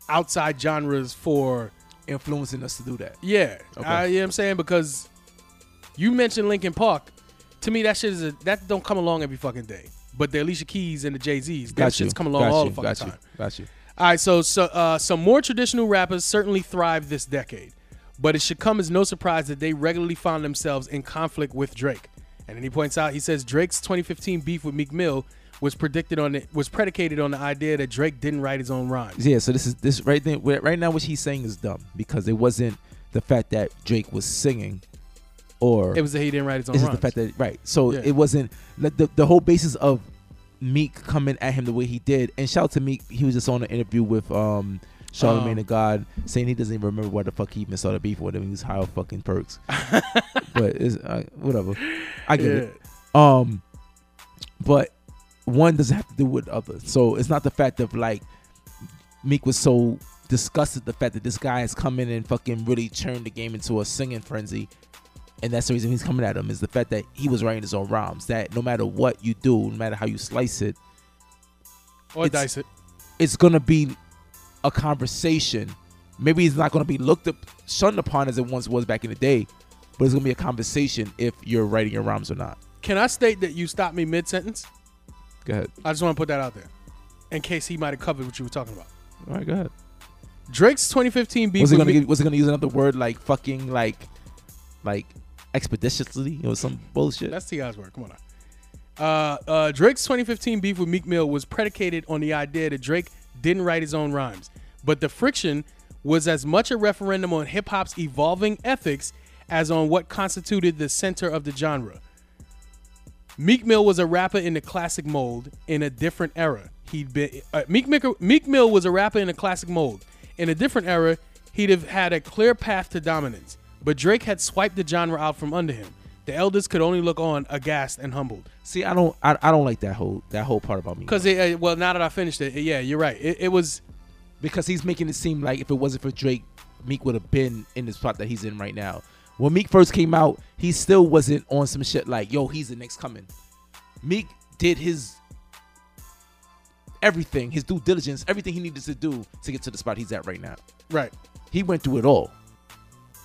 S2: outside genres for
S3: influencing us to do that.
S2: yeah. I, you know what I'm saying because you mentioned Linkin Park. To me, that shit is a, that don't come along every fucking day. But the Alicia Keys and the Jay Z's, that
S3: Got you.
S2: shit's come along
S3: Got
S2: all
S3: you.
S2: the fucking
S3: Got
S2: time.
S3: you. Got you.
S2: All right, so, so uh, some more traditional rappers certainly thrived this decade, but it should come as no surprise that they regularly found themselves in conflict with Drake. And then he points out, he says Drake's 2015 beef with Meek Mill was predicted on the, was predicated on the idea that Drake didn't write his own rhymes.
S3: Yeah, so this is this right then right now what he's saying is dumb because it wasn't the fact that Drake was singing or
S2: It was that he didn't write his own
S3: This is
S2: rhymes.
S3: the fact that right. So
S2: Yeah.
S3: it wasn't like the the whole basis of Meek coming at him the way he did. And shout out to Meek, he was just on an interview with um Charlemagne
S2: Um,
S3: the God saying he doesn't even remember why the fuck he even saw the beef with him. He was high on fucking
S2: [laughs]
S3: perks, but it's, uh, whatever. I get it. Um, but one doesn't have to do with the other. So it's not the fact of like Meek was so disgusted the fact that this guy has come in and fucking really turned the game into a singing frenzy. And that's the reason he's coming at him is the fact that he was writing his own rhymes. That no matter what you do, no matter how you slice it,
S2: or
S3: it's-
S2: dice it.
S3: it's gonna be a conversation. Maybe it's not gonna be looked up, shunned upon as it once was back in the day, but it's gonna be a conversation if you're writing your rhymes or not.
S2: Can I state that you stopped me mid sentence?
S3: Go ahead.
S2: I just want to put that out there, in case he might have covered what you were talking about.
S3: All right, go ahead.
S2: Drake's 2015 beef
S3: was it
S2: with
S3: gonna
S2: Meek-
S3: give, was it gonna use another word like fucking like like expeditiously or some bullshit?
S2: That's T.I.'s word. Come on. now. Uh, uh, Drake's 2015 beef with Meek Mill was predicated on the idea that Drake didn't write his own rhymes, but the friction was as much a referendum on hip hop's evolving ethics as on what constituted the center of the genre. Meek Mill was a rapper in the classic mold in a different era. He'd been uh, Meek, Mick, Meek Mill was a rapper in a classic mold in a different era. He'd have had a clear path to dominance, but Drake had swiped the genre out from under him. The elders could only look on, aghast and humbled.
S3: See, I don't I, I don't like that whole that whole part about me
S2: Cause it, uh, well, now that I finished it, yeah, you're right. It, it was
S3: because he's making it seem like if it wasn't for Drake, Meek would have been in the spot that he's in right now. When Meek first came out, he still wasn't on some shit like yo, he's the next coming. Meek did his everything, his due diligence, everything he needed to do to get to the spot he's at right now.
S2: right.
S3: he went through it all.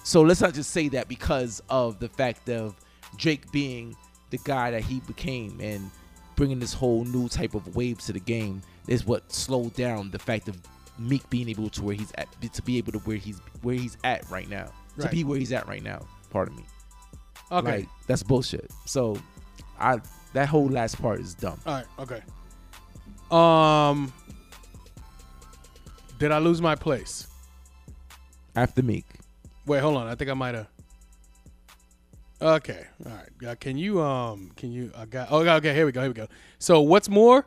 S3: So let's not just say that because of the fact of Drake being the guy that he became and bringing this whole new type of wave to the game is what slowed down the fact of Meek being able to where he's at to be able to where he's where he's at right now
S2: Right.
S3: to be where he's at right now. Pardon me.
S2: Okay.
S3: Like that's bullshit. So I that whole last part is dumb.
S2: All right. Okay. Um. Did I lose my place?
S3: After Meek,
S2: Wait, hold on. I think I might have. Okay. All right. Uh, can you um? Can you? I got. Oh, okay. Here we go. Here we go. So what's more,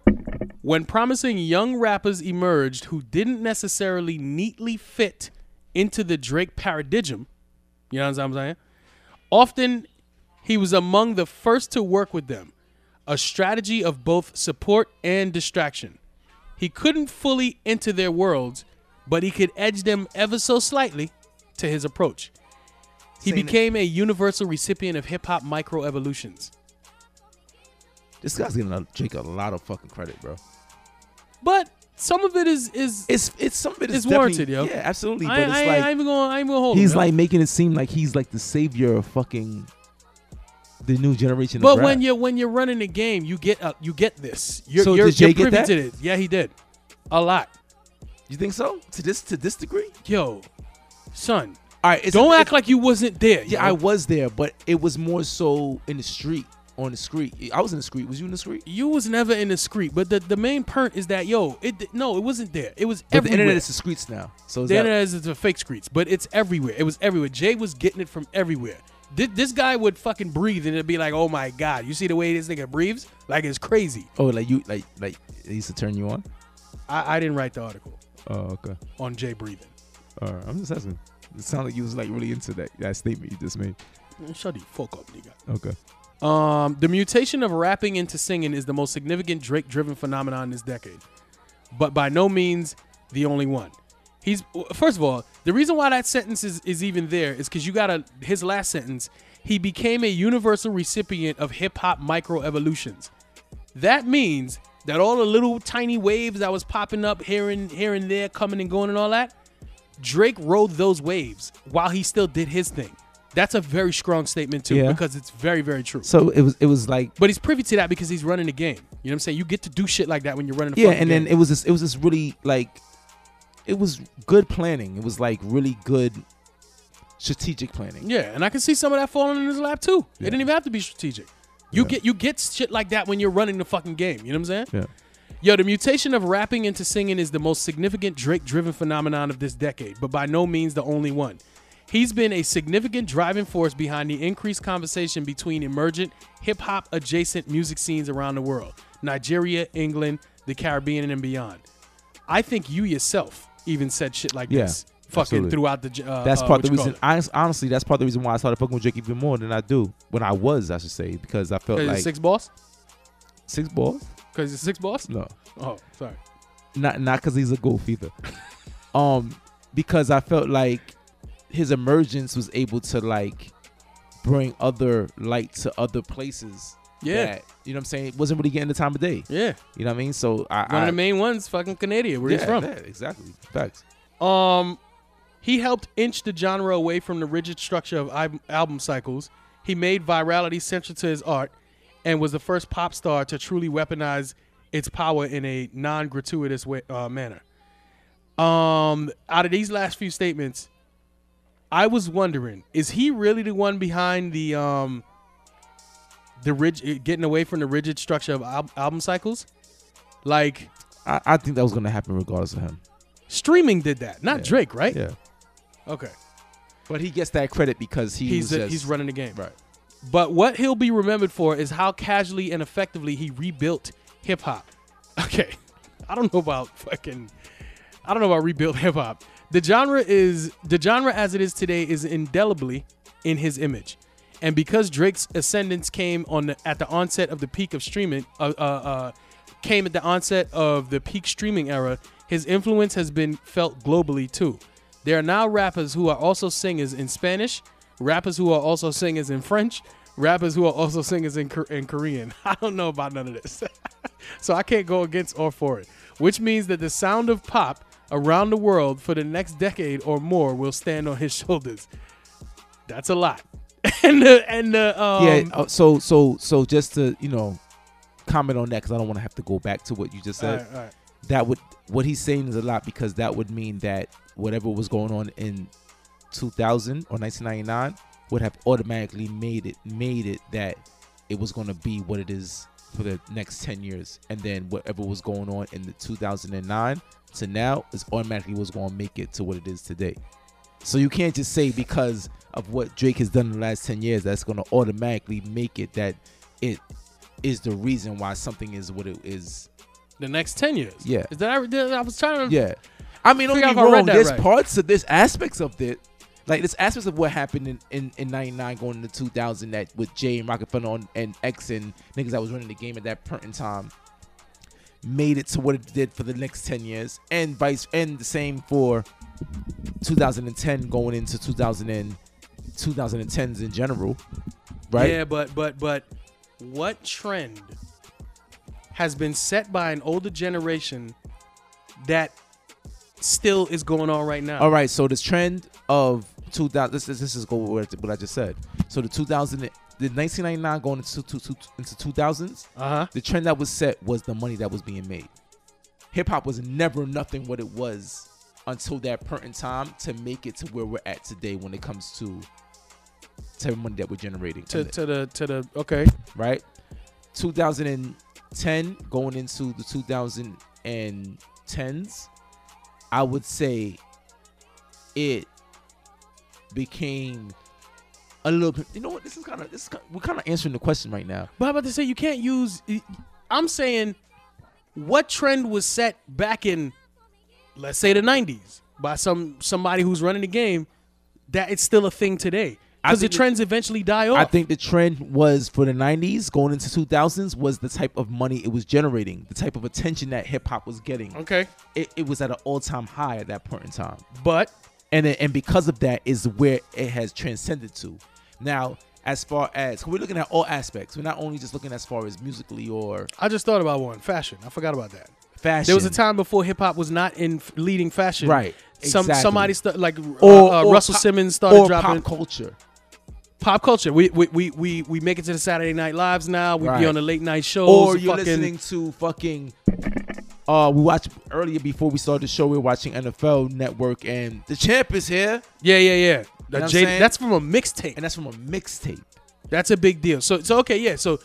S2: when promising young rappers emerged who didn't necessarily neatly fit into the Drake paradigm, you know what I'm saying? Often, he was among the first to work with them, a strategy of both support and distraction. He couldn't fully enter their worlds, but he could edge them ever so slightly to his approach. He became a universal recipient of hip hop microevolutions.
S3: this guy's getting a, Drake a lot of fucking credit, bro.
S2: But some of it is is
S3: It's it's some of it is
S2: It's
S3: definitely-
S2: warranted, yo.
S3: Yeah, absolutely.
S2: I,
S3: But it's
S2: I,
S3: like
S2: I ain't even gonna I ain't even gonna hold
S3: he's
S2: him, yo.
S3: like making it seem like he's like the savior of fucking the new generation.
S2: But
S3: of
S2: when
S3: rap.
S2: you're when you're running the game, you get up you get this. You're,
S3: So
S2: you're,
S3: did Jay
S2: you're
S3: get
S2: privy
S3: that?
S2: to this. Yeah, he did. A lot.
S3: you think so to this to this degree,
S2: Yo, son.
S3: all right. It's,
S2: don't
S3: it's-
S2: act like you wasn't there.
S3: yeah. I was there, but it was more so in the street on the street. I was in the street. Was you in the street?
S2: you was never in the street, but the, the main point is that yo, it di- no, it wasn't there. It was
S3: But the
S2: everywhere.
S3: internet is the streets now. So is
S2: The
S3: that,
S2: internet is the fake streets, but it's everywhere. It was everywhere. Jay was getting it from everywhere. Thi- This guy would fucking breathe and it'd be like, oh my God, you see the way this nigga breathes? Like it's crazy.
S3: oh, like you like like it used to turn you on.
S2: I, I didn't write the article
S3: Oh, okay.
S2: on Jay breathing.
S3: All right. I'm just asking. It sounded like you was like really into that that statement you just made.
S2: Shut the fuck up, nigga.
S3: Okay.
S2: Um, the mutation of rapping into singing is the most significant Drake driven phenomenon this decade, but by no means the only one. He's first of all, the reason why that sentence is, is even there is because you gotta his last sentence, he became a universal recipient of hip hop microevolutions. That means that all the little tiny waves that was popping up here and here and there, coming and going and all that, Drake rode those waves while he still did his thing. That's a very strong statement too,
S3: Yeah.
S2: because it's very, very true.
S3: So it was it was like
S2: But he's privy to that because he's running the game. You know what I'm saying? You get to do shit like that when you're running the
S3: yeah,
S2: fucking
S3: and then
S2: game.
S3: it was this it was this really like it was good planning. It was like really good strategic planning.
S2: yeah, and I can see some of that falling in his lap too. It didn't even have to be strategic. You get you get shit like that when you're running the fucking game. You know what I'm saying?
S5: Yeah.
S2: Yo, the mutation of rapping into singing is the most significant Drake driven phenomenon of this decade, but by no means the only one. He's been a significant driving force behind the increased conversation between emergent hip hop adjacent music scenes around the world Nigeria, England, the Caribbean, and beyond. I think you yourself even said shit like
S3: Yeah,
S2: this fucking
S3: absolutely.
S2: throughout the. j- Uh,
S3: That's
S2: uh,
S3: part of the
S2: what you call
S3: reason.
S2: it.
S3: I, honestly, that's part of the reason why I started fucking with Drake even more than I do when I was, I should say, because I felt
S2: 'Cause
S3: like
S2: it's six boss?
S3: six balls.
S2: Because it's six boss?
S3: No,
S2: Oh, sorry.
S3: not not because he's a goof either. um, because I felt like his emergence was able to like bring other light to other places.
S2: Yeah.
S3: that, you know what I'm saying. It wasn't really getting the time of day.
S2: Yeah.
S3: You know what I mean? So I
S2: One
S3: I,
S2: of the main ones, fucking Canadian, where
S3: yeah,
S2: he's from.
S3: yeah, exactly. Facts.
S2: Um, he helped inch the genre away from the rigid structure of al- album cycles. He made virality central to his art, and was the first pop star to truly weaponize its power in a non-gratuitous way, uh, manner. Um, out of these last few statements, I was wondering: is he really the one behind the um, the rigid getting away from the rigid structure of al- album cycles? Like
S3: I, I think that was gonna happen regardless of him.
S2: streaming did that, not Drake, right?
S3: Yeah.
S2: Okay.
S3: But he gets that credit because he
S2: he's
S3: was just,
S2: he's running the game.
S3: right.
S2: But what he'll be remembered for is how casually and effectively he rebuilt hip hop. [laughs] Okay, I don't know about fucking, I don't know about rebuilt hip hop. The genre is the genre as it is today is indelibly in his image, and because Drake's ascendance came on the, at the onset of the peak of streaming, uh, uh, uh, came at the onset of the peak streaming era, his influence has been felt globally too. There are now rappers who are also singers in Spanish, rappers who are also singers in French, rappers who are also singers in, Kor- in Korean. [laughs] I don't know about none of this. [laughs] so I can't go against or for it, which means that the sound of pop around the world for the next decade or more will stand on his [laughs] shoulders. That's a lot. [laughs] and the, and the, um,
S3: yeah. uh, So so so just to you know comment on that because I don't want to have to go back to what you just
S2: all
S3: said.
S2: right, all right.
S3: That would what he's saying is a lot because that would mean that whatever was going on in 2000 or 1999 would have automatically made it made it that it was going to be what it is for the next 10 years and then whatever was going on in the 2009 to now is automatically what's going to make it to what it is today so you can't just say because of what drake has done in the last 10 years that's going to automatically make it that it is the reason why something is what it is
S2: The next 10 years.
S3: Yeah.
S2: Is that, I, I was trying to.
S3: yeah. I mean, don't
S2: Figure
S3: get me
S2: out if I read
S3: wrong.
S2: that
S3: There's
S2: right.
S3: parts of there's aspects of it, like there's aspects of what happened in in, in '99 going into 2000 that with Jay and Rockefeller on, and X and niggas that was running the game at that point in time made it to what it did for the next 10 years, and vice and the same for 2010 going into 2000 and 2010s in general, right?
S2: Yeah, but but but what trend has been set by an older generation that still is going on right now?
S3: All right, so this trend of 2000 this is this is go with what I just said. So the 2000 the 1999 going into two, two, into 2000s,
S2: Uh huh.
S3: the trend that was set was the money that was being made. Hip hop was never nothing what it was until that point in time to make it to where we're at today when it comes to to the money that we're generating.
S2: To,
S3: And the-
S2: to the to the okay.
S3: right? 2010 going into the 2010s, I would say it became a little bit. You know what? This is kind of this. Is kinda, we're kind of answering the question right now.
S2: But I'm about to say you can't use. I'm saying what trend was set back in, let's say the '90s, by some somebody who's running the game, that it's still a thing today.
S3: I
S2: because the
S3: think
S2: trends eventually die off.
S3: I think the trend was for the 90s going into 2000s was the type of money it was generating, the type of attention that hip hop was getting.
S2: okay,
S3: It, it was at an all-time high at that point in time.
S2: but
S3: And then, and because of that is where it has transcended to. Now, as far as we're looking at all aspects, we're not only just looking as far as musically or
S2: I just thought about one fashion. I forgot about that.
S3: fashion.
S2: There was a time before hip hop was not in f- leading fashion.
S3: Right,
S2: Some
S3: exactly.
S2: somebody stu- like uh,
S3: or,
S2: uh,
S3: or
S2: Russell
S3: pop-
S2: Simmons started
S3: or
S2: dropping
S3: pop culture.
S2: pop culture. We we, we we we make it to the Saturday Night Lives now. We
S3: Right.
S2: be on the late night shows.
S3: or you're
S2: fucking-
S3: listening to fucking. Uh, we watched earlier before we started the show. We were watching NFL Network, and the champ is here,
S2: Yeah, yeah, yeah. That
S3: what I'm
S2: Jada-
S3: saying?
S2: that's from a mixtape.
S3: and that's from a mixtape.
S2: That's a big deal. So so okay, yeah. So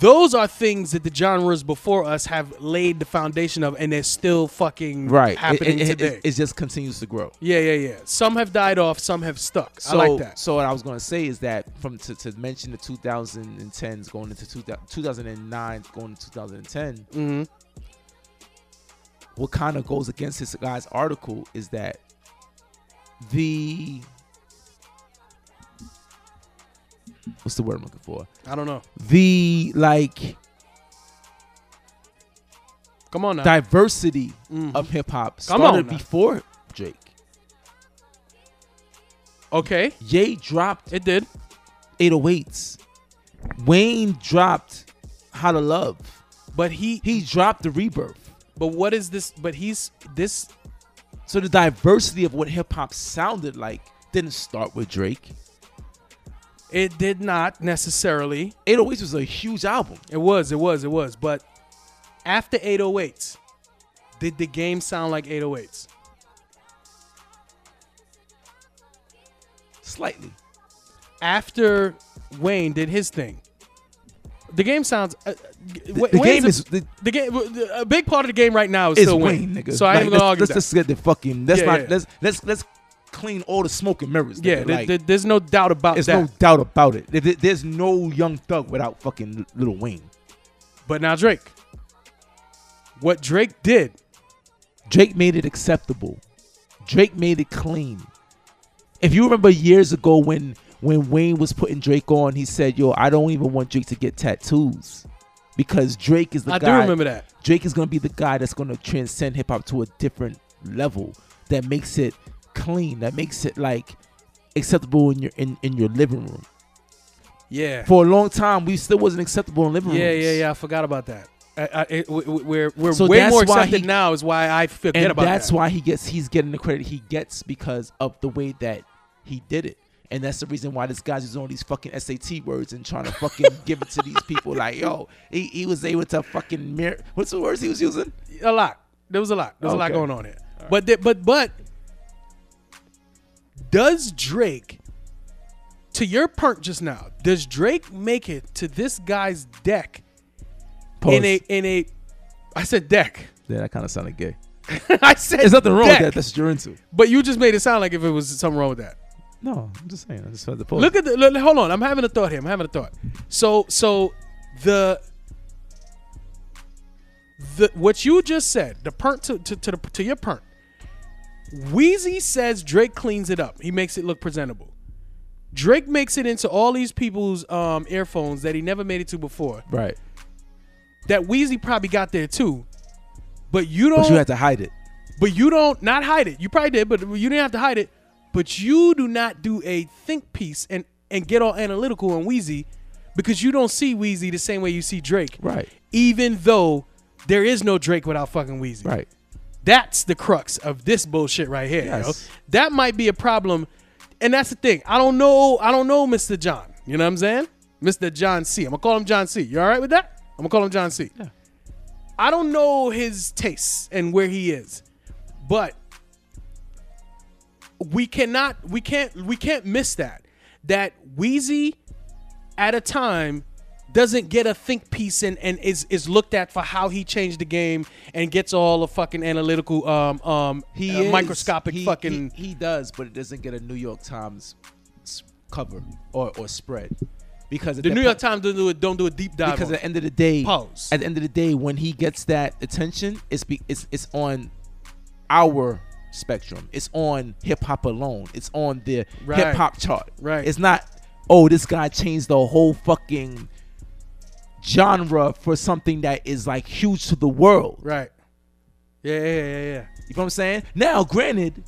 S2: those are things that the genres before us have laid the foundation of, and they're still fucking
S3: Right,
S2: happening
S3: it, it,
S2: today.
S3: It, it just continues to grow.
S2: yeah, yeah, yeah. Some have died off, some have stuck.
S3: So,
S2: I like that.
S3: So what I was gonna say is that from to, to mention the 2010s going into 2000, 2009 going to 2010,
S2: Mhm.
S3: what kind of goes against this guy's article is that the what's the word I'm looking for?
S2: I don't know.
S3: The like
S2: Come on now.
S3: diversity of hip hop
S2: Come on
S3: started
S2: now.
S3: before Drake.
S2: okay,
S3: Ye dropped
S2: it did.
S3: 808s. Wayne dropped How to Love.
S2: But he,
S3: he dropped the rebirth.
S2: but what is this? But he's this.
S3: So the diversity of what hip hop sounded like didn't start with Drake.
S2: It did not necessarily.
S3: 808s was a huge album.
S2: It was, it was, it was. But after 808s, did the game sound like 808s?
S3: Slightly.
S2: after Wayne did his thing. The game sounds. Uh, the,
S3: the game is-
S2: the,
S3: the-
S2: game. A big part of the game right now is
S3: It's
S2: still
S3: Wayne,
S2: Wayne,
S3: nigga.
S2: So I
S3: Like,
S2: ain't gonna
S3: let's-
S2: argue
S3: Let's
S2: that.
S3: just get the fucking let's
S2: Yeah,
S3: not
S2: yeah.
S3: let's let's let's clean all the smoke and mirrors.
S2: yeah,
S3: nigga.
S2: there-
S3: Like,
S2: there- there's no doubt about
S3: there's
S2: that.
S3: no doubt about it. There- there- There's no young thug without fucking Little Wayne.
S2: but now Drake. What Drake did,
S3: Drake made it acceptable. Drake made it clean. If you remember years ago when when Wayne was putting Drake on, he said, "Yo, I don't even want Drake to get tattoos because Drake is the
S2: I
S3: guy.
S2: do remember that.
S3: Drake is gonna be the guy that's gonna transcend hip hop to a different level that makes it clean, that makes it like acceptable in your in, in your living room.
S2: Yeah,
S3: For a long time, we still wasn't acceptable in living
S2: yeah,
S3: rooms.
S2: yeah, yeah. I forgot about that. I, I, it, we- we- we're we're
S3: So
S2: way
S3: that's
S2: more
S3: why
S2: accepted
S3: he-
S2: now. Is why I forget
S3: and
S2: about
S3: that's
S2: that.
S3: why he gets he's getting the credit he gets because of the way that he did it and that's the reason why this guy's using all these fucking SAT words and trying to [laughs] fucking give it to these people. Like, yo, he, he was able to fucking mirror. What's the words he was using?
S2: a lot. There was a lot. There was a lot
S3: Okay.
S2: going on here. But th- but but does Drake to your point just now? Does Drake make it to this guy's deck in a in a? I said deck. [laughs]
S3: yeah, that kind of sounded gay.
S2: I said
S3: There's nothing wrong
S2: deck,
S3: with that. That's what you're into.
S2: but you just made it sound like if it was something wrong with that.
S3: No, I'm just saying. I just had to pause.
S2: Look at the look, hold on. I'm having a thought here. I'm having a thought. So so the the what you just said, the pernt to to to, the, to your pernt. Wheezy says Drake cleans it up. He makes it look presentable. Drake makes it into all these people's um, earphones that he never made it to before.
S3: right,
S2: That Wheezy probably got there too, but you don't.
S3: but you had to hide it.
S2: But you don't not hide it. You probably did, but you didn't have to hide it. But you do not do a think piece and and get all analytical and Wheezy because you don't see Wheezy the same way you see Drake.
S3: Right.
S2: Even though there is no Drake without fucking Wheezy.
S3: Right.
S2: That's the crux of this bullshit right here. yo.
S3: Yes.
S2: That might be a problem. And that's the thing. I don't know. I don't know, Mr. John. You know what I'm saying? Mr. John C. I'm gonna call him John C. You all right with that? I'm gonna call him John C. I don't know his tastes and where he is, but we cannot, we can't, we can't miss that. That Wheezy at a time doesn't get a think piece and, and is is looked at for how he changed the game and gets all the fucking analytical um um
S3: He
S2: uh,
S3: is.
S2: microscopic
S3: He-
S2: fucking
S3: He, he does, but it doesn't get a New York Times s- cover or or spread because at
S2: the
S3: that
S2: New
S3: point-
S2: York Times don't do it don't do a deep dive
S3: because
S2: on
S3: at
S2: it.
S3: the end of the day,
S2: Pause.
S3: at the end of the day, when he gets that attention, it's be, it's it's on our spectrum. It's on hip hop alone. It's on the
S2: Right.
S3: hip hop chart.
S2: Right.
S3: It's not, oh, this guy changed the whole fucking genre for something that is like huge to the world.
S2: Right. Yeah, yeah, yeah, yeah, yeah.
S3: You know what I'm saying? Now, granted,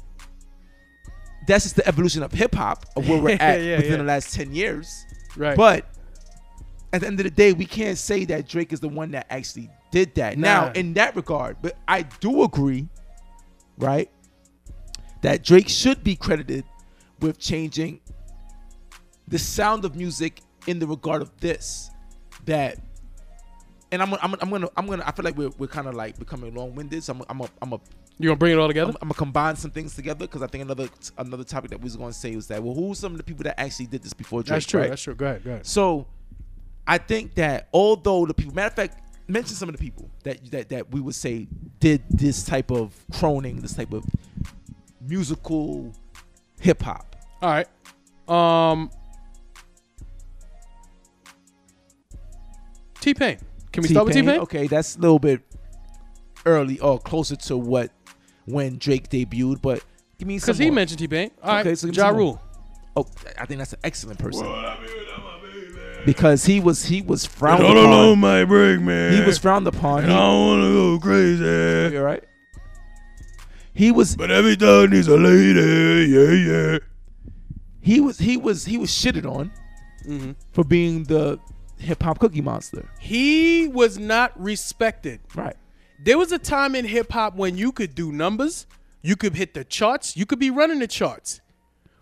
S3: that's just the evolution of hip hop of where we're at
S2: [laughs] Yeah,
S3: within
S2: yeah.
S3: the last 10 years.
S2: Right.
S3: But at the end of the day, we can't say that Drake is the one that actually did that.
S2: Nah.
S3: Now, in that regard, but I do agree, right, that Drake should be credited with changing the sound of music in the regard of this that and I'm, I'm, I'm gonna i'm gonna i feel like we're, we're kind of like becoming long-winded so i'm i'm a, I'm a
S2: You gonna bring it all together?
S3: I'm, I'm gonna combine some things together because I think another another topic that we was gonna say was that well, who's some of the people that actually did this before Drake?
S2: that's true.
S3: right?
S2: That's true. Go ahead. Go ahead.
S3: So, I think that although the people, matter of fact, mention some of the people that that that we would say did this type of croning, this type of musical hip hop.
S2: All right. Um. T Pain. Can we start with T Pain?
S3: Okay, that's a little bit early or closer to what when Drake debuted, but give me some.
S2: Because he
S3: more.
S2: mentioned T Pain. All right.
S3: Okay, so give me
S2: ja
S3: some more.
S2: Rule.
S3: Oh, I think that's an excellent person. Because he was he was frowned upon.
S6: my break, man.
S3: He was frowned upon. He,
S6: don't wanna go crazy,
S3: you're right. He was
S6: but every dog needs a lady. Yeah, yeah.
S3: he was he was he was shitted on for being the hip hop cookie monster.
S2: He was not respected.
S3: Right.
S2: There was a time in hip hop when you could do numbers, you could hit the charts, you could be running the charts.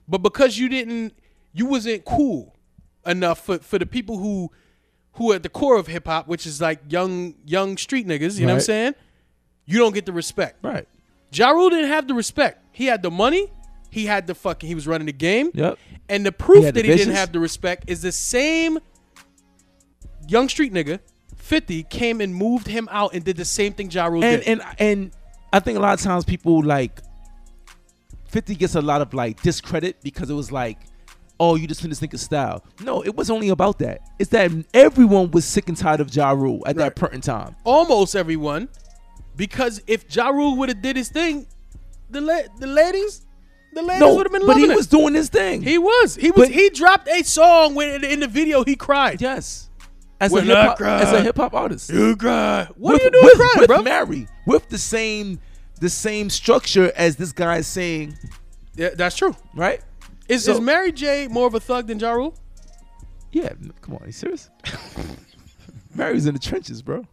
S2: But because you didn't you wasn't cool enough for, for the people who who are at the core of hip hop, which is like young young street niggas, you know what I'm
S3: Right.
S2: saying? You don't get the respect.
S3: Right.
S2: Ja Rule didn't have the respect. He had the money, he had the fucking he was running the game.
S3: Yep.
S2: And the proof
S3: He had
S2: that
S3: the
S2: he didn't
S3: bitches.
S2: have the respect is the same young street nigga, 50, came and moved him out and did the same thing Ja Rule
S3: And
S2: did.
S3: and and I think a lot of times people like 50 gets a lot of like discredit because it was like Oh, you just in this nigga's style. No, it was only about that. It's that everyone was sick and tired of Ja Rule at
S2: Right.
S3: that point in time.
S2: Almost everyone, because if Ja Rule would have did his thing, the la- the ladies, the ladies
S3: No,
S2: would have been
S3: but
S2: loving
S3: he
S2: it.
S3: was doing his thing.
S2: he was. He was.
S3: but-
S2: he dropped a song when in the, in the video he cried.
S3: Yes. As a
S6: When
S3: hip
S6: I
S3: hop
S6: cry.
S3: as a hip hop artist.
S6: You cry.
S2: What
S3: with,
S2: are you doing
S3: with,
S2: crying,
S3: with
S2: bro?
S3: Mary with the same the same structure as this guy is saying,
S2: yeah, that's true.
S3: right?
S2: Is,
S3: So-
S2: is Mary J more of a thug than Ja Rule?
S3: Yeah, n- come on, you serious? [laughs] Mary's in the trenches, bro.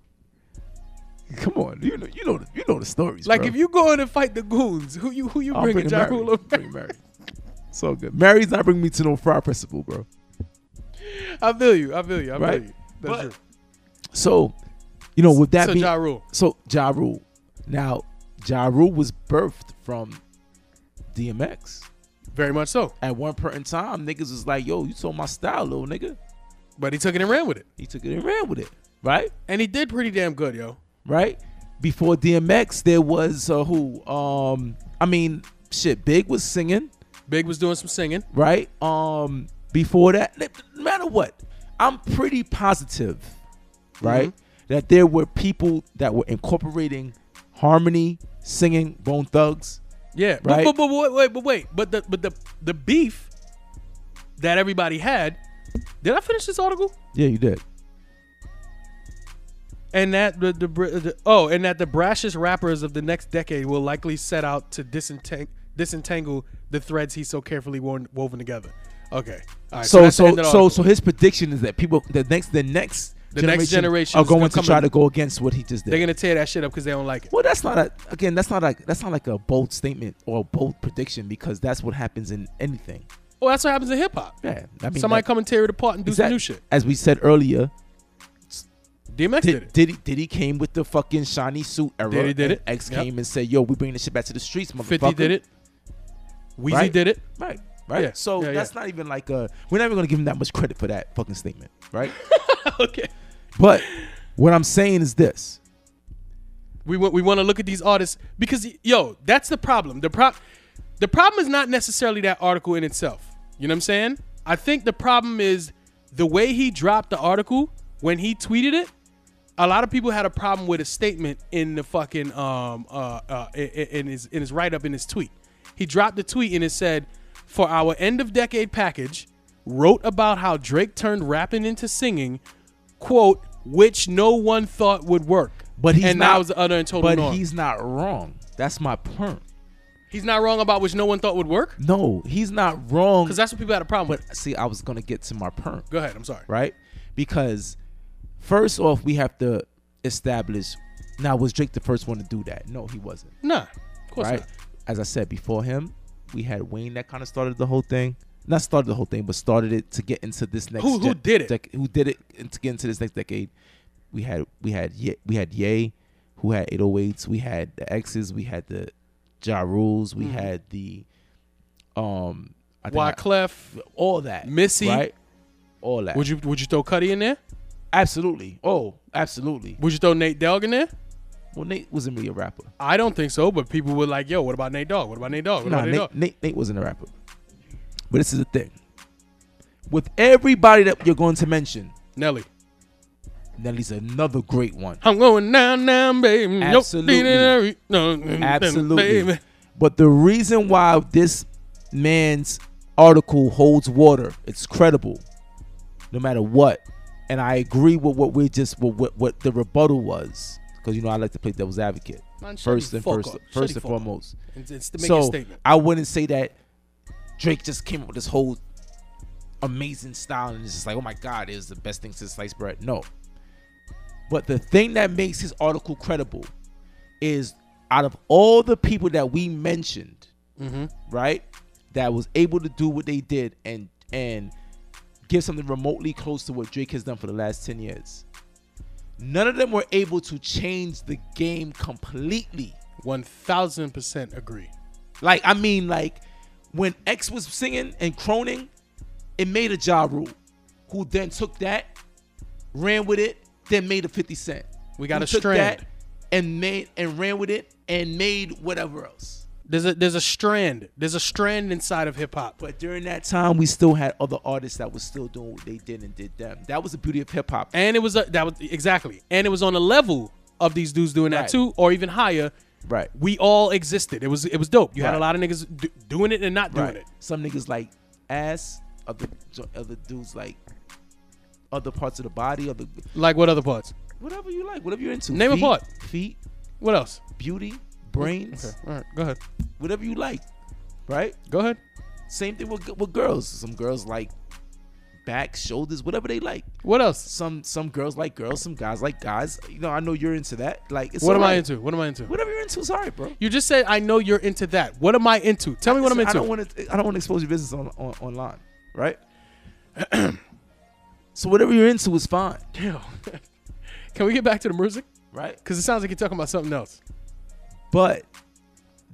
S3: Come on, you know you know the- you know the stories.
S2: Like
S3: bro.
S2: if you go in and fight the goons, who you who you
S3: I'll
S2: bringing?
S3: bring
S2: Ja
S3: Mary.
S2: Rule or
S3: Bring Mary. It's all good. Mary's not bringing me to no fry principle, bro.
S2: I feel you. I feel you. I
S3: Right?
S2: feel you. That's
S3: But-
S2: true.
S3: So, you know, with that
S2: so
S3: being
S2: Ja Rule.
S3: so Ja Rule. Now, Ja Rule was birthed from DMX.
S2: Very much so.
S3: At one point in time, niggas was like, yo, you sold my style, little nigga.
S2: But he took it and ran with it.
S3: He took it and ran with it, right?
S2: And he did pretty damn good, yo.
S3: Right? Before DMX, there was uh, who? Um, I mean, shit, Big was singing,
S2: Big was doing some singing.
S3: right? Um, before that, no no matter what, I'm pretty positive,
S2: Mm-hmm.
S3: right, that there were people that were incorporating harmony, singing, Bone Thugs,
S2: Yeah. But-
S3: Right.
S2: But, but, wait, wait, but wait. But the but the the beef that everybody had. Did I finish this article?
S3: Yeah, you did.
S2: And that the, the, br- the oh, and that the brashest rappers of the next decade will likely set out to disentang- disentangle the threads he so carefully worn, woven together. Okay. All right.
S3: So
S2: that's the
S3: so
S2: end of the
S3: so
S2: article.
S3: so his prediction is that people the next the next
S2: The next generation
S3: are
S2: is gonna
S3: going to
S2: come
S3: try
S2: and-
S3: to go against what he just did.
S2: they're gonna tear that shit up because they don't like it.
S3: well, that's not a again. That's not like that's not like a bold statement or a bold prediction because that's what happens in anything.
S2: Well, that's what happens in hip hop.
S3: Yeah, I mean
S2: Somebody
S3: that-
S2: come and tear it apart and do some
S3: exact-
S2: new shit.
S3: As we said earlier,
S2: DMX did,
S3: did
S2: it.
S3: Diddy Diddy came with the fucking shiny suit era.
S2: Diddy did
S3: and
S2: it.
S3: X
S2: Yep.
S3: came and said, "Yo, we bring this shit back to the streets, motherfucker."
S2: 50 did it. Weezy
S3: Right? [laughs]
S2: did it.
S3: Right. Right.
S2: Yeah,
S3: So
S2: yeah,
S3: that's
S2: yeah.
S3: not even like a. We're not even gonna give him that much credit for that fucking statement, right? [laughs]
S2: okay.
S3: but what I'm saying is this.
S2: We want we want to look at these artists because yo, that's the problem. The prop the problem is not necessarily that article in itself. You know what I'm saying? I think the problem is the way he dropped the article when he tweeted it. a lot of people had a problem with a statement in the fucking um uh, uh i- i- in his in his write up in his tweet. He dropped the tweet and it said, "For our end of decade package, wrote about how Drake turned rapping into singing, quote, which no one thought would work."
S3: But he's
S2: and
S3: not-
S2: now it's the other and total
S3: But
S2: norm.
S3: he's not wrong. That's my point.
S2: He's not wrong about which no one thought would work
S3: No, he's not wrong.
S2: because that's what people had a problem with.
S3: But see, I was gonna get to my perm,
S2: Go ahead. I'm sorry.
S3: right? Because first off, we have to establish. Now, was Drake the first one to do that? No, he wasn't.
S2: Nah, of course
S3: right?
S2: not.
S3: As I said before him, we had Wayne that kind of started the whole thing. Not started the whole thing, but started it to get into this next.
S2: Who- who did it?
S3: dec- who did it and to get into this next decade? We had we had Ye, we had Ye, who had 808s. We had the X's. We had the Ja Rules.
S2: Mm-hmm.
S3: We had the um. I think I-
S2: Wyclef,
S3: all that.
S2: Missy.
S3: right? All that.
S2: Would you would you throw Cuddy in there?
S3: absolutely? Oh, absolutely.
S2: Would you throw Nate Dogg in there?
S3: Well, Nate wasn't really a rapper.
S2: I don't think so, but people were like, "Yo, what about Nate Dogg? What about Nate Dogg? What
S3: Nah,
S2: about Nate,
S3: Nate,
S2: Dogg?"
S3: Nate, Nate wasn't a rapper. But this is the thing. With everybody that you're going to mention,
S2: Nelly,
S3: Nelly's another great one.
S2: I'm going down, down, baby. Yo,
S3: Absolutely.
S2: dee-dee-dee-dee. No, no, no,
S3: Absolutely.
S2: baby.
S3: But the reason why this man's article holds water, it's credible, no matter what. And I agree with what we just what what, what the rebuttal was, because you know I like to play devil's advocate.
S2: Man, shut
S3: first
S2: the
S3: and
S2: fuck
S3: first,
S2: up.
S3: first
S2: Shut the
S3: and
S2: fuck up.
S3: foremost.
S2: And it's to make a
S3: so
S2: statement.
S3: I wouldn't say that Drake just came up with this whole amazing style and it's just like, oh my god, it was the best thing since sliced bread. No. But the thing that makes his article credible is out of all the people that we mentioned,
S2: Mm-hmm.
S3: right, that was able to do what they did and and give something remotely close to what Drake has done for the last 10 years. None of them were able to change the game completely.
S2: One thousand percent agree.
S3: Like, I mean, like, when X was singing and croning, it made a Ja Rule, who then took that, ran with it, then made a 50 Cent.
S2: We got
S3: Who
S2: a
S3: took
S2: strand.
S3: and made and ran with it and made whatever else.
S2: There's a there's a strand. There's a strand inside of hip hop.
S3: But during that time, we still had other artists that was still doing what they did and did them. That was the beauty of hip hop.
S2: And it was a, that was exactly. And it was on the level of these dudes doing that
S3: Right.
S2: too, or even higher.
S3: Right.
S2: We all existed. It was it was dope. You had a
S3: Right.
S2: lot of niggas do, doing it and not doing
S3: Right.
S2: it.
S3: Some niggas like ass, other other dudes like other parts of the body, other
S2: Like what other parts?
S3: whatever you like, whatever you're into.
S2: Name a
S3: feet,
S2: part.
S3: Feet,
S2: What else?
S3: beauty, brains,
S2: Okay. All right. Go ahead.
S3: whatever you like, right?
S2: Go ahead.
S3: Same thing with with girls. Some girls like back, shoulders, whatever they like.
S2: What else?
S3: Some some girls like girls, some guys like guys. You know, I know you're into that. Like, it's
S2: What am I
S3: alright.
S2: into? What am I into?
S3: Whatever you're into, sorry, bro.
S2: You just said I know you're into that. What am I into? Tell me what I'm
S3: Listen,
S2: into.
S3: I don't want to. I don't want to expose your business on, on online, right? [clears throat] so whatever you're into is fine,
S2: [laughs] Can we get back to the music?
S3: right?
S2: Because it sounds like you're talking about something else.
S3: But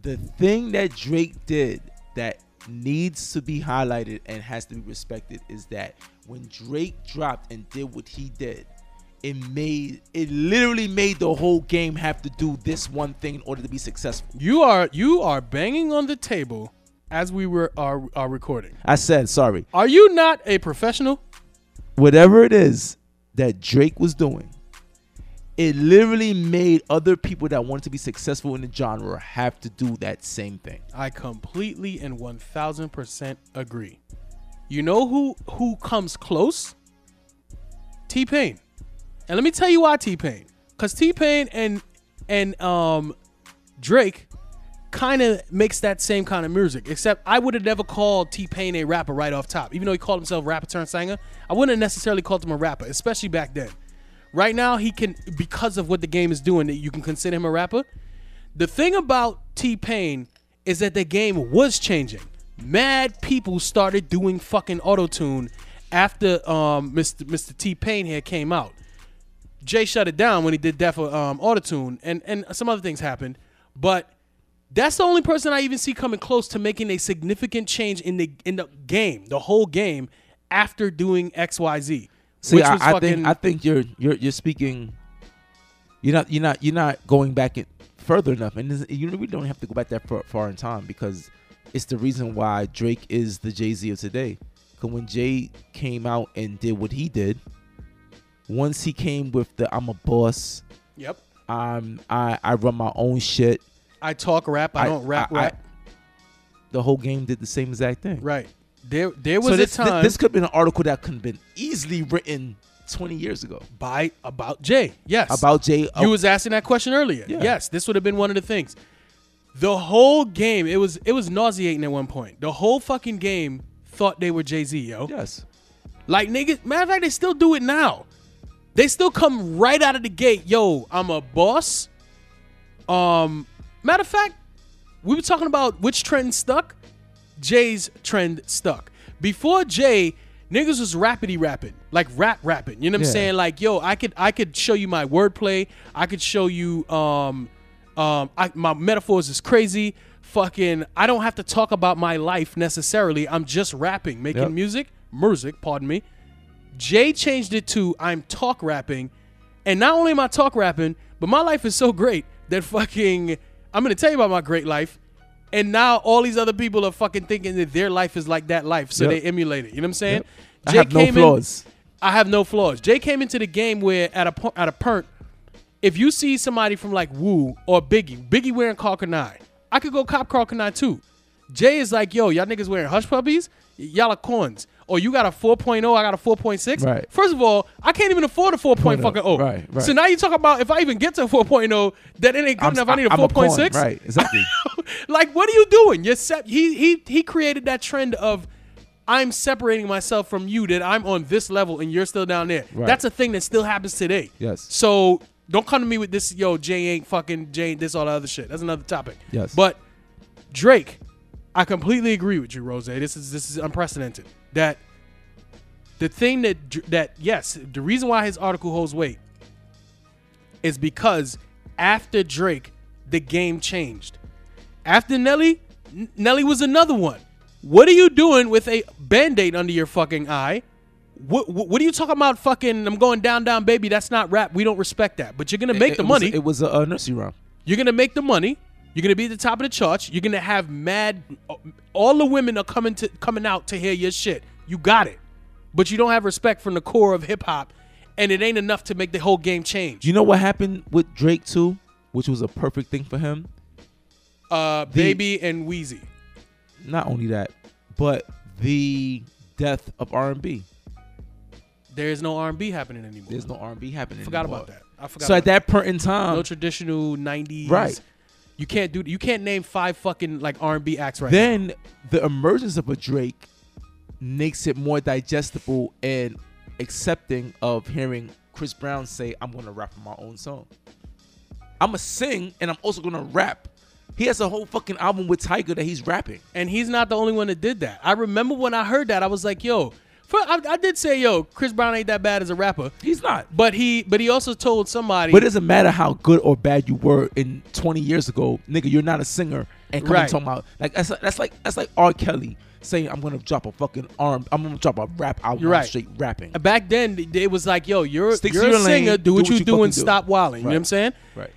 S3: the thing that Drake did that needs to be highlighted and has to be respected is that when Drake dropped and did what he did, it made it literally made the whole game have to do this one thing in order to be successful.
S2: You are you are banging on the table as we were are, are recording.
S3: I said, sorry.
S2: Are you not a professional?
S3: Whatever it is that Drake was doing, it literally made other people that wanted to be successful in the genre have to do that same thing.
S2: I completely and one thousand percent agree. You know who who comes close? T Pain. And let me tell you why T Pain. Cause T Pain and and um Drake kind of makes that same kind of music. Except I would have never called T Pain a rapper right off top. Even though he called himself rapper turned singer, I wouldn't have necessarily called him a rapper, especially back then. Right now, he can because of what the game is doing that you can consider him a rapper. The thing about T Pain is that the game was changing. Mad people started doing fucking autotune after um, Mr. Mr. T Pain here came out. Jay shut it down when he did that for um, autotune, and and some other things happened. But that's the only person I even see coming close to making a significant change in the in the game, the whole game, after doing X Y Z.
S3: See, I, I think I think you're you're you're speaking. You're not you're not you're not going back in, further enough, and this, you really don't have to go back that far, far in time because it's the reason why Drake is the Jay Z of today. Because when Jay came out and did what he did, Once he came with the I'm a boss,
S2: Yep.
S3: I'm I, I run my own shit.
S2: I talk rap. I, don't rap
S3: I- I-
S2: rap.
S3: the whole game did the same exact thing.
S2: right. There there was
S3: So this,
S2: a
S3: thi-
S2: time
S3: this could have been an article that could have been easily written 20 years ago
S2: by about Jay. Yes.
S3: about Jay.
S2: You was asking that question earlier.
S3: Yeah.
S2: Yes, this would have been one of the things. The whole game, it was it was nauseating at one point. The whole fucking game thought they were Jay Z, yo.
S3: yes.
S2: Like niggas, matter of fact, they still do it now. They still come right out of the gate. Yo, I'm a boss. Um, matter of fact, we were talking about which trend stuck. Jay's trend stuck. Before Jay, niggas was rapidy rapping, like rap rapping. You know what I'm
S3: Yeah.
S2: saying? Like, yo, I could I could show you my wordplay. I could show you um um I, my metaphors is crazy. Fucking, I don't have to talk about my life necessarily. I'm just rapping, making
S3: Yep.
S2: music, music. Pardon me. Jay changed it to I'm talk rapping, and not only am I talk rapping, but my life is so great that fucking I'm gonna tell you about my great life. And now all these other people are fucking thinking that their life is like that life, so
S3: Yep.
S2: they emulate it. You know what I'm saying?
S3: I have no
S2: came in-
S3: flaws.
S2: I have no flaws. Jay came into the game where at a po- at a perk, if you see somebody from like Wu or Biggie, Biggie wearing Carl Kanai, I could go cop Carl Kanai too. Jay is like, yo, y'all niggas wearing hush puppies? Y- Y'all are corns. Or you got a 4.0, I got a 4.6.
S3: Right.
S2: First of all, I can't even afford a 4.0. Fucking oh.
S3: Right, right.
S2: So now you talk about if I even get to a 4.0, that it ain't good enough. I need a
S3: I'm corn,
S2: 4.6
S3: Right,
S2: [laughs]
S3: exactly.
S2: like what are you doing you're sep- he he he created that trend of i'm separating myself from you that i'm on this level and you're still down there
S3: Right.
S2: that's a thing that still happens today
S3: Yes.
S2: so don't come to me with this yo jay ain't fucking jay ain't this all the other shit that's another topic
S3: Yes.
S2: but drake i completely agree with you rose this is this is unprecedented that the thing that dr- that yes the reason why his article holds weight is because after drake the game changed after Nelly, N- Nelly was another one. What are you doing with a band-aid under your fucking eye? What, what, what are you talking about? Fucking, I'm going down, down, baby. That's not rap. We don't respect that. But you're gonna make
S3: It-
S2: the
S3: it was-
S2: money.
S3: it was a, uh nursery rhyme.
S2: You're gonna make the money. You're gonna be at the top of the charts. You're gonna have mad. All the women are coming to coming out to hear your shit. You got it, but you don't have respect from the core of hip hop, and it ain't enough to make the whole game change.
S3: Do you know what happened with Drake too, which was a perfect thing for him?
S2: Uh, baby and Wheezy.
S3: Not only that, but the death of R&B.
S2: There is no R&B happening anymore.
S3: There's no R&B happening.
S2: forgot
S3: anymore.
S2: about that. I forgot.
S3: So
S2: about
S3: at that point in time,
S2: no traditional '90s.
S3: Right.
S2: You can't do. You can't name five fucking like R&B acts right now.
S3: then the emergence of a Drake makes it more digestible and accepting of hearing Chris Brown say, "I'm gonna rap my own song. I'm gonna sing and I'm also gonna rap." He has a whole fucking album with Tiger that he's rapping.
S2: and he's not the only one that did that. I remember when I heard that, I was like, "Yo." For, I, I did say, "Yo, Chris Brown ain't that bad as a rapper,"
S3: He's not.
S2: but he but he also told somebody.
S3: But it doesn't matter how good or bad you were in 20 years ago, nigga. You're not a singer, and come
S2: Right.
S3: and talking about like that's that's like that's like R. Kelly saying I'm gonna drop a fucking arm, I'm gonna drop a rap album,
S2: You're right.
S3: straight rapping.
S2: back then, it was like, "Yo, you're
S3: Stick to
S2: you're a
S3: your lane,
S2: singer. do what you,
S3: fucking
S2: do and
S3: do.
S2: stop wilding." You know what I'm
S3: Right.
S2: saying?
S3: Right.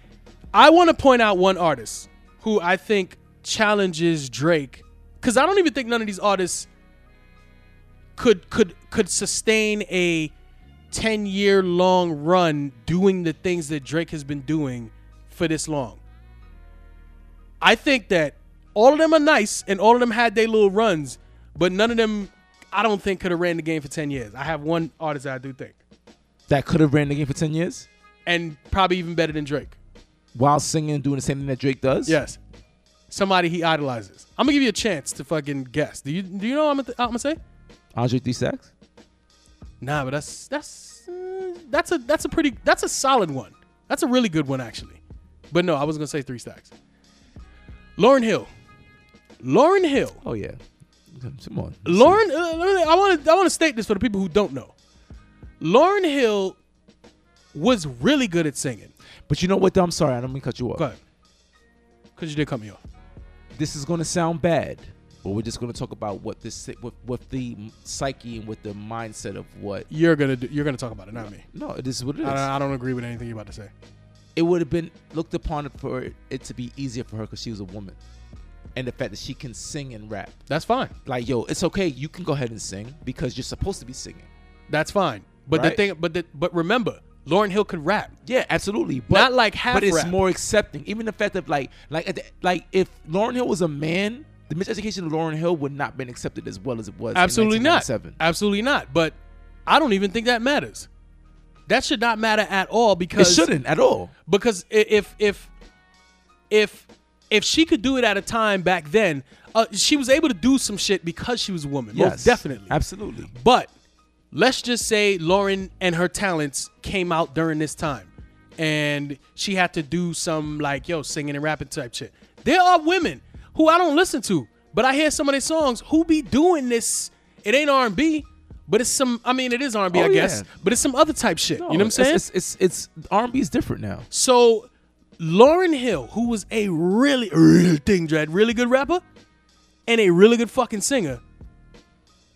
S2: I want to point out one artist who I think challenges Drake because I don't even think none of these artists could could could sustain a ten year long run doing the things that Drake has been doing for this long. I think that all of them are nice and all of them had their little runs, but none of them I don't think could have ran the game for ten years. I have one artist that I do think,
S3: That could have ran the game for 10 years.
S2: and probably even better than Drake.
S3: while singing and doing the same thing that Drake does?
S2: Yes. Somebody he idolizes. I'm gonna give you a chance to fucking guess. Do you do you know what I'm gonna, th- I'm gonna say?
S3: Andre 3 Sacks?
S2: Nah, but that's that's uh, that's a that's a pretty that's a solid one. That's a really good one actually. But no, I was gonna say three stacks. Lauren Hill. Lauren Hill.
S3: Oh, yeah. Come on.
S2: Lauren, uh, let me- I want to I want to state this for the people who don't know. Lauren Hill was really good at singing.
S3: But you know what, though? I'm sorry. I don't mean to cut you off.
S2: Go ahead, because you did cut me off.
S3: This is going to sound bad, but we're just going to talk about what this, what, what the psyche and what the mindset of what.
S2: You're gonna do, you're gonna talk about it, not me.
S3: No, this is what it is.
S2: I don't, I don't agree with anything you're about to say.
S3: it would have been looked upon for it to be easier for her because she was a woman. And the fact that she can sing and rap.
S2: That's fine.
S3: Like, yo, it's okay. You can go ahead and sing because you're supposed to be singing.
S2: That's fine. But the
S3: Right.
S2: thing, but the, but remember, Lauren Hill could rap.
S3: Yeah, absolutely. But,
S2: Not like half
S3: But it's
S2: rap.
S3: more accepting. Even the fact that like like at the, like if Lauren Hill was a man, the miseducation of Lauren Hill would not been accepted as well as it was. in
S2: Absolutely not.
S3: 1997.
S2: Absolutely not. But I don't even think that matters. That should not matter at all
S3: It
S2: because
S3: shouldn't at all.
S2: because i- if if if if she could do it at a time back then, uh, she was able to do some shit because she was a woman. Most definitely.
S3: Absolutely.
S2: But let's just say Lauren and her talents came out during this time and she had to do some like yo singing and rapping type shit. There are women who I don't listen to, but I hear some of their songs who be doing this. It ain't R&B, but it's some I mean it is R&B I
S3: Oh,
S2: guess,
S3: yeah.
S2: but it's some other type shit. you know what I'm
S3: It's-
S2: saying?
S3: It's it's, it's, R&B is different now.
S2: So Lauren Hill, who was a really, really thing dread, really good rapper, and a really good fucking singer,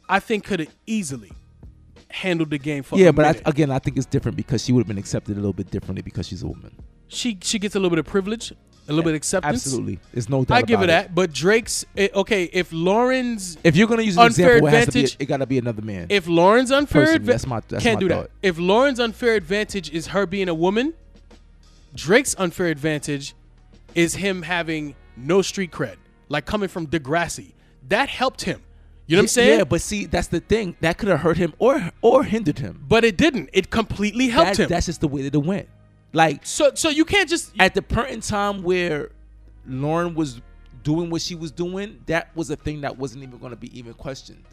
S2: I think could have easily handled the game for
S3: Yeah,
S2: a
S3: but
S2: minute.
S3: I, again, I think it's different because she would have been accepted a little bit differently because she's a woman.
S2: she she gets a little bit of privilege, a little bit of acceptance.
S3: Absolutely, there's no doubt.
S2: I give
S3: about
S2: her that. But Drake's eh, okay. If Lauren's
S3: If you're gonna use an
S2: Unfair
S3: example, it has to be.
S2: advantage-
S3: It gotta be another man.
S2: if Lauren's unfair
S3: Personally,
S2: adva-
S3: that's my- that's
S2: can't
S3: my
S2: do
S3: thought.
S2: that. If Lauren's unfair advantage is her being a woman, Drake's unfair advantage is him having no street cred, like coming from Degrassi. That helped him. You know what I'm saying?
S3: yeah, but see, that's the thing that could have hurt him or or hindered him.
S2: But it didn't. It completely helped
S3: That-
S2: him.
S3: That's just the way that it went. Like
S2: so so you can't just
S3: at the point in time where Lauren was doing what she was doing, that was a thing that wasn't even going to be even questioned.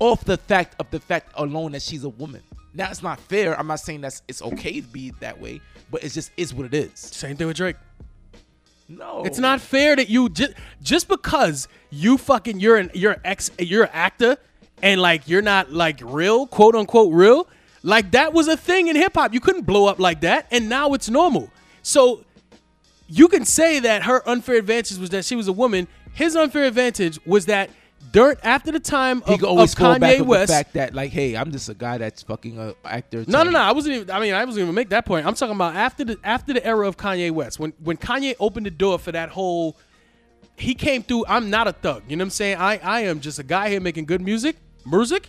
S3: Off the fact of the fact alone that she's a woman. Now it's not fair. I'm not saying that's it's okay to be that way, but it's just is what it is.
S2: same thing with Drake.
S3: No,
S2: It's not fair that you just just because you fucking you're an you're an ex you're an actor and like you're not like real quote unquote real like that was a thing in hip hop. You couldn't blow up like that, and now it's normal. So you can say that her unfair advantage was that she was a woman. His unfair advantage was that dirt after the time
S3: He
S2: of,
S3: could always
S2: of
S3: fall back
S2: Kanye
S3: on
S2: West.
S3: the fact that like, hey, I'm just a guy that's fucking a actor.
S2: No, no,
S3: turned
S2: no. I wasn't even. I mean, I wasn't even make that point. I'm talking about after the after the era of Kanye West, when when Kanye opened the door for that whole, he came through. I'm not a thug. You know what I'm saying? I I am just a guy here making good music. Music.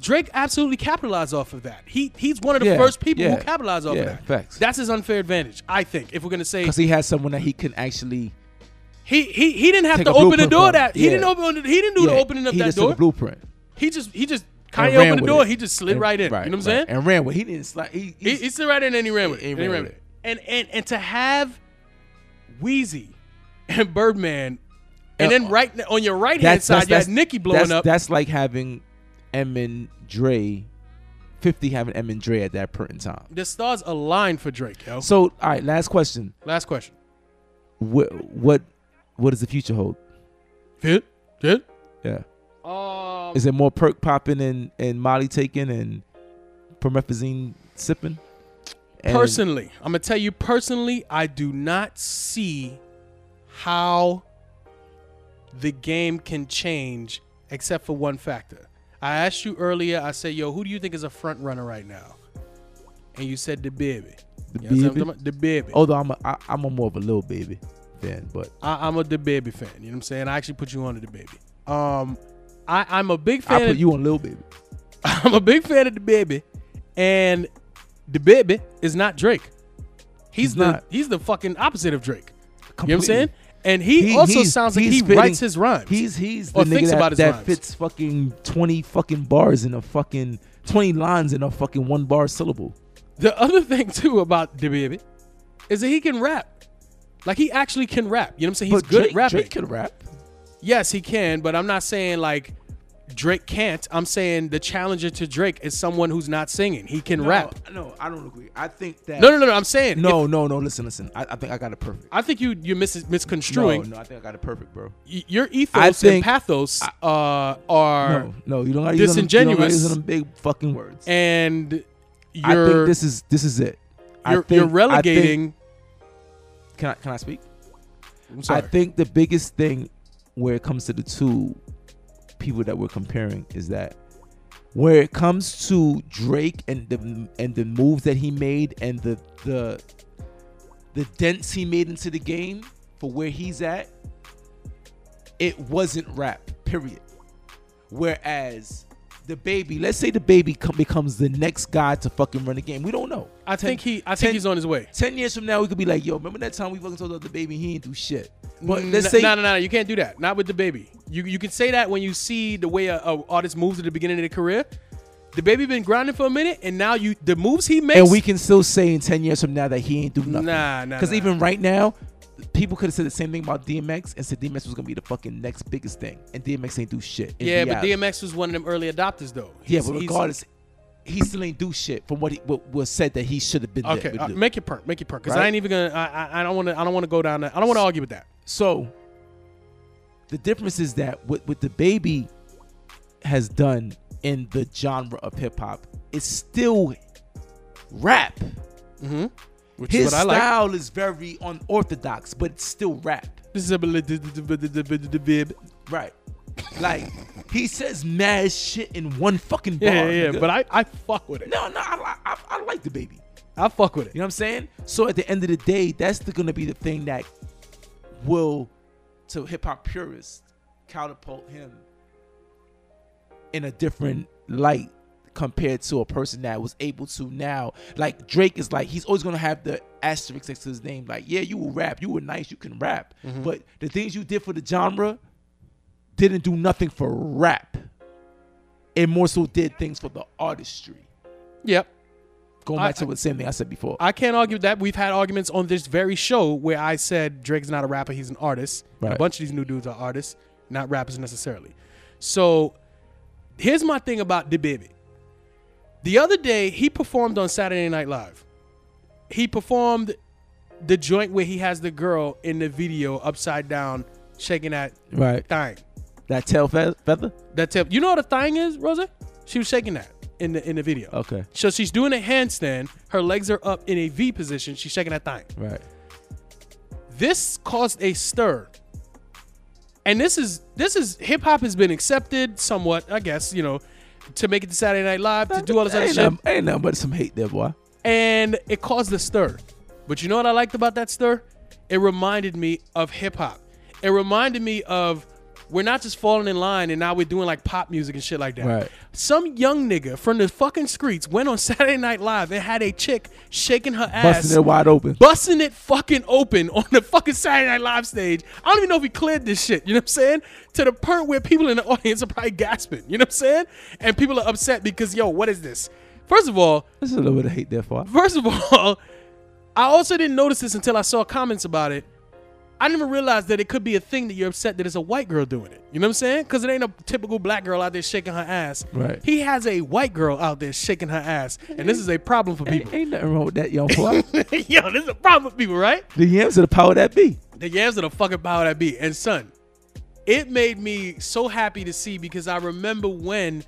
S2: Drake absolutely capitalized off of that. He he's one of the
S3: Yeah,
S2: first people
S3: yeah,
S2: who capitalized off
S3: yeah,
S2: of that.
S3: facts.
S2: That's his unfair advantage, I think. If we're gonna say
S3: because he has someone that he can actually.
S2: he he, he didn't have
S3: Take
S2: to
S3: a
S2: open the
S3: blueprint
S2: door
S3: from.
S2: that he
S3: Yeah.
S2: didn't open he didn't do the
S3: yeah,
S2: opening of
S3: he
S2: that
S3: just
S2: door.
S3: Took a blueprint.
S2: he just he just
S3: and
S2: Kanye
S3: ran
S2: opened the
S3: with
S2: door.
S3: it.
S2: He just slid
S3: And-
S2: right in. you know what I'm
S3: right,
S2: saying?
S3: And ran with. He didn't slide. He,
S2: He, he slid right in and he ran with it.
S3: He
S2: And,
S3: ran
S2: he ran
S3: with
S2: with it. and and and to have Wheezy and Birdman, and then
S3: Uh,
S2: right n- on your right hand side, you had Nicki blowing
S3: that's,
S2: up.
S3: That's like having M and Dre, 50 having M and Dre at that point in time.
S2: The stars aligned for Drake, yo.
S3: So, all right, last question.
S2: Last question.
S3: What what what does the future hold?
S2: Fit? Fit?
S3: Yeah.
S2: Um,
S3: Is it more perk popping and and Molly taking and promethazine sipping? And-
S2: personally, I'm gonna tell you personally, I do not see how the game can change except for one factor. I asked you earlier, I said, yo, who do you think is a front runner right now? And you said the baby.
S3: The
S2: You
S3: baby? Oh.
S2: know what I'm talking about? The baby.
S3: although I'm a, I, I'm a more of a little baby fan, but
S2: I, I'm a the baby fan. You know what I'm saying? I actually put you on to the baby. Um, I, I'm a big fan.
S3: I put
S2: of,
S3: you on little baby.
S2: [laughs] I'm a big fan of the baby, and the baby is not Drake. He's,
S3: He's
S2: the
S3: not.
S2: he's the fucking opposite of Drake. You know what I'm
S3: Completely.
S2: saying? And he,
S3: He-
S2: also
S3: he's-
S2: sounds like
S3: he's
S2: he
S3: spitting-
S2: writes his rhymes.
S3: He's he's the
S2: Or
S3: nigga
S2: thinks
S3: that,
S2: about his
S3: that
S2: rhymes.
S3: fits fucking twenty fucking bars in a fucking twenty lines in a fucking one bar syllable.
S2: the other thing too about the baby is that he can rap. Like he actually can rap. You know what I'm saying? He's
S3: but
S2: good
S3: Drake,
S2: at rapping.
S3: Drake could rap.
S2: Yes, he can, but I'm not saying like Drake can't. I'm saying the challenger to Drake is someone who's not singing. He can rap.
S3: No, I don't agree. I think that
S2: No, no, no, no. I'm saying
S3: no, no, no. Listen, listen. I, I think I got it perfect.
S2: I think you you're mis- misconstruing
S3: No, no, I think I got it perfect, bro.
S2: Y- your ethos
S3: I
S2: and
S3: think-
S2: pathos uh, are
S3: No, no, you don't got to use them- you don't gotta
S2: Disingenuous.
S3: use them big fucking words.
S2: and
S3: I
S2: you're
S3: think this is this is it. I
S2: you're,
S3: think- I
S2: you're
S3: think-
S2: relegating.
S3: can I can I speak?
S2: I'm sorry.
S3: I think the biggest thing where it comes to the two people that we're comparing is that where it comes to Drake and the and the moves that he made and the the the dents he made into the game for where he's at, it wasn't rap, period. Whereas the baby. Let's say the baby come, becomes the next guy to fucking run the game. We don't know.
S2: I think he. I think he's on his way.
S3: Ten years from now, we could be like, yo, remember that time we fucking told the baby he ain't do shit. But
S2: Mm,
S3: let's
S2: n-
S3: say
S2: no, no, no, no. You can't do that. Not with the baby. You you can say that when you see the way a, a artist moves at the beginning of their career. The baby been grinding for a minute, and now you the moves he makes.
S3: and we can still say in ten years from now that he ain't do nothing.
S2: Nah, nah,
S3: Because
S2: nah.
S3: even right now, people could have said the same thing about DMX and said DMX was gonna be the fucking next biggest thing, and DMX ain't do shit. in
S2: yeah, but
S3: reality.
S2: DMX was one of them early adopters though.
S3: Yeah,
S2: He's-
S3: but
S2: he's-
S3: regardless, he still ain't do shit from what he, what was said that he should have been.
S2: Okay,
S3: did-
S2: uh,
S3: do.
S2: make it perk, make it perk, because I
S3: Right?
S2: ain't even gonna. I, I, I don't want to. I don't want to go down. That, I don't want to argue with that.
S3: So the difference is that what what the baby has done in the genre of hip hop is still rap.
S2: Which
S3: His
S2: is what I like.
S3: style is very unorthodox, but it's still rap.
S2: This is a bl- d- d- d- d- d- d- d- bib.
S3: Right. Like he says mad shit in one fucking bar.
S2: Yeah, yeah, yeah.
S3: nigga.
S2: But I, I fuck with it.
S3: no, no, I, li- I, I like the baby.
S2: I fuck with
S3: You
S2: it.
S3: know what I'm saying? So at the end of the day, that's the, gonna be the thing that will, to hip hop purists, catapult him in a different light compared to a person that was able to now. Like Drake is like he's always gonna have the asterisk next to his name. Like yeah, you will rap, you were nice, you can rap,
S2: Mm-hmm.
S3: but the things you did for the genre didn't do nothing for rap. It more so did things for the artistry.
S2: Yep.
S3: Going
S2: I-
S3: back to what same thing I said before.
S2: I can't argue with that. We've had arguments on this very show where I said Drake's not a rapper, he's an artist. And A
S3: Right.
S2: bunch of these new dudes are artists, not rappers necessarily. So here's my thing about the baby. The other day he performed on Saturday Night Live. He performed the joint where he has the girl in the video upside down shaking that
S3: right.
S2: thing.
S3: That tail fe- feather?
S2: That tip. You know what a thing is, Rosa? She was shaking that in the in the video.
S3: Okay.
S2: So she's doing a handstand. Her legs are up in a V position. She's shaking that thing.
S3: Right.
S2: this caused a stir and this is this is hip hop has been accepted somewhat i guess you know to make it to saturday night live to do all this other
S3: ain't
S2: shit
S3: nothing- ain't nothing but some hate there, boy.
S2: and it caused a stir but you know what i liked about that stir it reminded me of hip hop it reminded me of we're not just falling in line and now we're doing like pop music and shit like that
S3: Right.
S2: some young nigga from the fucking streets went on [laughs] saturday night live and had a chick shaking her ass
S3: Busting it wide open.
S2: busting it fucking open [laughs] on the fucking Saturday Night Live stage. I don't even know if he cleared this shit. You know what I'm saying? To the point where people in the [laughs] audience are probably gasping. You know what I'm saying? And people are upset because yo, what is this? First of all,
S3: There's a little bit of hate there, boy.
S2: first of [laughs] all, I also didn't notice this until I saw comments about it. I didn't even realize that it could be a thing that you're upset that it's a white girl doing it. You know what I'm saying? Because it ain't a typical black girl out there shaking her ass.
S3: Right.
S2: He has a white girl out there shaking her ass, and this is a problem for
S3: Ain't, [laughs]
S2: people. [laughs]
S3: ain't nothing wrong with that, young boy. [laughs]
S2: yo, this is a problem for people, right?
S3: the yams are the power that be.
S2: the yams are the fucking power that be. And son, it made me so happy to see because I remember when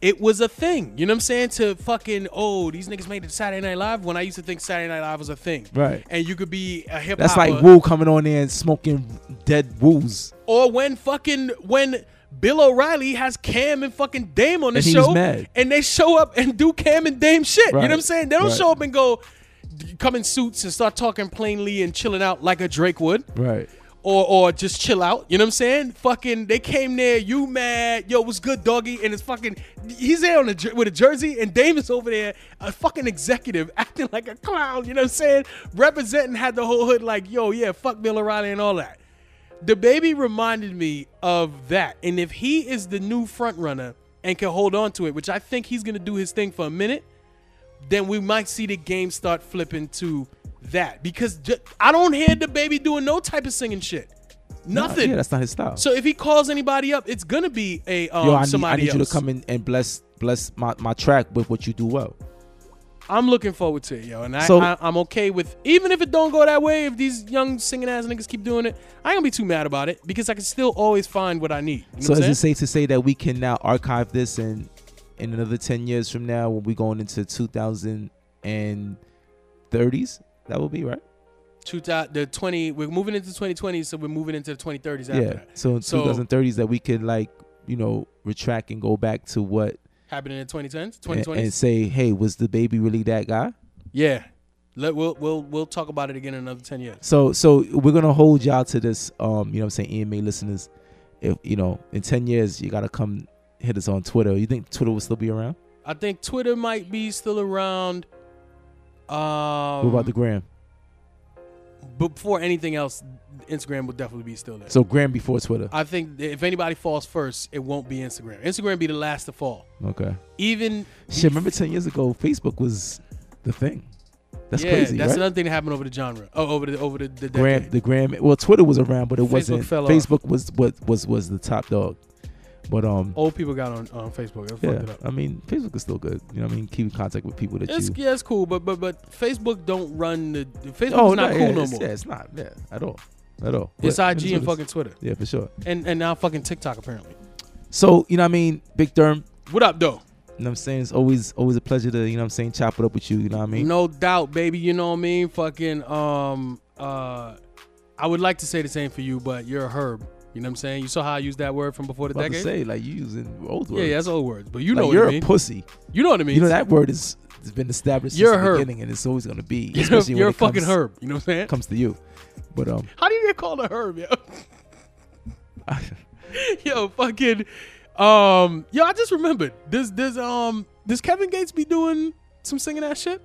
S2: it was a thing. You know what I'm saying? To fucking oh, these niggas made it to Saturday Night Live when I used to think Saturday Night Live was a thing.
S3: Right.
S2: And you could be a hip hop.
S3: That's like Woo coming on there and smoking dead woos.
S2: Or when fucking when Bill O'Reilly has Cam and fucking Dame on the
S3: And he was
S2: show,
S3: mad.
S2: and they show up and do Cam and Dame shit. You
S3: Right.
S2: know what I'm saying? They don't
S3: Right.
S2: show up and go d- come in suits and start talking plainly and chilling out like a Drake would
S3: Right.
S2: or or just chill out. You know what I'm saying? Fucking, they came there. You mad? Yo, what's good, doggy? And it's fucking. He's there on a, jer- with a jersey, and Dame is over there, a fucking executive, [laughs] acting like a clown. You know what I'm saying? Representing had the whole hood like, yo, yeah, fuck Bill O'Reilly and all that. The baby reminded me of that, and if he is the new front runner and can hold on to it, which I think he's gonna do his thing for a minute then we might see the game start flipping to that because ju- I don't hear the baby doing no type of singing shit, nothing.
S3: Yeah, that's not his style.
S2: so if he calls anybody up, it's gonna be a um,
S3: Yo, I need, I
S2: somebody
S3: need you to
S2: else.
S3: come in and bless bless my, my track with what you do well.
S2: I'm looking forward to it, yo, and I,
S3: So-
S2: I I'm okay with even if it don't go that way. If these young singing ass niggas keep doing it, I ain't gonna be too mad about it because I can still always find what I need. You know
S3: So
S2: what
S3: is
S2: I'm
S3: it
S2: saying?
S3: safe to say that we can now archive this and in another ten years from now when we going into two thousand and thirties? That will be right.
S2: Two thou- the 20, we're moving into 2020, so we're moving into the 2030s after
S3: Yeah.
S2: that.
S3: So in
S2: So-
S3: 2030s that we could like, you know, retract and go back to what
S2: Happening in 2010s,
S3: and,
S2: 2020s.
S3: and say, hey, was the baby really that guy?
S2: yeah, Let, we'll we'll we'll talk about it again in another 10 years.
S3: So so we're gonna hold E y'all to this, um, you know what I'm saying, EMA listeners. If you know, in ten years you gotta come hit us on Twitter. You think Twitter will still be around?
S2: I think Twitter might be still around. Um,
S3: what about the gram?
S2: but um, before anything else, Instagram will definitely be still there.
S3: So gram before Twitter.
S2: I think that if anybody falls first, it won't be Instagram. Instagram be the last to fall.
S3: Okay.
S2: Even
S3: Shit, remember ten years ago, Facebook was the thing. That's
S2: yeah,
S3: crazy,
S2: that's
S3: right?
S2: another thing that happened over the genre. Oh, over the over the, the
S3: Gram,
S2: decade.
S3: the gram. Well, Twitter was around, but it
S2: Facebook
S3: wasn't.
S2: fell off.
S3: Facebook was what was was the top dog. But um,
S2: Old people got on, on Facebook. That
S3: yeah.
S2: fucked it up.
S3: I mean, Facebook is still good. You know, what I mean, keep in contact with people that
S2: It's,
S3: you.
S2: yeah, it's cool, but but but Facebook don't run the Facebook's not
S3: Oh, no,
S2: cool
S3: yeah,
S2: no
S3: it's,
S2: more.
S3: Yeah, it's not. Yeah, at all, at all.
S2: It's
S3: But
S2: IG
S3: it is
S2: and
S3: what it
S2: fucking
S3: is.
S2: Twitter,
S3: Yeah, for sure.
S2: and and now fucking TikTok apparently.
S3: So you know, what I mean, Big Derm.
S2: What up, though?
S3: You know what I'm saying? It's always always a pleasure to, you know what I'm saying, chop it up with you, you know what I mean?
S2: No doubt, baby. You know what I mean? Fucking um uh I would like to say the same for you, but you're a herb. You know what I'm saying? You saw how I used that word from before the
S3: About to
S2: decade?
S3: say, like you using old
S2: yeah,
S3: words.
S2: yeah, that's old words. But you
S3: Like,
S2: know
S3: you're
S2: what I
S3: a
S2: mean.
S3: pussy.
S2: you know what I mean.
S3: You know that word is has been established
S2: You're a
S3: since the
S2: herb.
S3: beginning and it's always gonna be.
S2: [laughs] [laughs] You're,
S3: especially when
S2: you're a
S3: it comes-
S2: fucking herb. You know what I'm saying?
S3: comes to you. But
S2: [laughs]
S3: um [laughs]
S2: How do you get called a herb, yo? [laughs] yo, fucking um yo, I just remembered. Does does um does Kevin Gates be doing some singing that shit?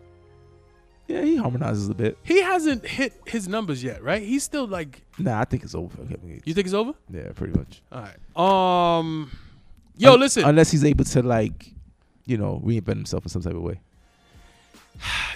S3: yeah, he harmonizes a bit.
S2: He hasn't hit his numbers yet, right? He's still like
S3: Nah, I think it's over for Kevin Gates.
S2: you think it's over?
S3: Yeah, pretty much.
S2: All right. Um Yo,
S3: Un-
S2: listen.
S3: Unless he's able to like, you know, reinvent himself in some type of way.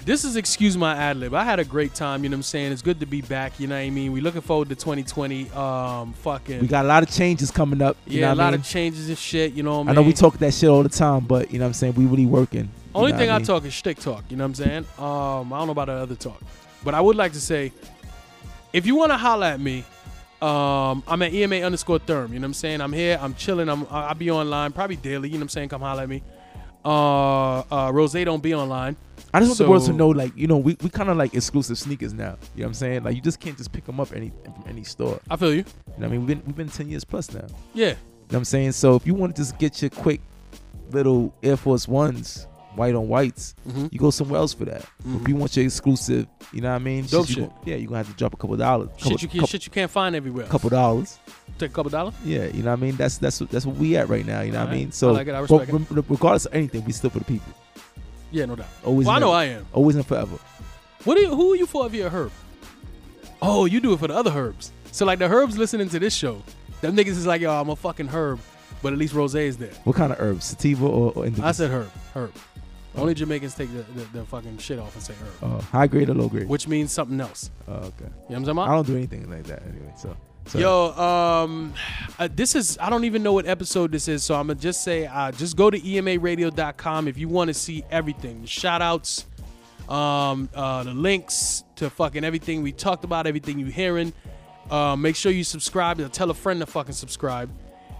S2: This is excuse my ad lib. I had a great time, you know what I'm saying? It's good to be back, you know what I mean? We looking forward to 2020. Um fucking
S3: We got a lot of changes coming up. You know
S2: Yeah, a
S3: what
S2: lot
S3: I mean?
S2: of changes and shit, you know what I
S3: I
S2: mean?
S3: know we talk that shit all the time, but you know what I'm saying, we really working. you
S2: Only
S3: know
S2: thing
S3: what
S2: I,
S3: mean?
S2: talk is shtick talk. You know what I'm saying? Um, I don't know about the other talk, but I would like to say, if you want to holla at me, um, I'm at EMA underscore Therm. You know what I'm saying? I'm here. I'm chilling. I'm I- I'll be online probably daily. You know what I'm saying? Come holla at me. Uh, uh, Rose don't be online.
S3: I just want the world
S2: So-
S3: to know, like, you know, we, we kind of like exclusive sneakers now. You know what I'm saying? Like, you just can't just pick them up any from any store.
S2: I feel you.
S3: You know what I mean? We've been, we've been 10 years plus now. You know
S2: Yeah.
S3: what I'm saying? So if you want to just get your quick little Air Force Ones, white on whites,
S2: Mhm.
S3: you go somewhere else for that. If you want your exclusive, you know what I mean?
S2: Mm-hmm. Dope
S3: you
S2: shit.
S3: gon- yeah, you're going to have to drop a couple dollars. Couple,
S2: Shit you, can,
S3: couple,
S2: shit you can't find everywhere.
S3: couple dollars.
S2: Take a couple dollars.
S3: Yeah, you know what I mean? That's that's that's what we at right now. You know what I
S2: Alright.
S3: mean? So
S2: I like it. I respect
S3: but re- regardless of anything, we still for the people.
S2: Yeah, no doubt.
S3: Always
S2: Well, I
S3: and
S2: know
S3: ever-
S2: I am.
S3: Always and forever.
S2: What are you, who are you for if you're a herb? Oh, you do it for the other herbs. So like the herbs listening to this show, them niggas is like, yo, I'm a fucking herb, but at least Rose is there.
S3: What kind of herbs? Sativa or, or indica?
S2: I said herb, herb. Only Jamaicans take the, the, the fucking shit off and say herb,
S3: Uh, high grade or low grade?
S2: which means something else.
S3: Oh, okay.
S2: You know what I'm talking
S3: I
S2: about?
S3: don't do anything like that anyway. So, so
S2: Yo, um, uh, this is, I don't even know what episode this is, so I'm going to just say, uh, just go to emaradio.com if you want to see everything. The shout outs, um, uh, the links to fucking everything we talked about, everything you hearing. Uh, make sure you subscribe. Or tell a friend to fucking subscribe.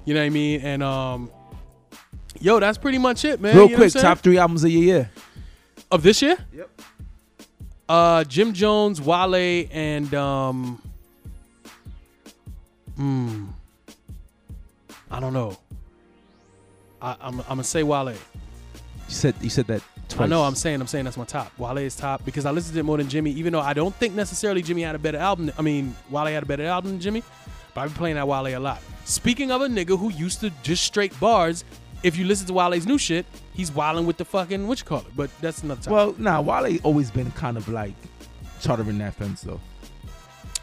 S2: You know what I mean? And um, yo, that's pretty much it, man.
S3: real
S2: You know what I'm
S3: quick,
S2: saying?
S3: top three albums of your year.
S2: of this year. Yep. Uh, Jim Jones, Wale, and um, hmm, I don't know. I, I'm I'm gonna say Wale.
S3: You said you said that twice.
S2: I know I'm saying I'm saying that's my top. Wale is top because I listened to it more than Jimmy, even though I don't think necessarily Jimmy had a better album. I mean, Wale had a better album than Jimmy, but I've been playing that Wale a lot. Speaking of a nigga who used to just straight bars, if you listen to Wale's new shit, he's wilding with the fucking what you call it. But that's another topic.
S3: Well, nah, Wale always been kind of like chartering that fence though.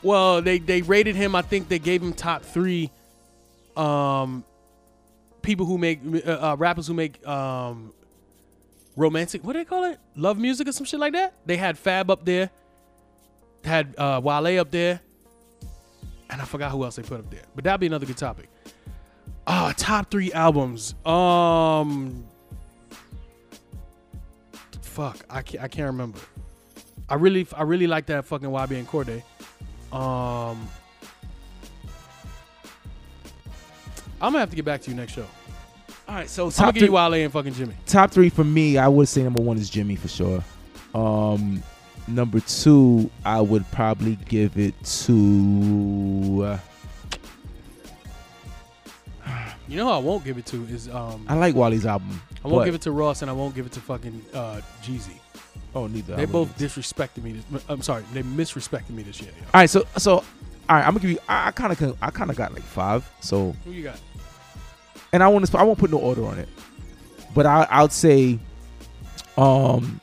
S2: Well, they they rated him. I think they gave him top three. Um, people who make uh, uh, rappers who make um, romantic. What do they call it? Love music or some shit like that. They had Fab up there. Had uh, Wale up there. And I forgot who else they put up there. But that'd be another good topic. Ah, top three albums. Um, fuck, I can't, I can't remember. I really, I really like that fucking YB and Corday. Um, I'm gonna have to get back to you next show.
S3: All right, so
S2: I'm
S3: top
S2: gonna give
S3: three.
S2: you Wale and fucking Jimmy.
S3: top three for me, I would say number one is Jimmy for sure. Um, number two, I would probably give it to. uh,
S2: You know who I won't give it to is um,
S3: I like Wale's album.
S2: I won't give it to Ross and I won't give it to fucking uh, Jeezy.
S3: Oh, neither. I
S2: They
S3: wouldn't
S2: both
S3: give it to-
S2: disrespected me. This, uh, I'm sorry, they misrespected me this year. yo.
S3: All right, so so all right, I'm gonna give you. I kind of I kind of got like five. So
S2: Who you got?
S3: and I want to. I won't put no order on it, but I I'd say, um,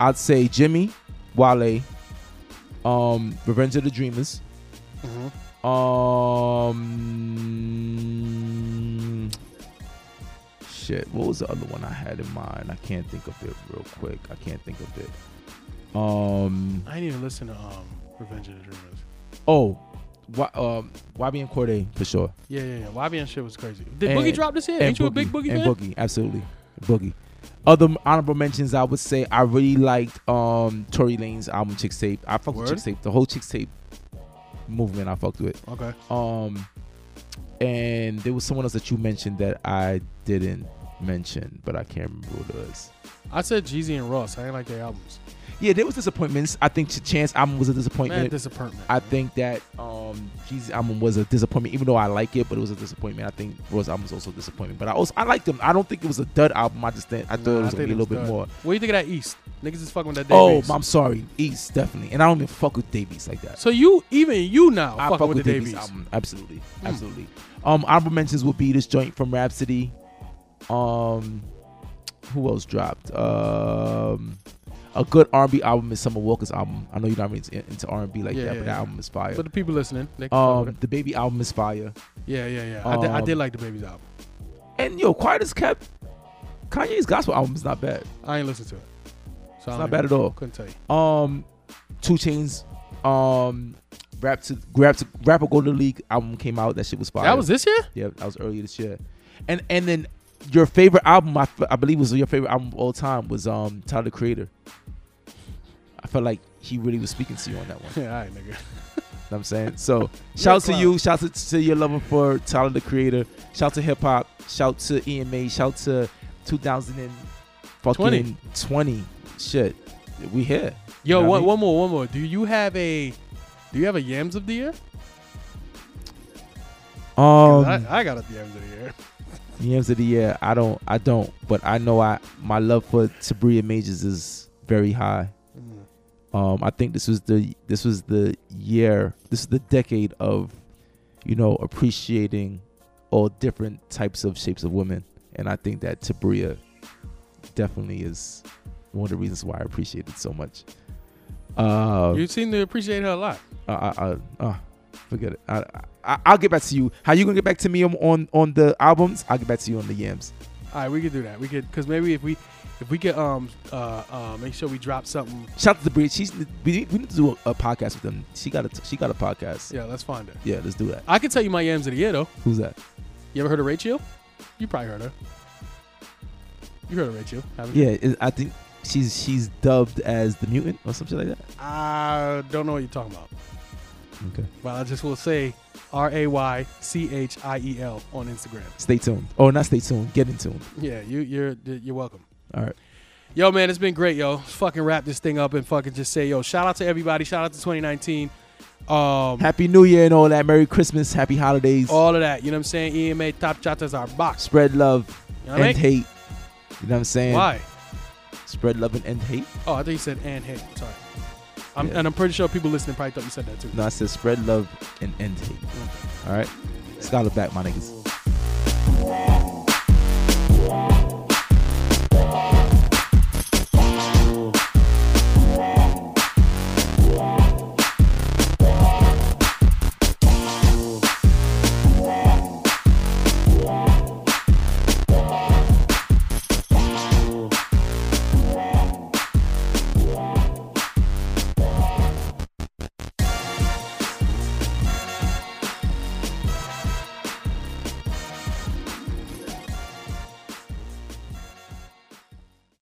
S3: I'd say Jimmy, Wale, um, Revenge of the Dreamers, um, shit. What was the other one I had in mind? I can't think of it real quick. I can't think of it. Um.
S2: I need to listen to um, Revenge of the Dreamers.
S3: Oh. Why, um, YB and Corday for sure.
S2: Yeah, yeah, yeah. YB and shit was crazy. Did
S3: And-
S2: Boogie drop this year?
S3: and
S2: Ain't you a big Boogie
S3: and
S2: fan?
S3: Boogie, absolutely. Boogie. Other honorable mentions, I would say I really liked um Tory Lane's album Chicks Tape. I fucked with
S2: Word.
S3: Chicks Tape. The whole Chicks Tape movement, I fucked with.
S2: Okay.
S3: Um, and there was someone else that you mentioned that I didn't mention, but I can't remember who it was.
S2: I said Jeezy and Ross. I ain't like their albums.
S3: Yeah, there was disappointments. I think Ch- Chance album was a disappointment.
S2: Man, disappointment.
S3: I think that um Jesus album was a disappointment, even though I like it, but it was a disappointment. I think Rose album was also a disappointment, but I also I liked them. I don't think it was a dud album. I just think I thought
S2: Nah,
S3: it was gonna
S2: I think
S3: be a
S2: it
S3: little
S2: was
S3: bit
S2: done.
S3: more.
S2: What do you think of that East? Niggas is fucking with that.
S3: Oh,
S2: Davies.
S3: I'm sorry, East definitely, and I don't even fuck with Davies like that.
S2: So you, even you now,
S3: I
S2: fucking with, the Davies. Hmm.
S3: album absolutely, absolutely. Um, honorable mentions would be this joint from Rhapsody. Um, who else dropped? Um. A good R&B album is Summer Walker's album. I know you're not really into- into R&B like
S2: Yeah,
S3: that,
S2: yeah,
S3: but that
S2: yeah.
S3: album is fire.
S2: For the people listening, they can fuck
S3: um,
S2: with it.
S3: the Baby album is fire.
S2: yeah, yeah, yeah. I, did, I did
S3: um,
S2: like the Babies album.
S3: And yo, Quiet as Kept, Kanye's gospel album is not bad.
S2: I ain't listened to it. So it's
S3: not bad at all.
S2: Couldn't tell you.
S3: Um, Two Chains, um, rap to rap to rap or go to the league album came out. That shit was fire.
S2: That was this year?
S3: yeah, that was earlier this year. And and then your favorite album, I, f- I believe was your favorite album of all time was um Tyler the Creator. I felt like he really was speaking to you on that one. You know
S2: [laughs] Yeah, all right, [laughs] nigga.
S3: what I'm saying?
S2: [laughs]
S3: So shout out to
S2: clown.
S3: you, shout out to your lover for Tyler the Creator, shout to hip hop, shout to EMA, shout to 2000 and fucking 20.
S2: 20.
S3: Shit, we here.
S2: Yo,
S3: You know what I
S2: one,
S3: mean?
S2: one more, one more. Do you have a, do you have a yams of the year? 'Cause
S3: Um,
S2: I, I got a yams of the year.
S3: DMs of the year. I don't. I don't. But I know. I my love for Sabria Majors is very high. Um, I think this was the this was the year. This is the decade of, you know, appreciating all different types of shapes of women, and I think that Tabria definitely is one of the reasons why I appreciate it so much. Uh,
S2: You seem to appreciate her a lot.
S3: I, I, I, uh, forget it. I, I, I'll get back to you. How you gonna get back to me on, on on the albums? I'll get back to you on the yams.
S2: All right, we could do that. We could, cause maybe if we, if we could, um, uh, uh, make sure we drop something.
S3: Shout out to Bria. She's we, we need to do a, a podcast with them. She got a she got a podcast. Yeah.
S2: Yeah, let's find her.
S3: let's do that.
S2: I can tell you my yams of the year though.
S3: Who's that?
S2: You ever heard of Rachel? You probably heard her. You heard of Rachel, haven't you?
S3: Yeah, it, I think she's she's dubbed as the mutant or something like that.
S2: I don't know what you're talking about.
S3: Okay.
S2: But I just will say R A Y C H I E L on Instagram.
S3: Stay tuned. Oh, not stay tuned. Get in tune.
S2: Yeah, you you're you're welcome.
S3: All right.
S2: Yo, man, it's been great, yo. Let's fucking wrap this thing up and fucking just say, yo, shout out to everybody. Shout out to 2019. Um,
S3: Happy New Year and all that. Merry Christmas. Happy holidays.
S2: all of that. You know what I'm saying? EMA Top Chata is our box.
S3: Spread love
S2: You know what
S3: and
S2: I mean?
S3: hate. You know what I'm saying?
S2: Why?
S3: Spread love and end hate.
S2: Oh, I think you said and hate. Sorry. I'm,
S3: Yeah.
S2: And I'm pretty sure people listening probably thought you said that too. Mm.
S3: No, I said spread love and end hate. All right. Scholar back, my niggas.